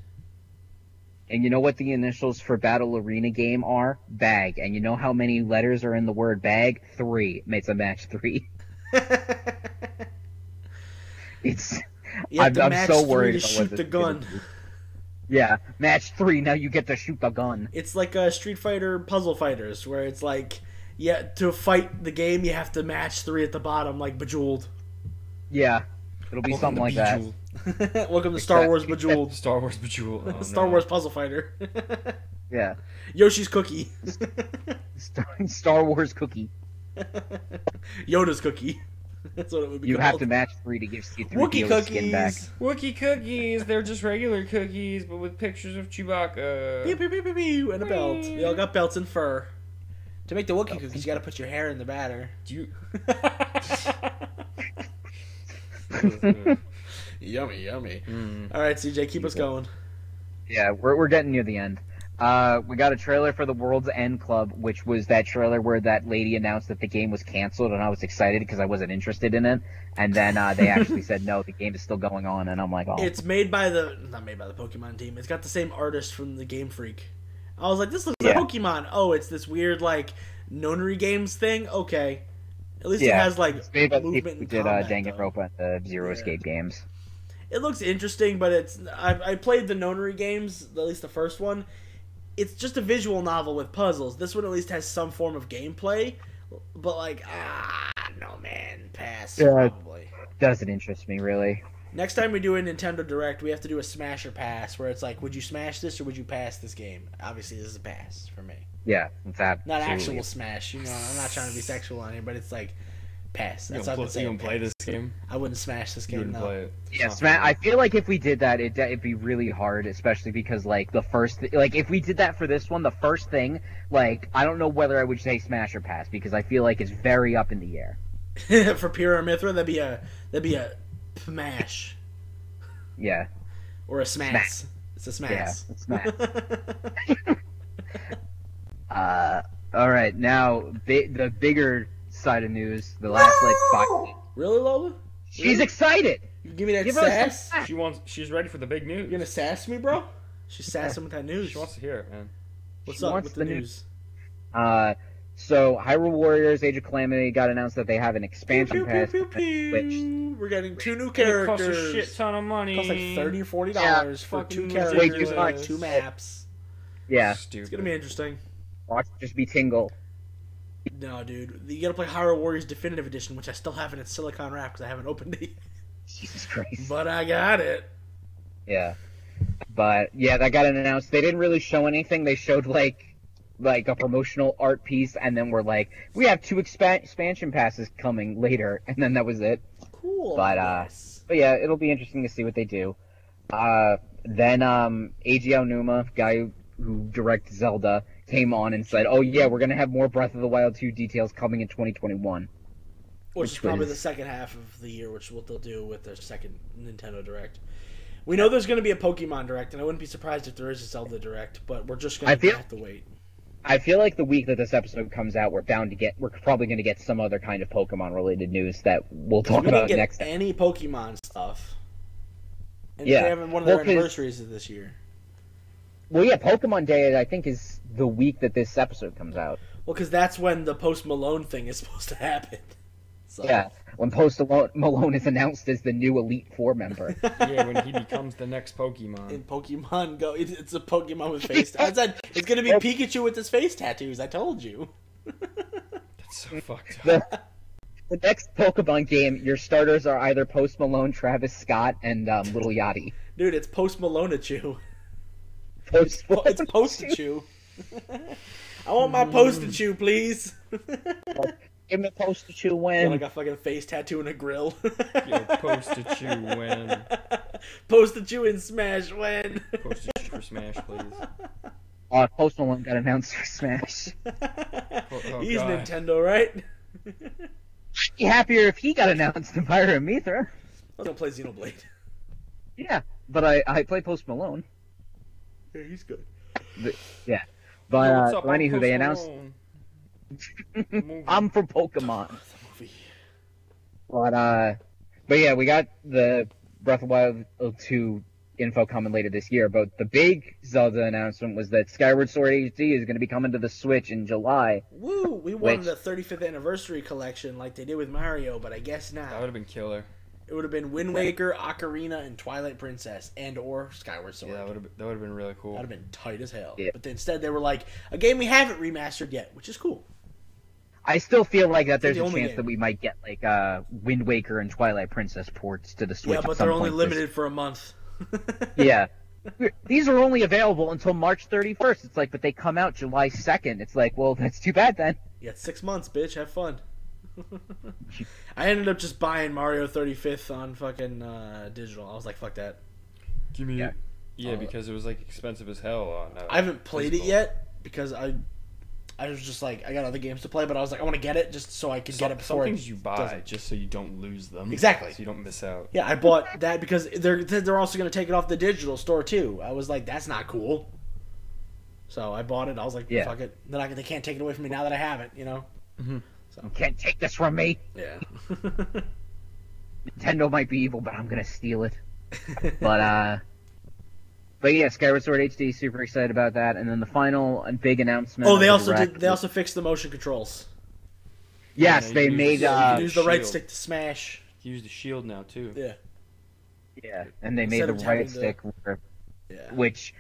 [SPEAKER 2] And you know what the initials for Battle Arena game are? Bag. And you know how many letters are in the word bag? Three. It's a match three. It's
[SPEAKER 1] You have
[SPEAKER 2] I'm-
[SPEAKER 1] to
[SPEAKER 2] I'm
[SPEAKER 1] match
[SPEAKER 2] so
[SPEAKER 1] three
[SPEAKER 2] worried
[SPEAKER 1] to
[SPEAKER 2] about what
[SPEAKER 1] shoot
[SPEAKER 2] this
[SPEAKER 1] the
[SPEAKER 2] is gonna
[SPEAKER 1] gun.
[SPEAKER 2] be. yeah, match three. Now you get to shoot the gun.
[SPEAKER 1] It's like a Street Fighter Puzzle Fighters, where it's like, yeah, to fight the game, you have to match three at the bottom, like Bejeweled.
[SPEAKER 2] Yeah, it'll be
[SPEAKER 4] Welcome to
[SPEAKER 2] something like that.
[SPEAKER 4] Bejeweled.
[SPEAKER 1] Welcome to Star Wars Bejeweled,
[SPEAKER 4] Star Wars Bejeweled. Oh,
[SPEAKER 1] Star
[SPEAKER 4] no.
[SPEAKER 1] Wars Puzzle Fighter,
[SPEAKER 2] Yeah,
[SPEAKER 1] Yoshi's Cookie,
[SPEAKER 2] Star, Star Wars cookie.
[SPEAKER 1] Yoda's Cookie. That's what it would be.
[SPEAKER 2] You have
[SPEAKER 1] called.
[SPEAKER 2] to match three to get C3PO's
[SPEAKER 1] Wookie
[SPEAKER 2] skin back.
[SPEAKER 1] cookies.
[SPEAKER 4] Wookie cookies. They're just regular cookies, but with pictures of
[SPEAKER 1] Pew,
[SPEAKER 4] Chewbacca.
[SPEAKER 1] pew, pew, pew, pew, and a belt. They all got belts and fur. To make the Wookiee cookies, you got to put your hair in the batter.
[SPEAKER 4] Do you?
[SPEAKER 1] yummy, yummy.
[SPEAKER 4] Mm.
[SPEAKER 1] All right, CJ, keep us going.
[SPEAKER 2] Yeah, we're, we're getting near the end. Uh, we got a trailer for the World's End Club, which was that trailer where that lady announced that the game was canceled, and I was excited because I wasn't interested in it. And then uh, they actually said, no, the game is still going on, and I'm like, oh,
[SPEAKER 1] It's made by the not made by the Pokemon team. It's got the same artist from the Game Freak. I was like, this looks
[SPEAKER 2] Yeah.
[SPEAKER 1] like Pokemon. Oh, it's this weird like nonary games thing. Okay, at least it
[SPEAKER 2] Yeah.
[SPEAKER 1] has like
[SPEAKER 2] it's made by the people
[SPEAKER 1] movement
[SPEAKER 2] who
[SPEAKER 1] and
[SPEAKER 2] did uh,
[SPEAKER 1] combat. though.
[SPEAKER 2] Danganronpa and the Zero
[SPEAKER 1] Yeah.
[SPEAKER 2] Escape games.
[SPEAKER 1] It looks interesting, but it's I, I played the Nonary games, at least the first one. It's just a visual novel with puzzles. This one at least has some form of gameplay, but like ah no man, pass
[SPEAKER 2] Yeah.
[SPEAKER 1] probably.
[SPEAKER 2] Doesn't interest me really.
[SPEAKER 1] Next time we do a Nintendo Direct, we have to do a smash or pass, where it's like, would you smash this or would you pass this game? Obviously, this is a pass for me.
[SPEAKER 2] Yeah, it's that.
[SPEAKER 1] Not actual smash. You know, I'm not trying to be sexual on here, but it's like pass.
[SPEAKER 4] You
[SPEAKER 1] That's not
[SPEAKER 4] gonna pl-
[SPEAKER 1] the
[SPEAKER 4] you
[SPEAKER 1] same.
[SPEAKER 4] gonna play this game?
[SPEAKER 1] I wouldn't smash this
[SPEAKER 4] You
[SPEAKER 1] game
[SPEAKER 4] wouldn't
[SPEAKER 1] though.
[SPEAKER 4] play it. It's
[SPEAKER 2] Yeah,
[SPEAKER 4] not
[SPEAKER 1] Uh-huh.
[SPEAKER 2] Smash.
[SPEAKER 4] gonna
[SPEAKER 2] I
[SPEAKER 4] work.
[SPEAKER 2] feel like if we did that, it, it'd be really hard, especially because like the first, th- like if we did that for this one, the first thing, like I don't know whether I would say smash or pass because I feel like it's very up in the air.
[SPEAKER 1] for Pyrrha or Mithra, that'd be a that'd be a smash
[SPEAKER 2] Yeah,
[SPEAKER 1] or a smash. It's a
[SPEAKER 2] yeah,
[SPEAKER 1] smash.
[SPEAKER 2] smash. Uh, all right, now bi- the bigger side of news, the last like five.
[SPEAKER 1] really, Lola?
[SPEAKER 2] She's excited.
[SPEAKER 1] You give me that
[SPEAKER 2] Give her a
[SPEAKER 1] sass?
[SPEAKER 2] sass.
[SPEAKER 4] she wants. She's ready for the big news.
[SPEAKER 1] You Ah. gonna sass me, bro? She's sassing with that news.
[SPEAKER 4] She wants to hear it, man.
[SPEAKER 1] What's
[SPEAKER 2] she
[SPEAKER 1] up
[SPEAKER 2] wants
[SPEAKER 1] with the
[SPEAKER 2] the new-
[SPEAKER 1] news?
[SPEAKER 2] Uh, so Hyrule Warriors: Age of Calamity got announced that they have an
[SPEAKER 1] Pew,
[SPEAKER 2] expansion
[SPEAKER 1] pew,
[SPEAKER 2] pass.
[SPEAKER 1] pew, pew,
[SPEAKER 2] Which
[SPEAKER 1] pew. We're getting two new
[SPEAKER 4] It
[SPEAKER 1] characters.
[SPEAKER 4] costs a shit ton of money.
[SPEAKER 1] Costs like thirty or forty
[SPEAKER 2] Yeah,
[SPEAKER 1] dollars for two
[SPEAKER 4] fucking
[SPEAKER 1] characters,
[SPEAKER 2] Wait, you
[SPEAKER 1] like
[SPEAKER 2] guys-
[SPEAKER 1] two maps.
[SPEAKER 2] yeah,
[SPEAKER 4] Stupid.
[SPEAKER 1] It's gonna be interesting.
[SPEAKER 2] watch it just be tingle.
[SPEAKER 1] No, dude, you gotta play Hyrule Warriors Definitive Edition, which I still haven't in Silicon Wrap because I haven't opened it. yet.
[SPEAKER 2] Jesus Christ.
[SPEAKER 1] But I got it.
[SPEAKER 2] Yeah, but yeah, that got announced. They didn't really show anything. They showed like like a promotional art piece, and then we're like, we have two expan- expansion passes coming later, and then that was it.
[SPEAKER 1] Cool.
[SPEAKER 2] But, uh,
[SPEAKER 1] yes.
[SPEAKER 2] But yeah, it'll be interesting to see what they do. Uh, then um, Eiji Aonuma, guy who, who directed Zelda, came on and said, "Oh yeah, we're gonna have more Breath of the Wild 2 details coming in 2021."
[SPEAKER 1] which is
[SPEAKER 2] which
[SPEAKER 1] probably
[SPEAKER 2] was-
[SPEAKER 1] the second half of the year, which what they'll do with their second Nintendo Direct. We know there's gonna be a Pokemon Direct, and I wouldn't be surprised if there is a Zelda Direct, but we're just gonna
[SPEAKER 2] I feel-
[SPEAKER 1] have to wait.
[SPEAKER 2] I feel like the week that this episode comes out, we're bound to get, we're probably gonna get some other kind of Pokemon related news that we'll talk
[SPEAKER 1] we didn't
[SPEAKER 2] about
[SPEAKER 1] get
[SPEAKER 2] next.
[SPEAKER 1] any Pokemon stuff. And
[SPEAKER 2] Yeah.
[SPEAKER 1] they're having one of their
[SPEAKER 2] Well, 'cause-
[SPEAKER 1] anniversaries of this year.
[SPEAKER 2] Well, yeah, Pokemon Day I think is the week that this episode comes out.
[SPEAKER 1] Well, because that's when the Post Malone thing is supposed to happen. So,
[SPEAKER 2] Yeah, when Post Malone- Malone is announced as the new Elite Four member.
[SPEAKER 4] yeah, when he becomes the next Pokemon.
[SPEAKER 1] In Pokemon Go, it, it's a Pokemon with face. I said it's gonna be Pikachu with his face tattoos. I told you.
[SPEAKER 4] That's so fucked up.
[SPEAKER 2] The- The next Pokemon game, your starters are either Post Malone, Travis Scott, and um, Little Yachty.
[SPEAKER 1] Dude, it's Post Maloneachu.
[SPEAKER 2] Post
[SPEAKER 1] Po- It's Postachu. I want my Postachu, please.
[SPEAKER 2] Give me Post to chew
[SPEAKER 1] Got
[SPEAKER 2] win.
[SPEAKER 1] like a fucking face tattoo and a grill.
[SPEAKER 4] Yo, Postachu when.
[SPEAKER 1] Postachu in Smash when.
[SPEAKER 4] Postachu for Smash, please.
[SPEAKER 2] uh, Post Malone got announced for Smash.
[SPEAKER 4] oh,
[SPEAKER 1] He's
[SPEAKER 4] God.
[SPEAKER 1] Nintendo, right?
[SPEAKER 2] I'd be happier if he got announced than Pyra and Mithra.
[SPEAKER 1] I don't play Xenoblade.
[SPEAKER 2] Yeah, but I, I play Post Malone.
[SPEAKER 1] Yeah, he's good.
[SPEAKER 2] But
[SPEAKER 4] Yo,
[SPEAKER 2] uh,
[SPEAKER 4] what's up,
[SPEAKER 2] so anywho,
[SPEAKER 4] Uncle
[SPEAKER 2] they announced
[SPEAKER 4] Stallone? Movie.
[SPEAKER 2] I'm for Pokemon.
[SPEAKER 1] The movie.
[SPEAKER 2] But uh, but yeah, we got the Breath of the Wild 2 info coming later this year. But the big Zelda announcement was that Skyward Sword HD is going to be coming to the Switch in July.
[SPEAKER 1] Woo! We wanted
[SPEAKER 2] Which-
[SPEAKER 1] a 35th anniversary collection like they did with Mario, but I guess
[SPEAKER 4] That
[SPEAKER 1] not.
[SPEAKER 4] would have been killer.
[SPEAKER 1] It would have been Wind Waker, Ocarina, and Twilight Princess, and or Skyward Sword.
[SPEAKER 4] Yeah, that would have that would have been really cool.
[SPEAKER 1] That'd have been tight as hell.
[SPEAKER 2] Yeah.
[SPEAKER 1] But instead, they were like, a game we haven't remastered yet, which is cool.
[SPEAKER 2] I still feel like that there's
[SPEAKER 1] the
[SPEAKER 2] a
[SPEAKER 1] only
[SPEAKER 2] chance
[SPEAKER 1] game.
[SPEAKER 2] that we might get like uh, Wind Waker and Twilight Princess ports to the Switch.
[SPEAKER 1] yeah,
[SPEAKER 2] at
[SPEAKER 1] but
[SPEAKER 2] some
[SPEAKER 1] they're only
[SPEAKER 2] point this-
[SPEAKER 1] limited for a month.
[SPEAKER 2] yeah. These are only available until March 31st. It's like, but they come out July 2nd. It's like, well, that's too bad then.
[SPEAKER 1] You got six months, bitch. Have fun. I ended up just buying Mario 35th on fucking uh, digital. I was like, fuck that.
[SPEAKER 4] Give me.
[SPEAKER 2] Yeah.
[SPEAKER 4] Yeah,
[SPEAKER 1] Uh,
[SPEAKER 4] because it was like expensive as hell. On, uh,
[SPEAKER 1] I haven't played
[SPEAKER 4] physical.
[SPEAKER 1] it yet because I, I was just like, I got other games to play, but I was like, I want to get it just so I could
[SPEAKER 4] Some,
[SPEAKER 1] get it
[SPEAKER 4] some
[SPEAKER 1] before.
[SPEAKER 4] things
[SPEAKER 1] It.
[SPEAKER 4] you buy
[SPEAKER 1] doesn't.
[SPEAKER 4] just so you don't lose them.
[SPEAKER 1] Exactly.
[SPEAKER 4] So you don't miss out.
[SPEAKER 1] Yeah, I bought that because they're they're also gonna take it off the digital store too. I was like, that's not cool. So I bought it. I was like,
[SPEAKER 2] Yeah.
[SPEAKER 1] fuck it. They're not, they can't take it away from me now that I have it. You know.
[SPEAKER 2] Can't take this from me.
[SPEAKER 1] Yeah.
[SPEAKER 2] Nintendo might be evil, but I'm gonna steal it. But uh, but yeah, Skyward Sword HD. Super excited about that. And then the final and big announcement.
[SPEAKER 1] oh,
[SPEAKER 2] of
[SPEAKER 1] they
[SPEAKER 2] the
[SPEAKER 1] also
[SPEAKER 2] direct-
[SPEAKER 1] did. They also fixed the motion controls.
[SPEAKER 2] Yes,
[SPEAKER 4] Yeah, you
[SPEAKER 2] they
[SPEAKER 4] can use
[SPEAKER 2] made.
[SPEAKER 4] the-
[SPEAKER 1] Yeah, you
[SPEAKER 2] Uh,
[SPEAKER 1] can use the right
[SPEAKER 4] shield.
[SPEAKER 1] stick to smash.
[SPEAKER 4] Use the shield now too.
[SPEAKER 1] Yeah.
[SPEAKER 2] Yeah, and they made
[SPEAKER 1] Instead
[SPEAKER 2] the
[SPEAKER 1] of
[SPEAKER 2] right
[SPEAKER 1] having to-
[SPEAKER 2] stick, work,
[SPEAKER 1] Yeah.
[SPEAKER 2] which,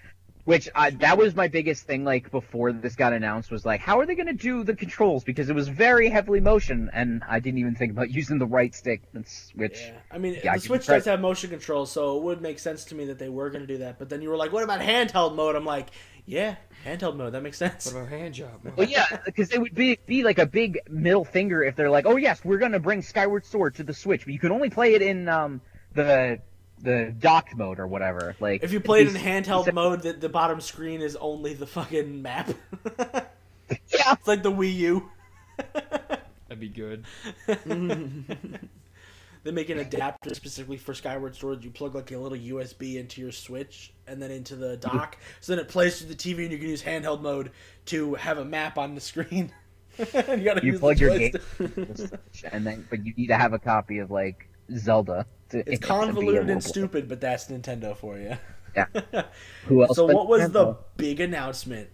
[SPEAKER 2] which I, that was my biggest thing. Like before this got announced, was like, how are they going to do the controls? Because it was very heavily motion, and I didn't even think about using the right stick. That's which,
[SPEAKER 1] Yeah. I mean,
[SPEAKER 2] I
[SPEAKER 1] the
[SPEAKER 2] can
[SPEAKER 1] Switch
[SPEAKER 2] try-
[SPEAKER 1] does have motion control, so it would make sense to me that they were going to do that. But then you were like, "What about handheld mode?" I'm like, "Yeah, handheld mode. That makes sense."
[SPEAKER 4] What about hand job?
[SPEAKER 2] well, yeah, because it would be be like a big middle finger if they're like, oh yes, we're going to bring Skyward Sword to the Switch, but you can only play it in um the the dock mode or whatever. Like
[SPEAKER 1] If you played in
[SPEAKER 2] these-
[SPEAKER 1] handheld
[SPEAKER 2] these-
[SPEAKER 1] mode, the, the bottom screen is only the fucking map. it's
[SPEAKER 2] yeah,
[SPEAKER 1] like the Wii U.
[SPEAKER 4] That'd be good.
[SPEAKER 1] they make an adapter specifically for Skyward Sword. You plug like a little USB into your Switch and then into the
[SPEAKER 2] Mm-hmm.
[SPEAKER 1] dock, so then it plays through the TV, and you can use handheld mode to have a map on the screen. you gotta
[SPEAKER 2] you
[SPEAKER 1] use
[SPEAKER 2] plug
[SPEAKER 1] the
[SPEAKER 2] your
[SPEAKER 1] joystick.
[SPEAKER 2] game, and then but you need to have a copy of like Zelda. To, to be
[SPEAKER 1] It's convoluted
[SPEAKER 2] able
[SPEAKER 1] and
[SPEAKER 2] to-
[SPEAKER 1] stupid, but that's Nintendo for you.
[SPEAKER 2] Yeah. Who else?
[SPEAKER 1] so,
[SPEAKER 2] but
[SPEAKER 1] what was the
[SPEAKER 2] Nintendo?
[SPEAKER 1] big announcement?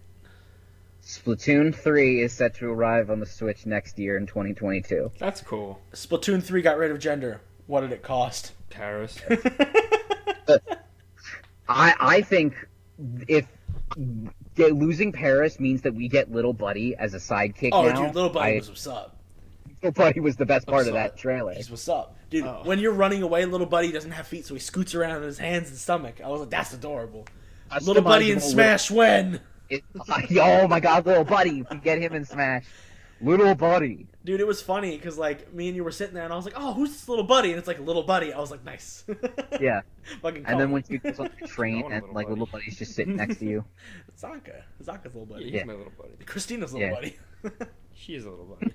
[SPEAKER 2] Splatoon 3 is set to arrive on the Switch next year in 2022.
[SPEAKER 4] That's cool.
[SPEAKER 1] Splatoon 3 got rid of gender. What did it cost? Oh,
[SPEAKER 4] Paris.
[SPEAKER 2] I I think if that losing Paris means that we get Little Buddy as a sidekick
[SPEAKER 1] Oh,
[SPEAKER 2] now.
[SPEAKER 1] dude, Little Buddy
[SPEAKER 2] I-
[SPEAKER 1] was what's up.
[SPEAKER 2] Little Buddy was the best part of
[SPEAKER 1] sorry.
[SPEAKER 2] that trailer.
[SPEAKER 1] He's what's up. Dude,
[SPEAKER 4] Oh.
[SPEAKER 1] when you're running away, Little Buddy doesn't have feet, so he scoots around on his hands and stomach. I was like, that's adorable. Little Buddy in
[SPEAKER 2] Customizable
[SPEAKER 1] Smash when?
[SPEAKER 2] Lit- It- oh my God, Little Buddy! If we get him in Smash, Little Buddy.
[SPEAKER 1] Dude, it was funny because, like, me and you were sitting there, and I was like, oh, who's this little buddy? And it's like, Little Buddy. I was like, nice.
[SPEAKER 2] Yeah,
[SPEAKER 1] Fucking
[SPEAKER 2] and then
[SPEAKER 1] call
[SPEAKER 2] when
[SPEAKER 1] him.
[SPEAKER 2] you goes on the
[SPEAKER 4] I
[SPEAKER 2] train
[SPEAKER 4] want a
[SPEAKER 2] and
[SPEAKER 4] Little
[SPEAKER 2] like
[SPEAKER 4] Buddy.
[SPEAKER 2] Little Buddy's just sitting next to you.
[SPEAKER 1] Zonka. Zonka's little
[SPEAKER 4] Yeah, he's
[SPEAKER 1] buddy.
[SPEAKER 2] Yeah.
[SPEAKER 4] my little buddy.
[SPEAKER 1] Christina's little
[SPEAKER 2] Yeah.
[SPEAKER 1] buddy.
[SPEAKER 4] She is a little buddy.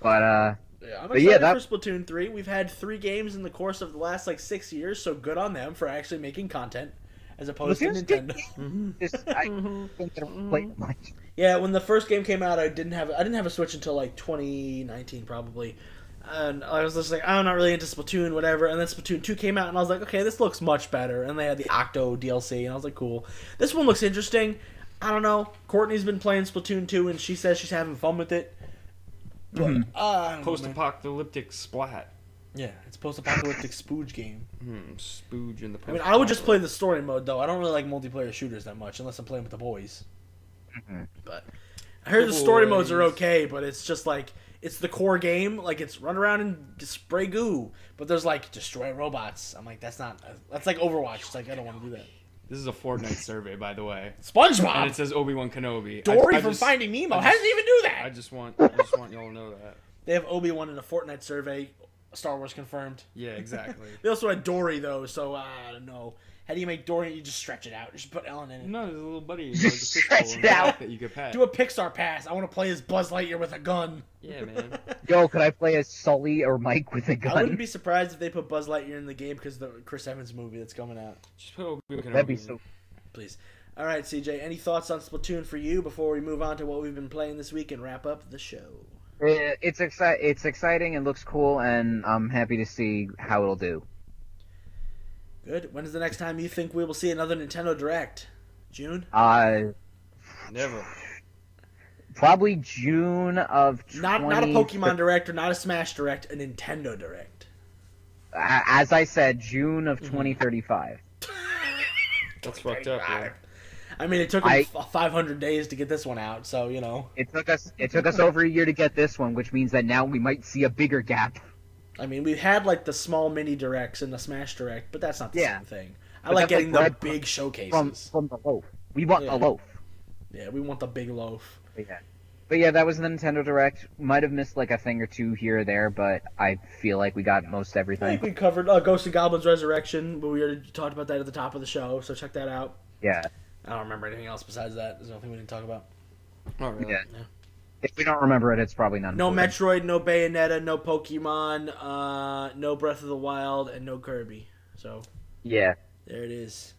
[SPEAKER 2] But uh,
[SPEAKER 1] Yeah, I'm
[SPEAKER 2] But
[SPEAKER 1] excited
[SPEAKER 2] yeah, that-
[SPEAKER 1] for Splatoon 3. We've had three games in the course of the last like six years, so good on them for actually making content as opposed
[SPEAKER 2] Splatoon's
[SPEAKER 1] to
[SPEAKER 2] good
[SPEAKER 1] Nintendo.
[SPEAKER 2] just I think I don't play it much.
[SPEAKER 1] yeah, when the first game came out, I didn't have I didn't have a Switch until like 2019 probably, and I was just like, "Oh, I'm not really into Splatoon, whatever. And then Splatoon 2 came out, and I was like, okay, this looks much better. And they had the Octo DLC, and I was like, cool, this one looks interesting. I don't know. Courtney's been playing Splatoon 2, and she says she's having fun with it. But, uh, I don't know, man.
[SPEAKER 4] Post-apocalyptic splat.
[SPEAKER 1] yeah, it's post-apocalyptic spooge game.
[SPEAKER 4] Hmm, spooge in the.
[SPEAKER 1] I mean, I would just play the story mode though. I don't really like multiplayer shooters that much unless I'm playing with the boys.
[SPEAKER 2] Mhm.
[SPEAKER 1] But I heard the story
[SPEAKER 4] Boys.
[SPEAKER 1] modes are okay, but it's just like it's the core game. Like it's run around and spray goo, but there's like destroy robots. I'm like, that's not that's like Overwatch. It's like I don't want to do that.
[SPEAKER 4] This is a Fortnite survey, by the way, and it
[SPEAKER 1] SpongeBob,
[SPEAKER 4] says Obi Wan Kenobi. I-
[SPEAKER 1] Ah. Dory
[SPEAKER 4] I
[SPEAKER 1] from
[SPEAKER 4] just-
[SPEAKER 1] Finding Nemo.
[SPEAKER 4] I
[SPEAKER 1] How does
[SPEAKER 4] just-
[SPEAKER 1] he even do
[SPEAKER 4] I
[SPEAKER 1] that?
[SPEAKER 4] just want, I just want y'all to know that.
[SPEAKER 1] They have Obi Wan in a Fortnite survey. Star Wars confirmed.
[SPEAKER 4] Yeah, exactly.
[SPEAKER 1] They also had Dory though, so uh, I don't know. How do you make Dory? You just stretch it out. Just put Ellen in it.
[SPEAKER 4] No, there's a little buddy.
[SPEAKER 2] Just
[SPEAKER 4] like a fishbowl
[SPEAKER 2] stretch
[SPEAKER 4] in
[SPEAKER 2] it
[SPEAKER 4] the
[SPEAKER 2] out.
[SPEAKER 4] back That you could pet.
[SPEAKER 1] Do a Pixar pass. I want to play as Buzz Lightyear with a gun.
[SPEAKER 4] Yeah, man.
[SPEAKER 2] Yo, could I play as Sully or Mike with a
[SPEAKER 1] I
[SPEAKER 2] gun?
[SPEAKER 1] wouldn't be surprised if they put Buzz Lightyear in the game because the Chris Evans movie that's coming out.
[SPEAKER 4] Just put Obi Wan Kenobi.
[SPEAKER 2] That'd be
[SPEAKER 4] in.
[SPEAKER 2] so.
[SPEAKER 1] Please. All right, CJ. Any thoughts on Splatoon for you before we move on to what we've been playing this week and wrap up the show?
[SPEAKER 2] Uh, It's exci- It's exciting and looks cool, and I'm happy to see how it'll do.
[SPEAKER 1] Good. When is the next time you think we will see another Nintendo Direct? June.
[SPEAKER 2] Uh,
[SPEAKER 4] Never.
[SPEAKER 2] probably June of 20...
[SPEAKER 1] Not not a Pokemon Direct or not a Smash Direct. A Nintendo Direct.
[SPEAKER 2] A- As I said, June of
[SPEAKER 1] Mm-hmm.
[SPEAKER 2] 2035.
[SPEAKER 4] That's fucked up. Yeah.
[SPEAKER 1] I mean, it took 'em
[SPEAKER 2] I-
[SPEAKER 1] f- 500 days to get this one out, so you know.
[SPEAKER 2] It took us. It took us over a year to get this one, which means that now we might see a bigger gap.
[SPEAKER 1] I mean, we've had like the small mini directs and the Smash Direct, but that's not the
[SPEAKER 2] Yeah.
[SPEAKER 1] same thing. I
[SPEAKER 2] But
[SPEAKER 1] like
[SPEAKER 2] that's, like,
[SPEAKER 1] getting the
[SPEAKER 2] bread
[SPEAKER 1] big showcases.
[SPEAKER 2] from from the loaf. We want
[SPEAKER 1] Yeah.
[SPEAKER 2] a loaf.
[SPEAKER 1] Yeah, we want the big loaf.
[SPEAKER 2] But yeah. But yeah, that was the Nintendo Direct. Might have missed like a thing or two here or there, but I feel like we got most
[SPEAKER 1] I think
[SPEAKER 2] everything.
[SPEAKER 1] we covered uh, Ghosts and Goblins Resurrection, but we already talked about that at the top of the show, so check that out.
[SPEAKER 2] Yeah.
[SPEAKER 1] I don't remember anything else besides that. There's nothing we didn't talk about.
[SPEAKER 4] Not really.
[SPEAKER 2] Yeah. If we don't remember it, it's probably not.
[SPEAKER 1] No
[SPEAKER 2] important.
[SPEAKER 1] Metroid, no Bayonetta, no Pokemon, uh, no Breath of the Wild, and no Kirby. So
[SPEAKER 2] Yeah.
[SPEAKER 1] there it is.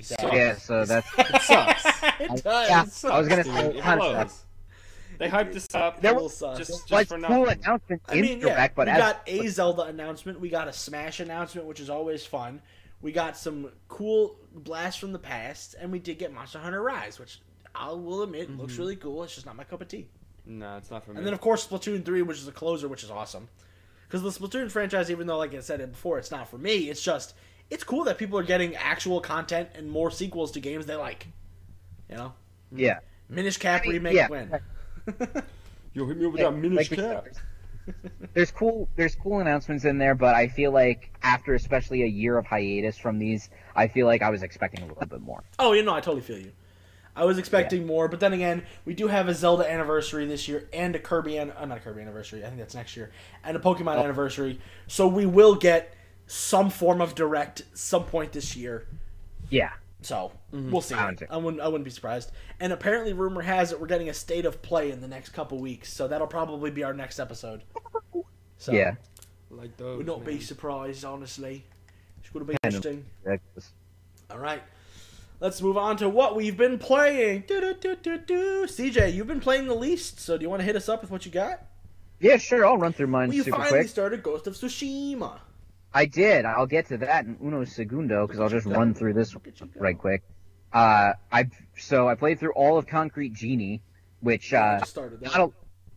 [SPEAKER 4] Sucks.
[SPEAKER 2] Yeah. So that's.
[SPEAKER 4] It sucks.
[SPEAKER 1] it does.
[SPEAKER 2] Yeah.
[SPEAKER 4] Sucks,
[SPEAKER 2] I was gonna
[SPEAKER 4] dude.
[SPEAKER 2] say,
[SPEAKER 4] it
[SPEAKER 2] kinda
[SPEAKER 4] blows. They hyped this up.
[SPEAKER 1] There
[SPEAKER 2] There
[SPEAKER 1] will
[SPEAKER 2] was-
[SPEAKER 1] suck.
[SPEAKER 4] just
[SPEAKER 2] was
[SPEAKER 4] for
[SPEAKER 2] cool
[SPEAKER 4] nothing.
[SPEAKER 2] announcement
[SPEAKER 1] I
[SPEAKER 2] in
[SPEAKER 1] mean, yeah,
[SPEAKER 2] Direct, but
[SPEAKER 1] we
[SPEAKER 2] as,
[SPEAKER 1] got a Zelda announcement. We got a Smash announcement, which is always fun. We got some cool blasts from the past, and we did get Monster Hunter Rise, which I will admit looks
[SPEAKER 2] Mm-hmm.
[SPEAKER 1] really cool. It's just not my cup of tea.
[SPEAKER 4] No, it's not for me.
[SPEAKER 1] And then, of course, Splatoon 3, which is a closer, which is awesome. because the Splatoon franchise, even though like I said it before, it's not for me. It's just it's cool that people are getting actual content and more sequels to games they like. You know,
[SPEAKER 2] Yeah.
[SPEAKER 1] Minish Cap
[SPEAKER 2] mean,
[SPEAKER 1] remake
[SPEAKER 2] yeah.
[SPEAKER 1] when.
[SPEAKER 4] Yo, hit me with
[SPEAKER 2] Like- like we said, there's- There's cool there's cool announcements in there, but I feel like after especially a year of hiatus from these, I feel like I was expecting a little bit more.
[SPEAKER 1] Oh, you know, I totally feel you. I was expecting more, but then again, we do have a Zelda anniversary this year and a Kirby an- uh, not a Kirby anniversary. I think that's next year, and a Pokemon
[SPEAKER 2] Oh.
[SPEAKER 1] anniversary. So we will get some form of direct some point this year.
[SPEAKER 2] Yeah.
[SPEAKER 1] So we'll see.
[SPEAKER 2] Mm-hmm. I
[SPEAKER 1] I,
[SPEAKER 2] don't think-
[SPEAKER 1] wouldn't. I wouldn't be surprised. And apparently, rumor has it we're getting a state of play in the next couple weeks. So that'll probably be our next episode. So
[SPEAKER 2] Yeah.
[SPEAKER 4] Like those.
[SPEAKER 1] would not be
[SPEAKER 4] man.
[SPEAKER 1] surprised, honestly. It's going to be
[SPEAKER 2] Kind of.
[SPEAKER 1] interesting.
[SPEAKER 2] That was-
[SPEAKER 1] All right. Let's move on to what we've been playing. Do-do-do-do-do. CJ, you've been playing the least, so do you want to hit us up with what you got?
[SPEAKER 2] Yeah, sure, I'll run through mine
[SPEAKER 1] We
[SPEAKER 2] super
[SPEAKER 1] finally
[SPEAKER 2] quick.
[SPEAKER 1] started Ghost of Tsushima.
[SPEAKER 2] I did. I'll get to that in uno segundo because I'll just
[SPEAKER 1] Go.
[SPEAKER 2] run through this
[SPEAKER 1] Look at you go.
[SPEAKER 2] right quick. Uh, I so I played through all of Concrete Genie, which
[SPEAKER 1] I
[SPEAKER 2] uh,
[SPEAKER 1] just started that.
[SPEAKER 2] not a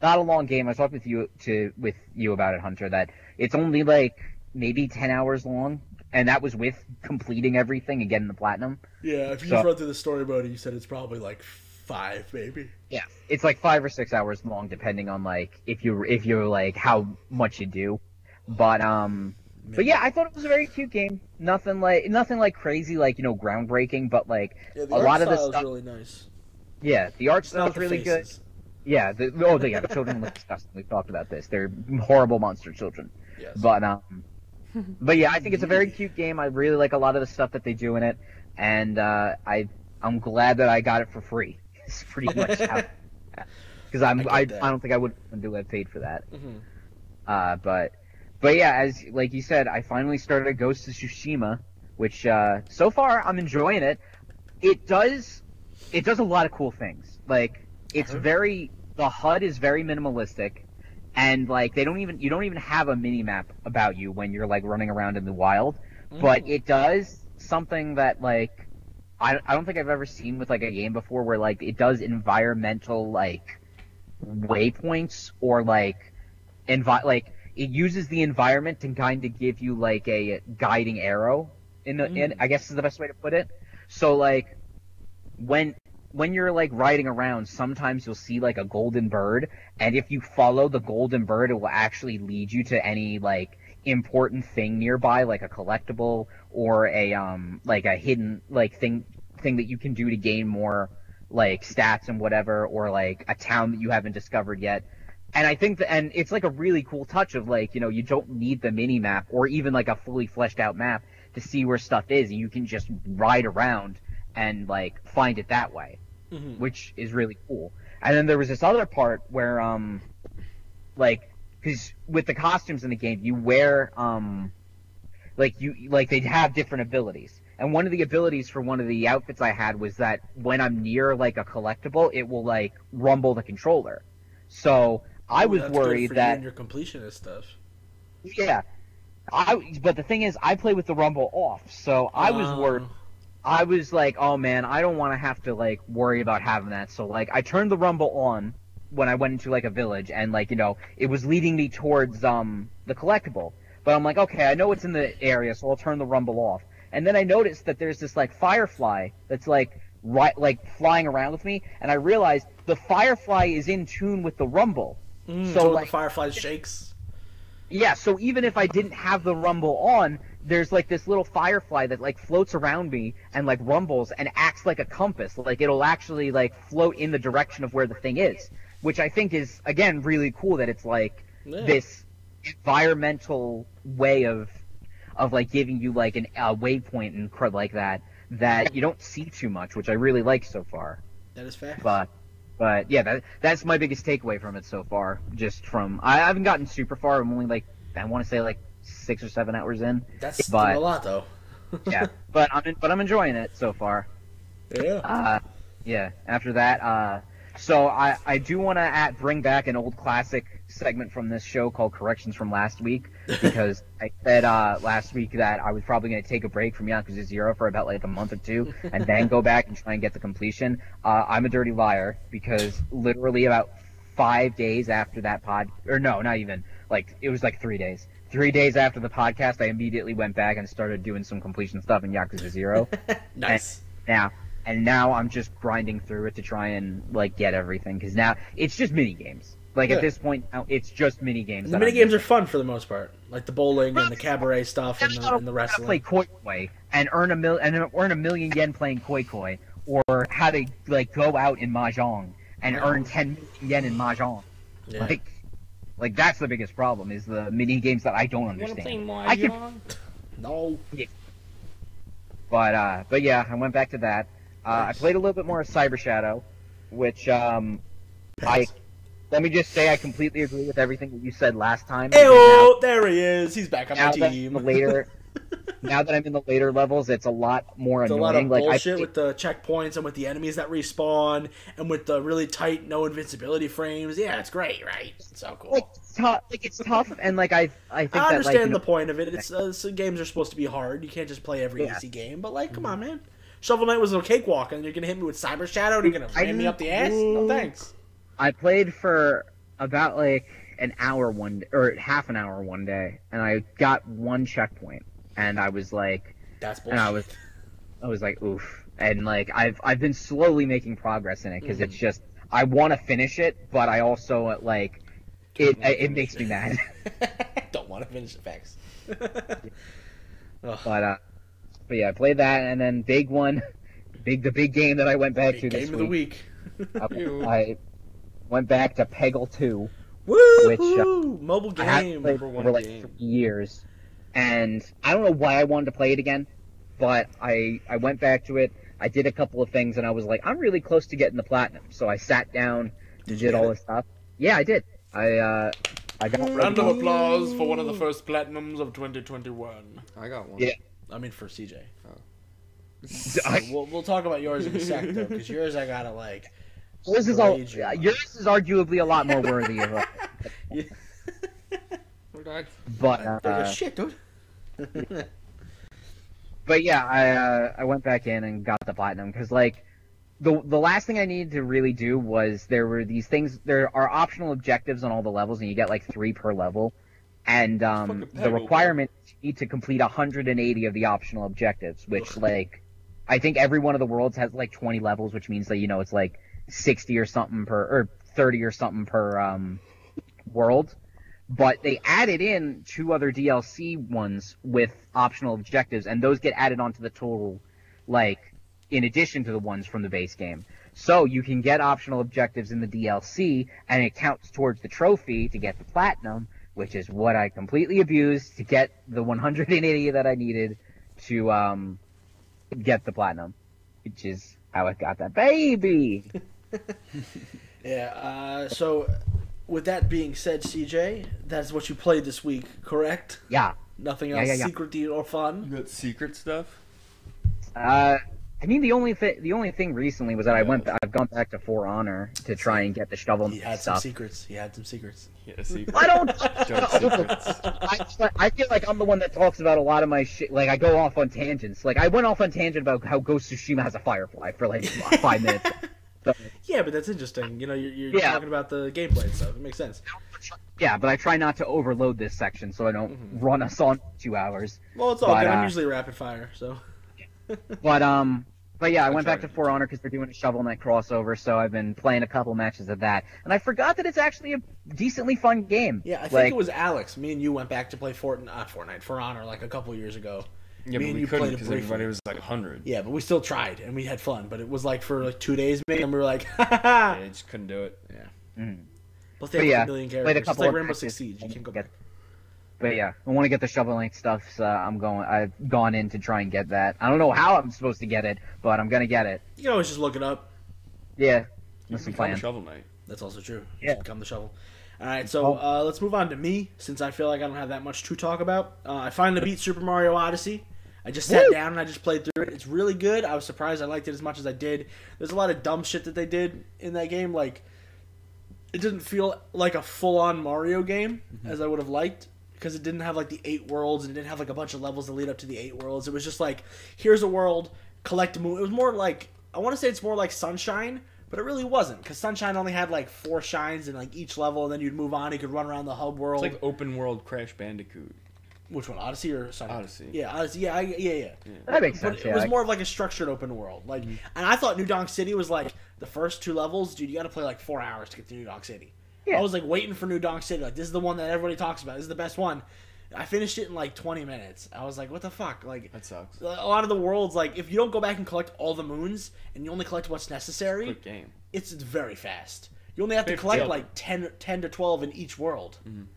[SPEAKER 2] not a long game. I talked with you to with you about it, Hunter. That it's only like maybe ten hours long, and that was with completing everything and getting the platinum.
[SPEAKER 1] yeah, if you
[SPEAKER 2] So-
[SPEAKER 1] just run through the story mode, you said it's probably like five, maybe.
[SPEAKER 2] Yeah, it's like five or six hours long, depending on like if you if you're like how much you do. But um, but yeah, I thought it was a very cute game. Nothing like nothing like crazy, like you know, groundbreaking. But like
[SPEAKER 1] Yeah, the
[SPEAKER 2] a
[SPEAKER 1] art
[SPEAKER 2] lot
[SPEAKER 1] style
[SPEAKER 2] of the
[SPEAKER 1] is
[SPEAKER 2] stuff,
[SPEAKER 1] really nice.
[SPEAKER 2] yeah, the art
[SPEAKER 1] It's
[SPEAKER 2] style
[SPEAKER 1] not
[SPEAKER 2] is
[SPEAKER 1] the
[SPEAKER 2] really good.
[SPEAKER 1] faces.
[SPEAKER 2] Yeah, the, oh yeah, the children look disgusting. We've talked about this. They're horrible monster children.
[SPEAKER 1] Yes.
[SPEAKER 2] But um, but yeah, I think it's a very cute game. I really like a lot of the stuff that they do in it, and uh, I I'm glad that I got it for free. It's pretty much how because I'm
[SPEAKER 1] I
[SPEAKER 2] I, I,
[SPEAKER 1] get that.
[SPEAKER 2] don't think I would do it paid for that.
[SPEAKER 4] Mm-hmm.
[SPEAKER 1] Mhm.
[SPEAKER 2] Uh, but but yeah, as like you said, I finally started Ghost of Tsushima, which uh, so far I'm enjoying it. It does it does a lot of cool things. Like it's
[SPEAKER 1] Uh-huh.
[SPEAKER 2] very the HUD is very minimalistic, and like they don't even you don't even have a mini map about you when you're like running around in the wild. But it does something that like I, I don't think I've ever seen with like a game before where like it does environmental like waypoints or like envi- like it uses the environment to kind of give you like a guiding arrow in, the in
[SPEAKER 1] Mm.
[SPEAKER 2] I guess is the best way to put it. So like when when you're like riding around, sometimes you'll see like a golden bird, and if you follow the golden bird, it will actually lead you to any like important thing nearby, like a collectible or a um like a hidden like thing thing that you can do to gain more like stats and whatever, or like a town that you haven't discovered yet. And I think that, and it's like a really cool touch of like, you know, you don't need the mini map or even like a fully fleshed out map to see where stuff is. You can just ride around and like find it that way
[SPEAKER 1] Mhm.
[SPEAKER 2] which is really cool. And then there was this other part where, um, like, because with the costumes in the game, you wear, um, like you like they have different abilities. And one of the abilities for one of the outfits I had was that when I'm near like a collectible, it will like rumble the controller. So I
[SPEAKER 1] Ooh,
[SPEAKER 2] was
[SPEAKER 1] that's good
[SPEAKER 2] worried
[SPEAKER 1] for
[SPEAKER 2] that
[SPEAKER 1] you and your completionist stuff.
[SPEAKER 2] yeah. I but the thing is, I play with the rumble off, so I was
[SPEAKER 1] Uh,
[SPEAKER 2] worried. I was like, oh man, I don't want to have to like worry about having that. So like, I turned the rumble on when I went into like a village, and like you know, it was leading me towards um the collectible. But I'm like, okay, I know it's in the area, so I'll turn the rumble off. And then I noticed that there's this like firefly that's like right like flying around with me, and I realized the firefly is in tune with the rumble.
[SPEAKER 1] Mm,
[SPEAKER 2] so,
[SPEAKER 1] so
[SPEAKER 2] like-
[SPEAKER 1] the firefly shakes.
[SPEAKER 2] Yeah, so even if I didn't have the rumble on, there's like this little firefly that like floats around me and like rumbles and acts like a compass. Like it'll actually like float in the direction of where the thing is, which I think is again really cool that it's like
[SPEAKER 1] Yeah.
[SPEAKER 2] this environmental way of of like giving you like an a waypoint and crud like that that you don't see too much, which I really like so far.
[SPEAKER 1] That is fact.
[SPEAKER 2] But but yeah, that that's my biggest takeaway from it so far. Just from I haven't gotten super far. I'm only like I want to say like six or seven hours in.
[SPEAKER 1] That's still
[SPEAKER 2] but-
[SPEAKER 1] a lot, though.
[SPEAKER 2] Yeah, but I'm but I'm enjoying it so far.
[SPEAKER 1] Yeah.
[SPEAKER 2] Uh, yeah. After that, uh, so I I do want to bring back an old classic segment from this show called Corrections from Last Week because I said uh, last week that I was probably going to take a break from Yakuza Zero for about like a month or two and then go back and try and get the completion. Uh, I'm a dirty liar because literally about five days after that pod, or no, not even like it was like three days. Three days after the podcast, I immediately went back and started doing some completion stuff in Yakuza Zero.
[SPEAKER 1] Nice.
[SPEAKER 2] now and now I'm just grinding through it to try and like get everything because now it's just mini games. Like
[SPEAKER 1] Yeah.
[SPEAKER 2] at this point, now it's just mini games.
[SPEAKER 1] the mini games are fun for the most part, like the bowling and the cabaret stuff and the, and the
[SPEAKER 2] how to play
[SPEAKER 1] wrestling.
[SPEAKER 2] koi koi and earn a mil and earn a million yen playing koi koi, or how to like go out in mahjong and earn ten million yen in mahjong.
[SPEAKER 1] Yeah.
[SPEAKER 2] Like, like that's the biggest problem is the mini games that I don't understand. I can-
[SPEAKER 1] No.
[SPEAKER 2] But uh, but yeah, I went back to that. Uh,
[SPEAKER 1] Nice.
[SPEAKER 2] I played a little bit more of Cyber Shadow, which um, I let me just say I completely agree with everything that you said last time.
[SPEAKER 1] Ew, oh, there he is. He's back on
[SPEAKER 2] now,
[SPEAKER 1] my
[SPEAKER 2] now that I'm in
[SPEAKER 1] team.
[SPEAKER 2] the later, now that I'm in the later levels, it's a lot more
[SPEAKER 1] It's a
[SPEAKER 2] annoying.
[SPEAKER 1] lot of
[SPEAKER 2] like
[SPEAKER 1] bullshit
[SPEAKER 2] I,
[SPEAKER 1] with the checkpoints and with the enemies that respawn and with the really tight no invincibility frames. Yeah, it's great, right? It's so cool.
[SPEAKER 2] like, it's tough, like it's tough, and like I I think
[SPEAKER 1] I
[SPEAKER 2] that like you
[SPEAKER 1] understand
[SPEAKER 2] know,
[SPEAKER 1] the point of it. It's uh, some games are supposed to be hard. You can't just play every
[SPEAKER 2] Yeah. Mm-hmm.
[SPEAKER 1] easy game. But like, come on, man. Shovel Knight was a cakewalk, and you're gonna hit me with Cyber Shadow, and you're gonna
[SPEAKER 2] I
[SPEAKER 1] ram me up the ass. No
[SPEAKER 2] didn't-
[SPEAKER 1] thanks.
[SPEAKER 2] I played for about like an hour one d- or half an hour one day, and I got one checkpoint, and I was like.
[SPEAKER 1] That's bullshit.
[SPEAKER 2] and I was, I was like, oof. And like, I've I've been slowly making progress in it because it's just I want to finish it, but I also uh, like it.
[SPEAKER 1] wanna
[SPEAKER 2] It, it
[SPEAKER 1] finish
[SPEAKER 2] makes me mad.
[SPEAKER 1] Don't want to finish the facts. Ugh.
[SPEAKER 2] But uh, but yeah, I played that, and then big one, big the big game that I went back
[SPEAKER 1] Big
[SPEAKER 2] to this
[SPEAKER 1] game of the
[SPEAKER 2] week.
[SPEAKER 1] week.
[SPEAKER 2] I, I went back to Peggle Two.
[SPEAKER 1] Woo! Mobile
[SPEAKER 2] uh, I hadn't
[SPEAKER 1] game.
[SPEAKER 2] played
[SPEAKER 4] number
[SPEAKER 2] it
[SPEAKER 4] one
[SPEAKER 2] for like
[SPEAKER 4] game.
[SPEAKER 2] three years, and I don't know why I wanted to play it again, but I I went back to it. I did a couple of things, and I was like, I'm really close to getting the platinum. So I sat down and
[SPEAKER 1] you
[SPEAKER 2] did
[SPEAKER 1] get
[SPEAKER 2] all
[SPEAKER 1] it?
[SPEAKER 2] this stuff. Yeah, I did. I uh, I got
[SPEAKER 5] Round of applause for one of the first platinums of 2021.
[SPEAKER 4] I got one.
[SPEAKER 2] Yeah.
[SPEAKER 1] I mean, for CJ.
[SPEAKER 2] I-
[SPEAKER 1] We'll, we'll talk about yours in a sec, though, because yours I gotta like.
[SPEAKER 2] yours is all
[SPEAKER 1] Rage on.
[SPEAKER 2] yours is arguably a lot more worthy of it,
[SPEAKER 4] What did I-
[SPEAKER 2] but
[SPEAKER 1] I
[SPEAKER 2] uh,
[SPEAKER 1] shit, dude.
[SPEAKER 2] but yeah, I uh, I went back in and got the platinum because like the the last thing I needed to really do was there were these things. There are optional objectives on all the levels, and you get like three per level. And um,
[SPEAKER 4] Fucking
[SPEAKER 2] the
[SPEAKER 4] Peggle.
[SPEAKER 2] requirement is you need to complete 180 of the optional objectives, which like I think every one of the worlds has like 20 levels, which means that you know it's like 60 or something per or 30 or something per um, world but they added in two other DLC ones with optional objectives, and those get added onto the total, like in addition to the ones from the base game. So you can get optional objectives in the DLC, and it counts towards the trophy to get the platinum, which is what I completely abused to get the 180 that I needed to um, get the platinum, which is how I got that baby.
[SPEAKER 1] Yeah. Uh, so, with that being said, CJ, that's what you played this week, correct?
[SPEAKER 2] Yeah.
[SPEAKER 1] Nothing
[SPEAKER 2] Yeah,
[SPEAKER 1] else
[SPEAKER 2] yeah, yeah.
[SPEAKER 1] secrety or fun.
[SPEAKER 4] You got secret stuff?
[SPEAKER 2] Uh, I mean, the only thing the only thing recently was that I went. I've gone back to For Honor to try and get the shovel
[SPEAKER 1] He had some
[SPEAKER 2] stuff.
[SPEAKER 1] secrets. He had some secrets.
[SPEAKER 4] Yeah, secret.
[SPEAKER 2] I don't.
[SPEAKER 4] Dark secrets.
[SPEAKER 2] I, I feel like I'm the one that talks about a lot of my shit. Like I go off on tangents. Like I went off on tangent about how Ghost of Tsushima has a firefly for like five minutes. So,
[SPEAKER 1] Yeah, but that's interesting. You know, you're, you're
[SPEAKER 2] Yeah.
[SPEAKER 1] talking about the gameplay and stuff. It makes sense.
[SPEAKER 2] yeah, but I try not to overload this section so I don't
[SPEAKER 1] Mm-hmm.
[SPEAKER 2] run us on for two hours.
[SPEAKER 1] Well, it's all
[SPEAKER 2] But,
[SPEAKER 1] good. I'm
[SPEAKER 2] uh,
[SPEAKER 1] usually rapid fire, so.
[SPEAKER 2] But um, but yeah, I
[SPEAKER 4] I'm
[SPEAKER 2] went back to
[SPEAKER 4] sorry.
[SPEAKER 2] For Honor because they're doing a Shovel Knight crossover, so I've been playing a couple matches of that, and I forgot that it's actually a decently fun game.
[SPEAKER 1] Yeah, I think
[SPEAKER 2] Like,
[SPEAKER 1] it was Alex. Me and you went back to play Fortnite, not Fortnite, For Honor, like a couple years ago.
[SPEAKER 4] Yeah,
[SPEAKER 1] Me
[SPEAKER 4] but
[SPEAKER 1] and
[SPEAKER 4] we
[SPEAKER 1] you
[SPEAKER 4] couldn't
[SPEAKER 1] played it
[SPEAKER 4] because
[SPEAKER 1] briefly.
[SPEAKER 4] everybody was like 100.
[SPEAKER 1] Yeah, but we still tried and we had fun. But it was like for like two days, maybe, and we were like, ha ha ha.
[SPEAKER 4] Yeah, I just couldn't do it.
[SPEAKER 1] Yeah.
[SPEAKER 2] Mhm.
[SPEAKER 1] Plus, they have
[SPEAKER 2] But
[SPEAKER 1] like
[SPEAKER 2] yeah,
[SPEAKER 1] a million
[SPEAKER 2] played a
[SPEAKER 1] characters. It's
[SPEAKER 2] couple
[SPEAKER 1] like
[SPEAKER 2] of
[SPEAKER 1] Rainbow Six
[SPEAKER 2] matches
[SPEAKER 1] Siege. You
[SPEAKER 2] and
[SPEAKER 1] can go
[SPEAKER 2] get-
[SPEAKER 1] back.
[SPEAKER 2] But yeah, I want to get the shovel knight stuff. So I'm going. I've gone in to try and get that. I don't know how I'm supposed to get it, but I'm gonna get it.
[SPEAKER 1] You can always just look it up.
[SPEAKER 2] Yeah,
[SPEAKER 4] You
[SPEAKER 2] that's the
[SPEAKER 4] can become
[SPEAKER 2] plan.
[SPEAKER 4] Shovel Knight.
[SPEAKER 1] That's also true. Just
[SPEAKER 2] Yeah.
[SPEAKER 1] Become the shovel. All right, so uh, let's move on to me since I feel like I don't have that much to talk about. Uh, I finally beat Super Mario Odyssey. I just sat
[SPEAKER 2] Woo!
[SPEAKER 1] down and I just played through it. It's really good. I was surprised I liked it as much as I did. There's a lot of dumb shit that they did in that game. Like, it didn't feel like a full-on Mario game
[SPEAKER 4] Mm-hmm.
[SPEAKER 1] as I would have liked because it didn't have like the eight worlds and it didn't have like a bunch of levels to lead up to the eight worlds. It was just like here's a world, collect a moon. It was more like I want to say it's more like Sunshine, But it really wasn't because Sunshine only had like four shines in like each level, and then you'd move on. You could run around the hub world.
[SPEAKER 4] It's like open world Crash Bandicoot.
[SPEAKER 1] Which one, Odyssey or Sonic?
[SPEAKER 4] Odyssey.
[SPEAKER 1] Yeah, Odyssey. Yeah, I, yeah, yeah.
[SPEAKER 2] That makes sense.
[SPEAKER 1] But
[SPEAKER 2] yeah.
[SPEAKER 1] it was
[SPEAKER 2] I-
[SPEAKER 1] more of like a structured open world. Like, and I thought New Donk City was like the first two levels, dude. You got to play like four hours to get to New Donk City.
[SPEAKER 2] Yeah.
[SPEAKER 1] I was like waiting for New Donk City. Like, this is the one that everybody talks about. This is the best one. I finished it in like 20 minutes. I was like, what the fuck? Like,
[SPEAKER 4] That sucks.
[SPEAKER 1] a lot of the worlds, like, if you don't go back and collect all the moons and you only collect what's necessary,
[SPEAKER 4] Quick game.
[SPEAKER 1] it's very fast. You only have to
[SPEAKER 4] Fifty
[SPEAKER 1] collect
[SPEAKER 4] of
[SPEAKER 1] like 10, 10 to 12 in each world. And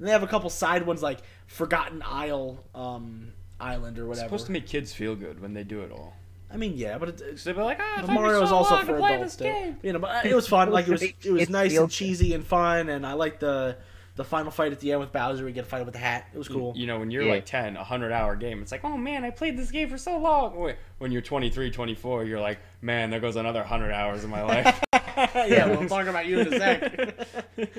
[SPEAKER 1] they have a couple side ones like Forgotten Isle um, Island or
[SPEAKER 4] It's
[SPEAKER 1] whatever.
[SPEAKER 4] supposed to make kids feel good when they do it all.
[SPEAKER 1] I mean, yeah, but it, it's
[SPEAKER 4] So they're like, ah,
[SPEAKER 1] but
[SPEAKER 4] it took me
[SPEAKER 1] Mario's
[SPEAKER 4] so
[SPEAKER 1] also
[SPEAKER 4] long
[SPEAKER 1] for
[SPEAKER 4] to play
[SPEAKER 1] adults
[SPEAKER 4] this
[SPEAKER 1] too.
[SPEAKER 4] game.
[SPEAKER 1] You know, but uh, it was fun. Like it was, it was
[SPEAKER 2] It's
[SPEAKER 1] nice
[SPEAKER 2] real-
[SPEAKER 1] and cheesy and fun, and I liked the the final fight at the end with Bowser. We get a fight with the hat. It was cool.
[SPEAKER 4] You know, when you're
[SPEAKER 2] Yeah.
[SPEAKER 4] like 10, a 100 hour game, it's like, oh man, I played this game for so long. Wait, When you're 23, 24, you're like, man, there goes another 100 hours of my life.
[SPEAKER 1] yeah, we'll talk about you in a sec. uh,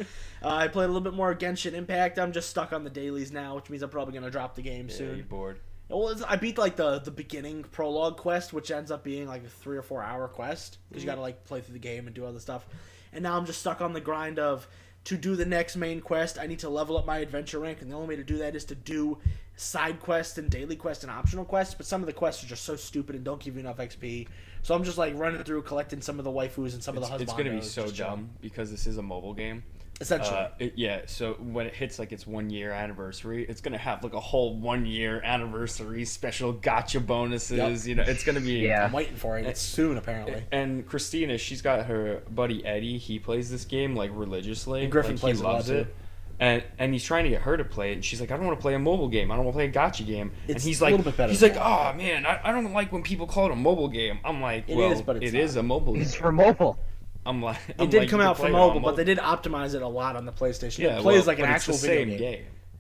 [SPEAKER 1] I played a little bit more Genshin Impact. I'm just stuck on the dailies now, which means I'm probably gonna drop the game
[SPEAKER 4] Yeah, you
[SPEAKER 1] soon.
[SPEAKER 4] bored.
[SPEAKER 1] Well, it's, I beat like the the beginning prologue quest, which ends up being like a three or four hour quest
[SPEAKER 4] Mm-hmm.
[SPEAKER 1] because you got to like play through the game and do other stuff. And now I'm just stuck on the grind of to do the next main quest. I need to level up my adventure rank, and the only way to do that is to do side quests and daily quests and optional quests. But some of the quests are just so stupid and don't give you enough XP. So I'm just like running through collecting some of the waifus and some of the
[SPEAKER 4] It's,
[SPEAKER 1] husbands.
[SPEAKER 4] it's going to be so dumb because this is a mobile game.
[SPEAKER 1] Essentially,
[SPEAKER 4] Uh, it- yeah, so when it hits like its one year anniversary, it's gonna have like a whole one year anniversary special gotcha bonuses. You know, it's gonna be
[SPEAKER 2] Yeah.
[SPEAKER 1] I'm waiting for it. It's soon, apparently.
[SPEAKER 4] And Christina, she's got her buddy Eddie. He plays this game like religiously.
[SPEAKER 1] And Griffin
[SPEAKER 4] like,
[SPEAKER 1] plays it a
[SPEAKER 4] he
[SPEAKER 1] lot,
[SPEAKER 4] loves
[SPEAKER 1] too.
[SPEAKER 4] it. And, and he's trying to get her to play it, and she's like, I don't want to play a mobile game. I don't want to play a gotcha game. and
[SPEAKER 1] It's
[SPEAKER 4] he's
[SPEAKER 1] a
[SPEAKER 4] like,
[SPEAKER 1] little bit better
[SPEAKER 4] he's
[SPEAKER 1] than
[SPEAKER 4] like, oh man, I, I don't like when people call it a mobile game. I'm like,
[SPEAKER 1] It
[SPEAKER 4] well,
[SPEAKER 1] is, but it's
[SPEAKER 4] it is a mobile game.
[SPEAKER 2] It's for mobile.
[SPEAKER 4] I'm like,
[SPEAKER 1] It did come out for mobile, but they did optimize it a lot on the PlayStation.
[SPEAKER 4] Yeah,
[SPEAKER 1] it plays
[SPEAKER 4] well,
[SPEAKER 1] like an
[SPEAKER 4] but it's the
[SPEAKER 1] actual video
[SPEAKER 4] same
[SPEAKER 1] game.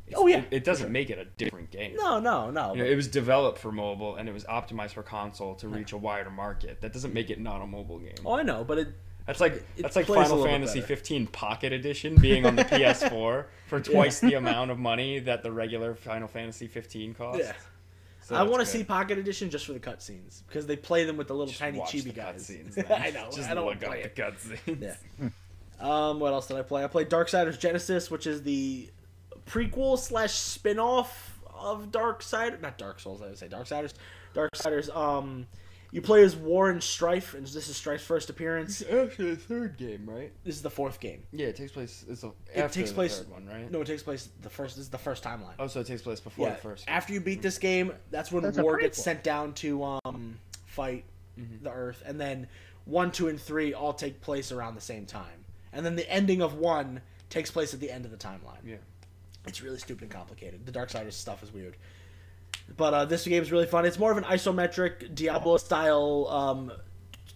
[SPEAKER 4] It's-
[SPEAKER 1] Oh, yeah,
[SPEAKER 4] it, it doesn't make it a different game.
[SPEAKER 1] No, no, no.
[SPEAKER 4] You know, it was developed for mobile and it was optimized for console to reach a wider market. That doesn't make it not a mobile game.
[SPEAKER 1] oh, I know, but it,
[SPEAKER 4] That's like that's like
[SPEAKER 1] plays a
[SPEAKER 4] Final
[SPEAKER 1] little bit
[SPEAKER 4] Fantasy
[SPEAKER 1] better.
[SPEAKER 4] 15 Pocket Edition being on the PS4 for twice the amount of money that the regular Final Fantasy 15 costs.
[SPEAKER 1] yeah.
[SPEAKER 4] So
[SPEAKER 1] I
[SPEAKER 4] that's
[SPEAKER 1] want to
[SPEAKER 4] good.
[SPEAKER 1] see Pocket Edition just for the cutscenes because they play them with the little
[SPEAKER 4] Just
[SPEAKER 1] tiny
[SPEAKER 4] watch the
[SPEAKER 1] chibi guys.
[SPEAKER 4] cutscenes, man.
[SPEAKER 1] I know.
[SPEAKER 4] Just
[SPEAKER 1] I don't want
[SPEAKER 4] look
[SPEAKER 1] to play
[SPEAKER 4] up
[SPEAKER 1] it.
[SPEAKER 4] the cutscenes.
[SPEAKER 1] Yeah. Um, what else did I play? I played Darksiders Genesis, which is the prequel slash spin-off of Darksiders. Not Dark Souls, I would say Darksiders. Darksiders. Um, you play as Warren Strife, and this is Strife's first appearance.
[SPEAKER 4] It's actually the third game, right?
[SPEAKER 1] This is the fourth game.
[SPEAKER 4] Yeah, it takes place. It's a,
[SPEAKER 1] It
[SPEAKER 4] after
[SPEAKER 1] takes
[SPEAKER 4] the
[SPEAKER 1] place-
[SPEAKER 4] third one, right?
[SPEAKER 1] No, it takes place the first. This is the first timeline.
[SPEAKER 4] Oh, so it takes place before the first.
[SPEAKER 1] After you beat this game, that's when
[SPEAKER 2] That's a
[SPEAKER 1] War gets
[SPEAKER 2] prequel.
[SPEAKER 1] sent down to um, fight
[SPEAKER 4] Mm-hmm.
[SPEAKER 1] the Earth, and then one, two, and three all take place around the same time, and then the ending of one takes place at the end of the timeline.
[SPEAKER 4] Yeah.
[SPEAKER 1] it's really stupid and complicated. The Dark Darksiders stuff is weird. But uh, this game is really fun. It's more of an isometric Diablo style um,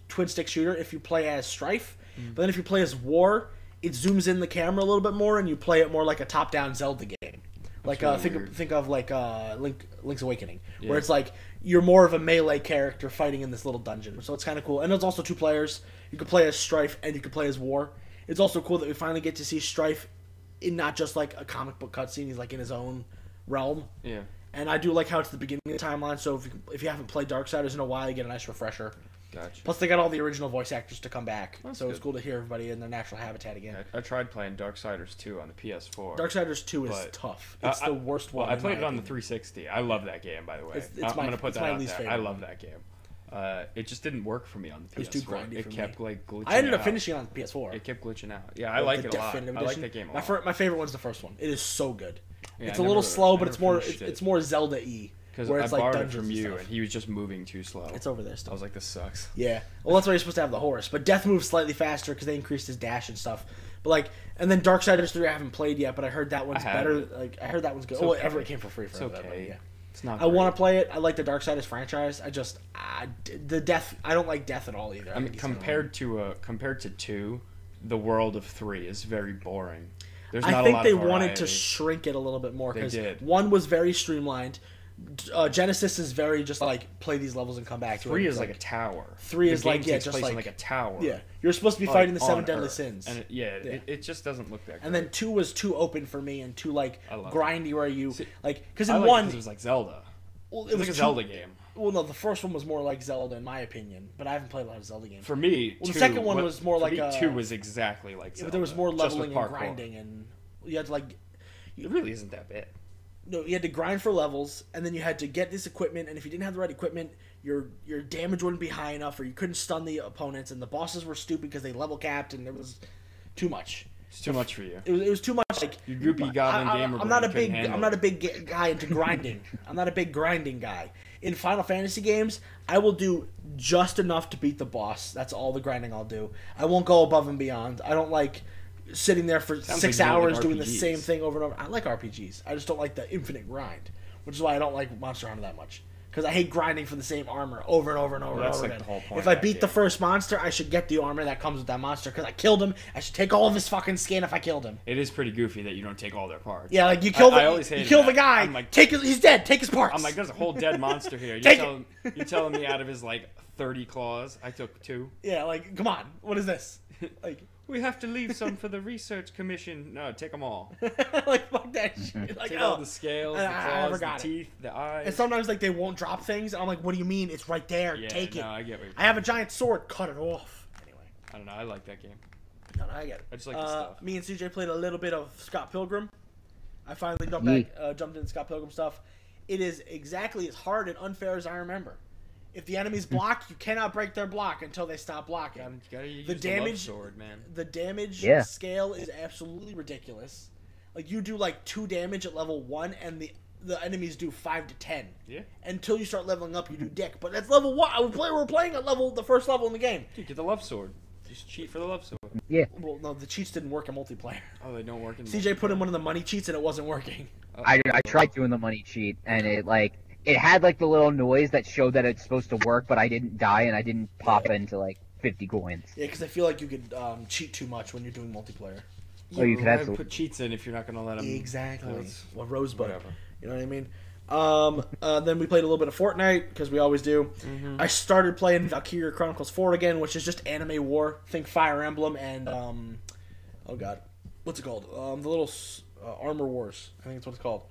[SPEAKER 1] twin stick shooter if you play as Strife.
[SPEAKER 4] Mm.
[SPEAKER 1] But then if you play as War, it zooms in the camera a little bit more, and you play it more like a top down Zelda game. Like
[SPEAKER 4] really
[SPEAKER 1] uh, think
[SPEAKER 4] weird.
[SPEAKER 1] of, think of like uh, Link Link's Awakening,
[SPEAKER 4] Yeah.
[SPEAKER 1] where it's like you're more of a melee character fighting in this little dungeon. So it's kind of cool, and it's also two players. You can play as Strife and you can play as War. It's also cool that we finally get to see Strife in not just like a comic book cutscene. He's like in his own realm.
[SPEAKER 4] Yeah.
[SPEAKER 1] And I do like how it's the beginning of the timeline, so if you, if you haven't played Darksiders in a while, you get a nice refresher.
[SPEAKER 4] Gotcha.
[SPEAKER 1] Plus, they got all the original voice actors to come back,
[SPEAKER 4] That's
[SPEAKER 1] so it's
[SPEAKER 4] good.
[SPEAKER 1] cool to hear everybody in their natural habitat again.
[SPEAKER 4] I, I tried playing Darksiders 2 on the PS4.
[SPEAKER 1] Darksiders 2 is
[SPEAKER 4] But-
[SPEAKER 1] tough.
[SPEAKER 4] Uh,
[SPEAKER 1] It's
[SPEAKER 4] I-
[SPEAKER 1] the worst
[SPEAKER 4] Well,
[SPEAKER 1] one.
[SPEAKER 4] I
[SPEAKER 1] in
[SPEAKER 4] played
[SPEAKER 1] my
[SPEAKER 4] it on the
[SPEAKER 1] opinion.
[SPEAKER 4] 360. I love that game, by the way.
[SPEAKER 1] It's- it's
[SPEAKER 4] I'm
[SPEAKER 1] my-
[SPEAKER 4] gonna put
[SPEAKER 1] it's
[SPEAKER 4] that
[SPEAKER 1] my
[SPEAKER 4] out
[SPEAKER 1] least
[SPEAKER 4] there. I
[SPEAKER 1] favorite
[SPEAKER 4] love that game. Uh, it just didn't work for me on the PS4.
[SPEAKER 1] was too grindy
[SPEAKER 4] it
[SPEAKER 1] for
[SPEAKER 4] kept like glitching.
[SPEAKER 1] I ended up
[SPEAKER 4] out.
[SPEAKER 1] finishing on the PS4.
[SPEAKER 4] It kept glitching out. Yeah, I like
[SPEAKER 1] the
[SPEAKER 4] it a lot.
[SPEAKER 1] definitive
[SPEAKER 4] I like
[SPEAKER 1] edition.
[SPEAKER 4] that game a
[SPEAKER 1] My,
[SPEAKER 4] lot.
[SPEAKER 1] fir- my favorite one's the first one. It is so good.
[SPEAKER 4] Yeah,
[SPEAKER 1] it's
[SPEAKER 4] I
[SPEAKER 1] a little
[SPEAKER 4] never-
[SPEAKER 1] slow,
[SPEAKER 4] I
[SPEAKER 1] but
[SPEAKER 4] never
[SPEAKER 1] it's more
[SPEAKER 4] finished
[SPEAKER 1] it's,
[SPEAKER 4] it.
[SPEAKER 1] it's more Zelda e.
[SPEAKER 4] because
[SPEAKER 1] where
[SPEAKER 4] I
[SPEAKER 1] it's like
[SPEAKER 4] borrowed it
[SPEAKER 1] dungeons
[SPEAKER 4] from
[SPEAKER 1] and
[SPEAKER 4] you,
[SPEAKER 1] stuff.
[SPEAKER 4] and he was just moving too slow.
[SPEAKER 1] It's over there still.
[SPEAKER 4] I was like, this sucks.
[SPEAKER 1] Yeah. Well, that's why you're supposed to have the horse. But Death moves slightly faster because they increased his dash and stuff. But like, and then Darksiders three I haven't played yet, but I heard that one's
[SPEAKER 4] have
[SPEAKER 1] better.
[SPEAKER 4] it.
[SPEAKER 1] Like I heard that one's good.
[SPEAKER 4] It's
[SPEAKER 1] Oh,
[SPEAKER 4] okay.
[SPEAKER 1] ever it came for free for
[SPEAKER 4] It's
[SPEAKER 1] that, but,
[SPEAKER 4] okay.
[SPEAKER 1] yeah.
[SPEAKER 4] It's not.
[SPEAKER 1] I want
[SPEAKER 4] great.
[SPEAKER 1] to play it. I like the Darksiders franchise. I just I, the death. I don't like death at all either.
[SPEAKER 4] I mean,
[SPEAKER 1] think it's annoying.
[SPEAKER 4] compared to uh, compared to two, the world of three is very boring. There's not
[SPEAKER 1] I
[SPEAKER 4] a
[SPEAKER 1] think
[SPEAKER 4] lot
[SPEAKER 1] they
[SPEAKER 4] of
[SPEAKER 1] wanted to
[SPEAKER 4] variety.
[SPEAKER 1] shrink it a little bit more
[SPEAKER 4] They
[SPEAKER 1] because
[SPEAKER 4] did.
[SPEAKER 1] one was very streamlined. D- Uh, Genesis is very just like play these levels and come back to it.
[SPEAKER 4] Three
[SPEAKER 1] It's
[SPEAKER 4] is like a tower.
[SPEAKER 1] three
[SPEAKER 4] The
[SPEAKER 1] is like-
[SPEAKER 4] game
[SPEAKER 1] yeah,
[SPEAKER 4] takes
[SPEAKER 1] just
[SPEAKER 4] place in
[SPEAKER 1] like-
[SPEAKER 4] like a tower.
[SPEAKER 1] yeah, you're supposed to be
[SPEAKER 4] like,
[SPEAKER 1] fighting the seven
[SPEAKER 4] on
[SPEAKER 1] deadly
[SPEAKER 4] Earth.
[SPEAKER 1] sins.
[SPEAKER 4] And it, yeah, It,
[SPEAKER 1] Yeah.
[SPEAKER 4] it just doesn't look that. Good.
[SPEAKER 1] and then two was too open for me and too like
[SPEAKER 4] I love
[SPEAKER 1] grindy where you like because
[SPEAKER 4] I
[SPEAKER 1] in
[SPEAKER 4] like it 'cause
[SPEAKER 1] one
[SPEAKER 4] it was like Zelda.
[SPEAKER 1] Well, it
[SPEAKER 5] It's
[SPEAKER 1] was
[SPEAKER 5] like a
[SPEAKER 1] two-
[SPEAKER 5] Zelda game.
[SPEAKER 1] Well, no, the first one was more like Zelda in my opinion, but I haven't played a lot of Zelda games.
[SPEAKER 5] For me,
[SPEAKER 1] Well, the
[SPEAKER 5] two-
[SPEAKER 1] second one
[SPEAKER 5] what-
[SPEAKER 1] was more
[SPEAKER 5] for
[SPEAKER 1] like
[SPEAKER 5] me,
[SPEAKER 1] a-
[SPEAKER 5] two was exactly like.
[SPEAKER 1] Yeah,
[SPEAKER 5] Zelda,
[SPEAKER 1] but there was more
[SPEAKER 5] just with
[SPEAKER 1] leveling and
[SPEAKER 5] parkour.
[SPEAKER 1] grinding, and you had to like
[SPEAKER 5] It really isn't that bad.
[SPEAKER 1] no, you had to grind for levels, and then you had to get this equipment. And if you didn't have the right equipment, your your damage wouldn't be high enough, or you couldn't stun the opponents. And the bosses were stupid because they level capped, and it was too much.
[SPEAKER 5] It's too much for you.
[SPEAKER 1] It was, it was too much. Like
[SPEAKER 5] Your groupie goblin gamer
[SPEAKER 1] I'm not a
[SPEAKER 5] brain couldn't
[SPEAKER 1] big
[SPEAKER 5] handle
[SPEAKER 1] I'm not
[SPEAKER 5] it.
[SPEAKER 1] a big ga- guy into grinding. I'm not a big grinding guy. In Final Fantasy games, I will do just enough to beat the boss. That's all the grinding I'll do. I won't go above and beyond. I don't like sitting there for
[SPEAKER 5] Sounds
[SPEAKER 1] six
[SPEAKER 5] like you don't like
[SPEAKER 1] hours doing the
[SPEAKER 5] RPGs.
[SPEAKER 1] same thing over and over. I like RPGs. I just don't like the infinite grind, which is why I don't like Monster Hunter that much. Because I hate grinding for the same armor over and over and over
[SPEAKER 5] Well, that's
[SPEAKER 1] and over
[SPEAKER 5] like
[SPEAKER 1] again.
[SPEAKER 5] the whole point
[SPEAKER 1] if
[SPEAKER 5] of
[SPEAKER 1] I
[SPEAKER 5] that
[SPEAKER 1] beat the
[SPEAKER 5] game.
[SPEAKER 1] first monster, I should get the armor that comes with that monster because I killed him. I should take all of his fucking skin if I killed him.
[SPEAKER 5] It is pretty goofy that you don't take all their parts.
[SPEAKER 1] Yeah, like you kill the
[SPEAKER 5] I always
[SPEAKER 1] you
[SPEAKER 5] hated
[SPEAKER 1] kill
[SPEAKER 5] that.
[SPEAKER 1] the guy.
[SPEAKER 5] I'm like-
[SPEAKER 1] take his, he's dead. Take his parts.
[SPEAKER 5] I'm like, there's a whole dead monster here. You're
[SPEAKER 1] Take it.
[SPEAKER 5] telling, you're telling me out of his like 30 claws, I took two.
[SPEAKER 1] yeah, like come on, what is this? Like,
[SPEAKER 5] We have to leave some for the research commission. No, take them all.
[SPEAKER 1] like fuck that shit. Like,
[SPEAKER 5] Take all
[SPEAKER 1] oh.
[SPEAKER 5] the scales,
[SPEAKER 1] I-
[SPEAKER 5] the
[SPEAKER 1] I- I
[SPEAKER 5] claws, the
[SPEAKER 1] forgot it.
[SPEAKER 5] teeth, the eyes.
[SPEAKER 1] And sometimes like they won't drop things, and I'm like, what do you mean? It's right there.
[SPEAKER 5] yeah,
[SPEAKER 1] take
[SPEAKER 5] no,
[SPEAKER 1] it. I...
[SPEAKER 5] I get what you
[SPEAKER 1] have a giant sword. Cut it off. Anyway,
[SPEAKER 5] I don't know. I like that game.
[SPEAKER 1] no, no, I get it.
[SPEAKER 5] I just like the
[SPEAKER 1] uh,
[SPEAKER 5] stuff.
[SPEAKER 1] Me and CJ played a little bit of Scott Pilgrim. I finally jumped
[SPEAKER 2] Ye-
[SPEAKER 1] back, uh, jumped into Scott Pilgrim stuff. It is exactly as hard and unfair as I remember. If the enemies block, you cannot break their block until they stop blocking.
[SPEAKER 5] You gotta use
[SPEAKER 1] the
[SPEAKER 5] love
[SPEAKER 1] damage-
[SPEAKER 5] sword, man.
[SPEAKER 1] the damage
[SPEAKER 2] Yeah.
[SPEAKER 1] scale is absolutely ridiculous. Like you do like two damage at level one, and the the enemies do five to ten.
[SPEAKER 5] Yeah.
[SPEAKER 1] Until you start leveling up, you do dick. But that's level one. I was play, we're playing at level the first level in the game.
[SPEAKER 5] Dude, get the love sword. Just cheat for the love sword.
[SPEAKER 1] Well, no, the cheats didn't work in multiplayer.
[SPEAKER 5] Oh, they don't
[SPEAKER 4] Mm.
[SPEAKER 5] work Oh. in
[SPEAKER 1] CJ put in one of the money cheats, and it wasn't working.
[SPEAKER 2] I, I tried doing the money cheat and it like it had like the little noise that showed that it's supposed to work, but I didn't die and I didn't pop into like fifty coins.
[SPEAKER 1] Yeah, because I feel like you could um, cheat too much when you're doing multiplayer.
[SPEAKER 5] Yeah,
[SPEAKER 2] Oh, you
[SPEAKER 5] but
[SPEAKER 2] could
[SPEAKER 5] why
[SPEAKER 2] absolutely-
[SPEAKER 5] put cheats in if you're not gonna let
[SPEAKER 4] Um,
[SPEAKER 5] them.
[SPEAKER 1] Exactly.
[SPEAKER 5] That's-
[SPEAKER 1] Well, Rosebud.
[SPEAKER 5] whatever.
[SPEAKER 1] You know what I mean? Um, uh, then we played a little bit of Fortnite because we always do. I started playing Valkyria Chronicles 4 again, which is just anime war. Think Fire Emblem and um, oh god, what's it called? Um, the little s- uh, Armor Wars. I think that's what it's called.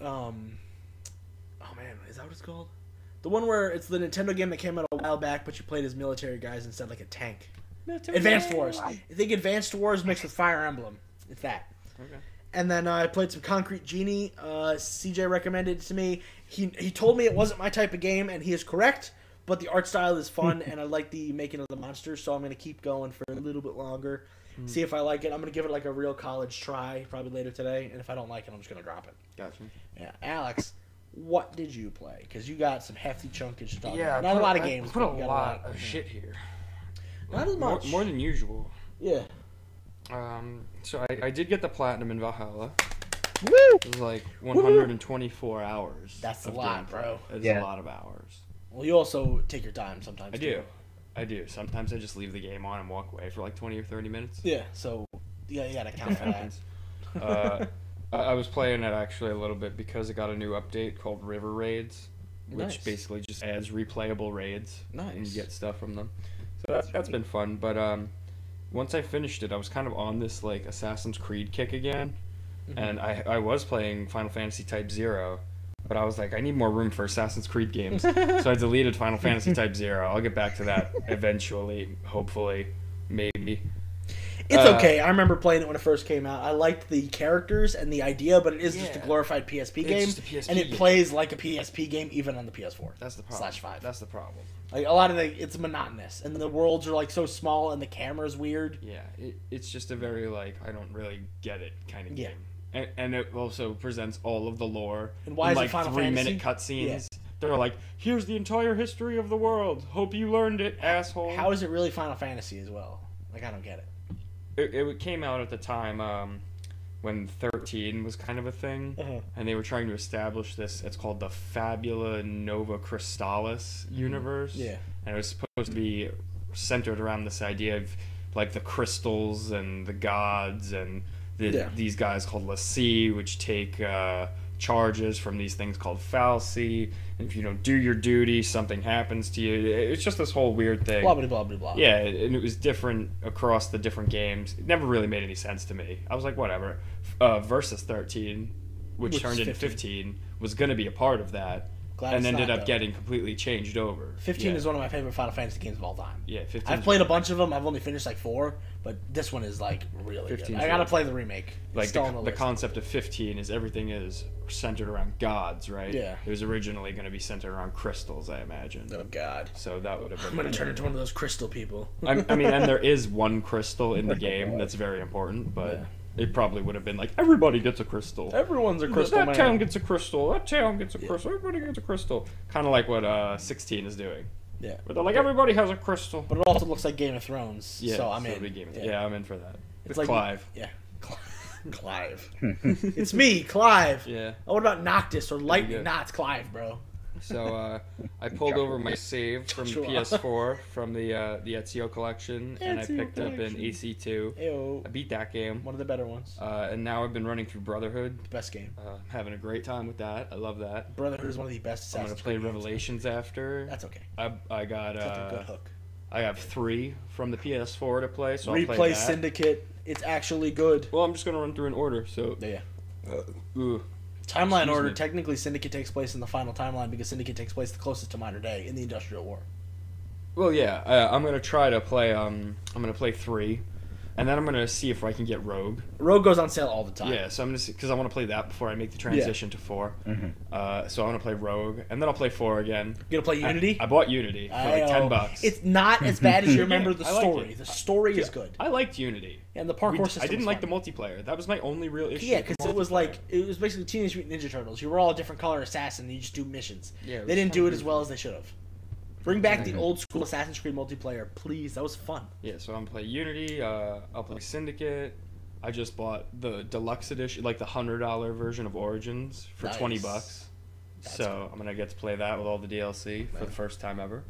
[SPEAKER 1] Um, oh man, is that what it's called? The one where it's the Nintendo game that came out a while back, but you played as military guys instead, like a tank. Advanced Wars. I think Advanced Wars mixed with Fire Emblem. It's that.
[SPEAKER 5] Okay.
[SPEAKER 1] And then uh, I played some Concrete Genie. Uh, CJ recommended it to me. He he told me it wasn't my type of game, and he is correct. But the art style is fun, and I like the making of the monsters, so I'm gonna keep going for a little bit longer.
[SPEAKER 5] Hmm.
[SPEAKER 1] See if I like it. I'm gonna give it like a real college try, probably later today. And if I don't like it, I'm just gonna drop it.
[SPEAKER 5] Gotcha.
[SPEAKER 1] Yeah, Alex, what did you play? Because you got some hefty chunkage to talk about. Not a lot of games.
[SPEAKER 5] Put a
[SPEAKER 1] but you got
[SPEAKER 5] lot of shit here.
[SPEAKER 1] Not as
[SPEAKER 4] More,
[SPEAKER 1] much.
[SPEAKER 4] more than usual.
[SPEAKER 1] Yeah.
[SPEAKER 4] Um, so I, I did get the platinum in Valhalla.
[SPEAKER 2] Woo!
[SPEAKER 4] It was like 124 hours.
[SPEAKER 1] That's a
[SPEAKER 4] of
[SPEAKER 1] lot,
[SPEAKER 4] gameplay.
[SPEAKER 1] bro.
[SPEAKER 5] It's
[SPEAKER 2] Yeah.
[SPEAKER 5] a lot of hours.
[SPEAKER 1] Well, you also take your time sometimes.
[SPEAKER 5] I
[SPEAKER 1] too.
[SPEAKER 5] do. I do. Sometimes I just leave the game on and walk away for like 20 or 30 minutes.
[SPEAKER 1] Yeah. So yeah, you gotta count for that.
[SPEAKER 4] Uh, I, I was playing it actually a little bit because it got a new update called River Raids, which
[SPEAKER 1] Nice.
[SPEAKER 4] basically just adds replayable raids. and
[SPEAKER 1] Nice.
[SPEAKER 4] you get stuff from them. So that's that's been fun. But um, once I finished it, I was kind of on this like Assassin's Creed kick again, and I I was playing Final Fantasy Type Zero, but I was like I need more room for Assassin's Creed games, so I deleted Final Fantasy Type Zero. I'll get back to that eventually, hopefully, maybe.
[SPEAKER 1] It's
[SPEAKER 4] Uh,
[SPEAKER 1] okay. I remember playing it when it first came out. I liked the characters and the idea, but it is just a
[SPEAKER 4] Yeah.
[SPEAKER 1] glorified PSP game,
[SPEAKER 4] just a PSP
[SPEAKER 1] and it
[SPEAKER 4] game.
[SPEAKER 1] plays like a PSP game even on the PS4.
[SPEAKER 4] That's the problem.
[SPEAKER 1] Slash five.
[SPEAKER 4] That's the problem.
[SPEAKER 1] Like a lot of the, it's monotonous, and the worlds are like so small, and the camera's weird.
[SPEAKER 4] Yeah, it, it's just a very like I don't really get it kind of
[SPEAKER 1] Yeah.
[SPEAKER 4] game, and, and it also presents all of the lore
[SPEAKER 1] And why
[SPEAKER 4] in,
[SPEAKER 1] is it
[SPEAKER 4] like
[SPEAKER 1] Final
[SPEAKER 4] three minute
[SPEAKER 1] Fantasy? Yeah.
[SPEAKER 4] cutscenes. They're like, here's the entire history of the world. Hope you learned it, asshole.
[SPEAKER 1] How is it really Final Fantasy as well? Like I don't get it.
[SPEAKER 4] it, it came out at the time um, when 13 was kind of a thing,
[SPEAKER 1] Uh-huh.
[SPEAKER 4] and they were trying to establish this. It's called the Fabula Nova Crystallis universe.
[SPEAKER 1] Mm-hmm. Yeah.
[SPEAKER 4] and it was supposed to be centered around this idea of like the crystals and the gods and the,
[SPEAKER 1] Yeah.
[SPEAKER 4] these guys called Lassie, which take uh, charges from these things called Falsi. And if you don't do your duty, something happens to you. It- It's just this whole weird thing.
[SPEAKER 1] Blah blah blah blah blah.
[SPEAKER 4] Yeah, and it was different across the different games. It never really made any sense to me. I was like, whatever. Uh, Versus 13, which,
[SPEAKER 1] Which is
[SPEAKER 4] turned into
[SPEAKER 1] 15.
[SPEAKER 4] 15, was going to be a part of that.
[SPEAKER 1] Glad
[SPEAKER 4] and
[SPEAKER 1] it's
[SPEAKER 4] ended
[SPEAKER 1] not,
[SPEAKER 4] up
[SPEAKER 1] though.
[SPEAKER 4] getting completely changed over.
[SPEAKER 1] 15
[SPEAKER 4] yeah.
[SPEAKER 1] is one of my favorite Final Fantasy games of all time.
[SPEAKER 4] Yeah, 15.
[SPEAKER 1] I've played a bunch of them. I've only finished like four, but this one is like really
[SPEAKER 4] 15
[SPEAKER 1] good.
[SPEAKER 4] is
[SPEAKER 1] I gotta
[SPEAKER 4] really
[SPEAKER 1] play the remake. It's
[SPEAKER 4] like
[SPEAKER 1] still
[SPEAKER 4] the,
[SPEAKER 1] on the,
[SPEAKER 4] the
[SPEAKER 1] list.
[SPEAKER 4] concept of 15 is everything is centered around gods, right?
[SPEAKER 1] Yeah.
[SPEAKER 4] It was originally going to be centered around crystals, I imagine.
[SPEAKER 1] Oh God,
[SPEAKER 4] So that would have been.
[SPEAKER 1] I'm gonna turn into one of those crystal people.
[SPEAKER 4] I, I mean, and there is one crystal in the game that's very important, but it probably would have been like everybody gets a crystal.
[SPEAKER 1] Everyone's a crystal
[SPEAKER 4] that
[SPEAKER 1] man.
[SPEAKER 4] town gets a crystal. That town gets a crystal. Everybody gets a crystal. Kind of like what uh, 16 is doing.
[SPEAKER 1] Yeah.
[SPEAKER 4] Where they're like everybody has a crystal.
[SPEAKER 1] but it also looks like Game of Thrones.
[SPEAKER 4] yeah.
[SPEAKER 1] so I'm
[SPEAKER 4] it'll
[SPEAKER 1] in.
[SPEAKER 4] be Game of- yeah, I'm in for that. With
[SPEAKER 1] like-
[SPEAKER 4] Clive.
[SPEAKER 1] yeah. Cl- Clive. it's me, Clive.
[SPEAKER 4] Yeah.
[SPEAKER 1] Oh, what about Noctis or Lightning?
[SPEAKER 4] go.
[SPEAKER 1] Nah, it's Clive, bro.
[SPEAKER 4] So uh, I pulled over my save from
[SPEAKER 1] Joshua.
[SPEAKER 4] PS4 from the uh, the Ezio collection, and I
[SPEAKER 1] Ezio
[SPEAKER 4] picked up an
[SPEAKER 1] collection.
[SPEAKER 4] AC2.
[SPEAKER 1] Ew.
[SPEAKER 4] I beat that game,
[SPEAKER 1] One of the better ones.
[SPEAKER 4] uh, and now I've been running through Brotherhood.
[SPEAKER 1] Best game.
[SPEAKER 4] Uh, I'm having a great time with that. I love that.
[SPEAKER 1] Brotherhood is one of the best.
[SPEAKER 4] I'm gonna
[SPEAKER 1] Assassin's
[SPEAKER 4] play
[SPEAKER 1] Creed games.
[SPEAKER 4] Revelations after.
[SPEAKER 1] That's okay.
[SPEAKER 4] I, I got
[SPEAKER 1] That's a
[SPEAKER 4] uh,
[SPEAKER 1] good hook.
[SPEAKER 4] I have three from the PS4 to play, so I'll play
[SPEAKER 1] Replay
[SPEAKER 4] that.
[SPEAKER 1] Syndicate. It's actually good.
[SPEAKER 4] well, I'm just gonna run through in order. So, uh,
[SPEAKER 1] Yeah.
[SPEAKER 4] ooh,
[SPEAKER 1] Timeline
[SPEAKER 4] Excuse
[SPEAKER 1] order.
[SPEAKER 4] me.
[SPEAKER 1] Technically, Syndicate takes place in the final timeline because Syndicate takes place the closest to modern day in the Industrial War.
[SPEAKER 4] well, yeah, uh, I'm gonna try to play. Um, I'm gonna play three, and then I'm gonna see if I can get Rogue.
[SPEAKER 1] Rogue goes on sale all the time.
[SPEAKER 4] Yeah, so I'm gonna because I want to play that before I make the transition to 4
[SPEAKER 1] Mm-hmm.
[SPEAKER 4] Uh, so I want to play Rogue, and then I'll play four again.
[SPEAKER 1] You gonna play
[SPEAKER 4] I-
[SPEAKER 1] Unity?
[SPEAKER 4] I, bought Unity for
[SPEAKER 1] I know.
[SPEAKER 4] like ten bucks.
[SPEAKER 1] It's not as bad as you remember the
[SPEAKER 4] I liked
[SPEAKER 1] story.
[SPEAKER 4] it.
[SPEAKER 1] The story is good,
[SPEAKER 4] I liked Unity.
[SPEAKER 1] and the
[SPEAKER 4] We-
[SPEAKER 1] parkour system.
[SPEAKER 4] I didn't
[SPEAKER 1] was
[SPEAKER 4] like
[SPEAKER 1] fun.
[SPEAKER 4] the multiplayer. That was my only real issue.
[SPEAKER 1] Yeah,
[SPEAKER 4] with the
[SPEAKER 1] because it was
[SPEAKER 4] multiplayer.
[SPEAKER 1] like it was basically Teenage Mutant Ninja Turtles. You were all a different color assassin, and you just do missions.
[SPEAKER 4] Yeah,
[SPEAKER 1] they
[SPEAKER 4] it was
[SPEAKER 1] didn't
[SPEAKER 4] kinda
[SPEAKER 1] do it
[SPEAKER 4] weird.
[SPEAKER 1] as well as they should have. Bring back the old school Assassin's Creed multiplayer, please. That was fun.
[SPEAKER 4] yeah. So I'm gonna play Unity. Uh, I'll play Syndicate. I just bought the deluxe edition, like the hundred dollar version of Origins for twenty
[SPEAKER 1] Nice.
[SPEAKER 4] bucks. so I'm gonna get to play that with all the DLC for the first time ever.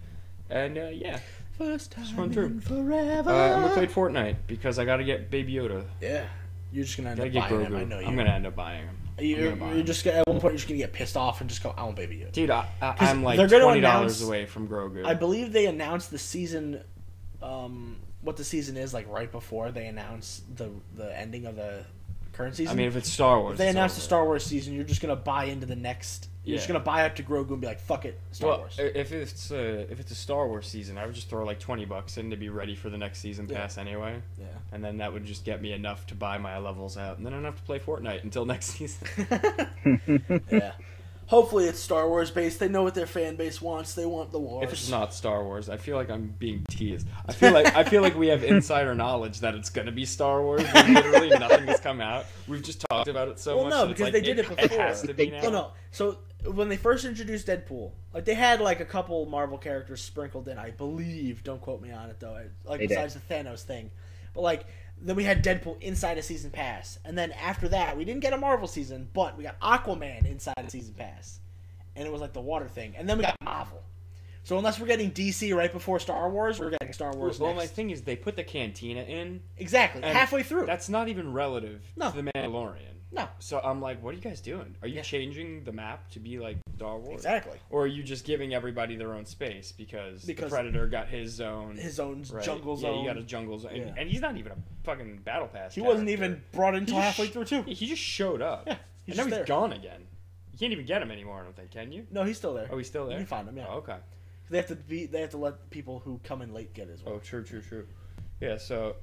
[SPEAKER 4] And uh, yeah,
[SPEAKER 1] First time
[SPEAKER 4] run through.
[SPEAKER 1] in forever.
[SPEAKER 4] uh, I'm gonna play Fortnite because I gotta get Baby Yoda.
[SPEAKER 1] yeah, you're just gonna end
[SPEAKER 4] Gotta
[SPEAKER 1] up
[SPEAKER 4] get
[SPEAKER 1] buying him.
[SPEAKER 4] Grogu.
[SPEAKER 1] I know you.
[SPEAKER 4] I'm gonna end up buying him.
[SPEAKER 1] you're,
[SPEAKER 4] gonna buy
[SPEAKER 1] you're
[SPEAKER 4] him.
[SPEAKER 1] just gonna, at one point you're just gonna get pissed off and just go, "I want Baby Yoda."
[SPEAKER 4] Dude, I, I,
[SPEAKER 1] 'Cause
[SPEAKER 4] I'm like
[SPEAKER 1] they're gonna
[SPEAKER 4] twenty
[SPEAKER 1] announce-
[SPEAKER 4] dollars away from Grogu.
[SPEAKER 1] I believe they announced the season, um, what the season is like right before they announce the the ending of the current
[SPEAKER 4] I
[SPEAKER 1] season.
[SPEAKER 4] mean, if it's Star Wars,
[SPEAKER 1] if they
[SPEAKER 4] it's
[SPEAKER 1] announce
[SPEAKER 4] over.
[SPEAKER 1] the Star Wars season, you're just gonna buy into the next. You're just
[SPEAKER 4] Yeah.
[SPEAKER 1] gonna buy up to Grogu and be like, "Fuck it, Star
[SPEAKER 4] well, er
[SPEAKER 1] Wars."
[SPEAKER 4] i- if it's a, if it's a Star Wars season, I would just throw like twenty bucks in to be ready for the next season
[SPEAKER 1] Yeah.
[SPEAKER 4] pass anyway,
[SPEAKER 1] yeah.
[SPEAKER 4] and then that would just get me enough to buy my levels out, and then I don't have to play Fortnite until next season.
[SPEAKER 1] yeah. Hopefully it's Star Wars based. They know what their fan base wants. They want the wars.
[SPEAKER 4] if it's not Star Wars, I feel like I'm being teased. I feel like I feel like we have insider knowledge that it's gonna be Star Wars. When literally nothing has come out. We've just talked about it so
[SPEAKER 1] Well,
[SPEAKER 4] much.
[SPEAKER 1] no,
[SPEAKER 4] that it's
[SPEAKER 1] because
[SPEAKER 4] like,
[SPEAKER 1] they did it
[SPEAKER 4] It has
[SPEAKER 1] before.
[SPEAKER 4] to be now.
[SPEAKER 1] Oh no! So when they first introduced Deadpool, like they had like a couple Marvel characters sprinkled in, I believe. Don't quote me on it though. I- Like
[SPEAKER 2] They did.
[SPEAKER 1] besides the Thanos thing, but like then we had Deadpool inside a season pass, and then after that we didn't get a Marvel season, but we got Aquaman inside a season pass, and it was like the water thing, and then we got Marvel. So unless we're getting DC right before Star Wars, we're getting Star Wars
[SPEAKER 4] Well, my
[SPEAKER 1] next.
[SPEAKER 4] thing is they put the cantina in
[SPEAKER 1] exactly
[SPEAKER 4] And
[SPEAKER 1] halfway through.
[SPEAKER 4] That's not even relative
[SPEAKER 1] No.
[SPEAKER 4] to the Mandalorian.
[SPEAKER 1] no,
[SPEAKER 4] So I'm like, what are you guys doing? Are you
[SPEAKER 1] Yeah.
[SPEAKER 4] changing the map to be like Star Wars?
[SPEAKER 1] exactly.
[SPEAKER 4] Or are you just giving everybody their own space because,
[SPEAKER 1] Because-
[SPEAKER 4] the Predator got his zone?
[SPEAKER 1] His own
[SPEAKER 4] right?
[SPEAKER 1] jungle
[SPEAKER 4] Yeah,
[SPEAKER 1] zone.
[SPEAKER 4] he got a jungle zone.
[SPEAKER 1] Yeah.
[SPEAKER 4] And, and he's not even a fucking battle pass.
[SPEAKER 1] he wasn't
[SPEAKER 4] character.
[SPEAKER 1] even brought in until
[SPEAKER 4] just-
[SPEAKER 1] halfway through too.
[SPEAKER 4] Yeah, He just showed up.
[SPEAKER 1] Yeah, he's
[SPEAKER 4] and now
[SPEAKER 1] just
[SPEAKER 4] he's
[SPEAKER 1] there.
[SPEAKER 4] gone again. You can't even get him anymore, I don't think, can you?
[SPEAKER 1] No, he's still there.
[SPEAKER 4] Oh, he's still there?
[SPEAKER 1] You can find him, yeah.
[SPEAKER 4] Oh, okay.
[SPEAKER 1] They have to be. They have to let people who come in late get it as well.
[SPEAKER 4] Oh, true, true, true. Yeah, so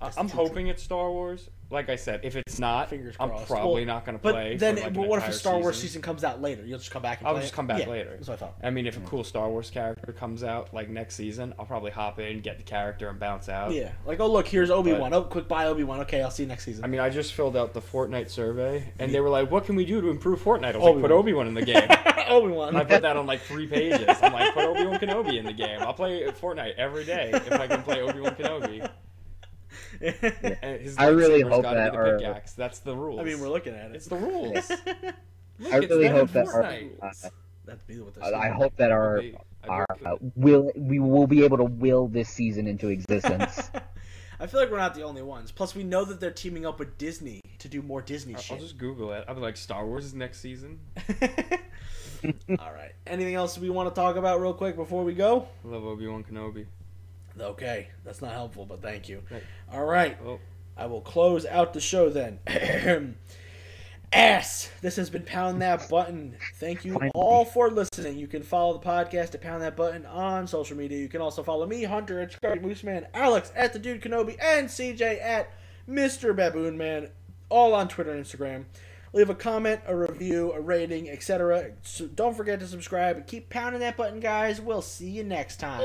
[SPEAKER 4] I-
[SPEAKER 1] That's
[SPEAKER 4] I'm
[SPEAKER 1] true, true.
[SPEAKER 4] hoping it's Star Wars. Like I said, if it's not,
[SPEAKER 1] Fingers
[SPEAKER 4] Oh, I'm
[SPEAKER 1] crossed.
[SPEAKER 4] probably
[SPEAKER 1] Well,
[SPEAKER 4] not going to
[SPEAKER 1] but
[SPEAKER 4] play.
[SPEAKER 1] then,
[SPEAKER 4] for like an
[SPEAKER 1] but what if a
[SPEAKER 4] entire
[SPEAKER 1] Star Wars
[SPEAKER 4] season.
[SPEAKER 1] season comes out later? You'll just come back. and
[SPEAKER 4] I'll
[SPEAKER 1] play
[SPEAKER 4] just
[SPEAKER 1] it?
[SPEAKER 4] come back
[SPEAKER 1] Yeah,
[SPEAKER 4] later.
[SPEAKER 1] That's what I thought.
[SPEAKER 4] I mean, if a cool Star Wars character comes out like next season, I'll probably hop in, get the character, and bounce out.
[SPEAKER 1] Yeah, like oh look, here's Obi Wan. Oh, quick buy Obi Wan. Okay, I'll see you next season.
[SPEAKER 4] I mean, I just filled out the Fortnite survey, and they were like, "What can we do to improve Fortnite?" I was like, "Put Obi Wan in the game."
[SPEAKER 1] Obi
[SPEAKER 4] I
[SPEAKER 1] Wan.
[SPEAKER 4] put that on like three pages. I'm like, "Put Obi Wan Kenobi in the game." I'll play Fortnite every day if I can play Obi Wan Kenobi. And Eh, his
[SPEAKER 2] I really
[SPEAKER 4] lightsaber's
[SPEAKER 2] hope
[SPEAKER 4] gotta
[SPEAKER 2] that
[SPEAKER 4] be
[SPEAKER 2] our-
[SPEAKER 4] the pickaxe. That's the rules.
[SPEAKER 1] I mean, we're looking at it.
[SPEAKER 4] it's the rules. Look,
[SPEAKER 2] I
[SPEAKER 4] it's
[SPEAKER 2] really
[SPEAKER 4] them in
[SPEAKER 2] hope that our,
[SPEAKER 4] Fortnite.
[SPEAKER 2] uh,
[SPEAKER 1] That'd be what they're
[SPEAKER 2] I
[SPEAKER 1] saying.
[SPEAKER 2] hope that our
[SPEAKER 4] Okay, I'd
[SPEAKER 2] our
[SPEAKER 4] work with
[SPEAKER 2] uh,
[SPEAKER 4] it.
[SPEAKER 2] will we will be able to will this season into existence.
[SPEAKER 1] I feel like we're not the only ones. Plus, we know that they're teaming up with Disney to do more Disney
[SPEAKER 4] I'll-
[SPEAKER 1] shit.
[SPEAKER 4] I'll just Google it. I'll be like, "Star Wars is next season."
[SPEAKER 1] All right. Anything else we want to talk about real quick before we go?
[SPEAKER 4] I love Obi Wan Kenobi.
[SPEAKER 1] Okay, that's not helpful, but thank you.
[SPEAKER 4] Right.
[SPEAKER 1] All right,
[SPEAKER 4] Oh.
[SPEAKER 1] I will close out the show then. ass. This has been Pound That Button. Thank you
[SPEAKER 2] Finally.
[SPEAKER 1] all for listening. You can follow the podcast at Pound That Button on social media. You can also follow me, Hunter at Scarlet Moose Man, Alex at The Dude Kenobi, and CJ at Mr. Baboon Man, all on Twitter and Instagram. Leave a comment, a review, a rating, etc. So don't forget to subscribe and keep pounding that button, guys. We'll see you next time.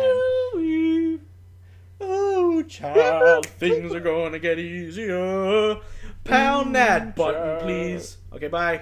[SPEAKER 1] Oh, child, things are gonna get easier. Pound that button, please. Okay, bye.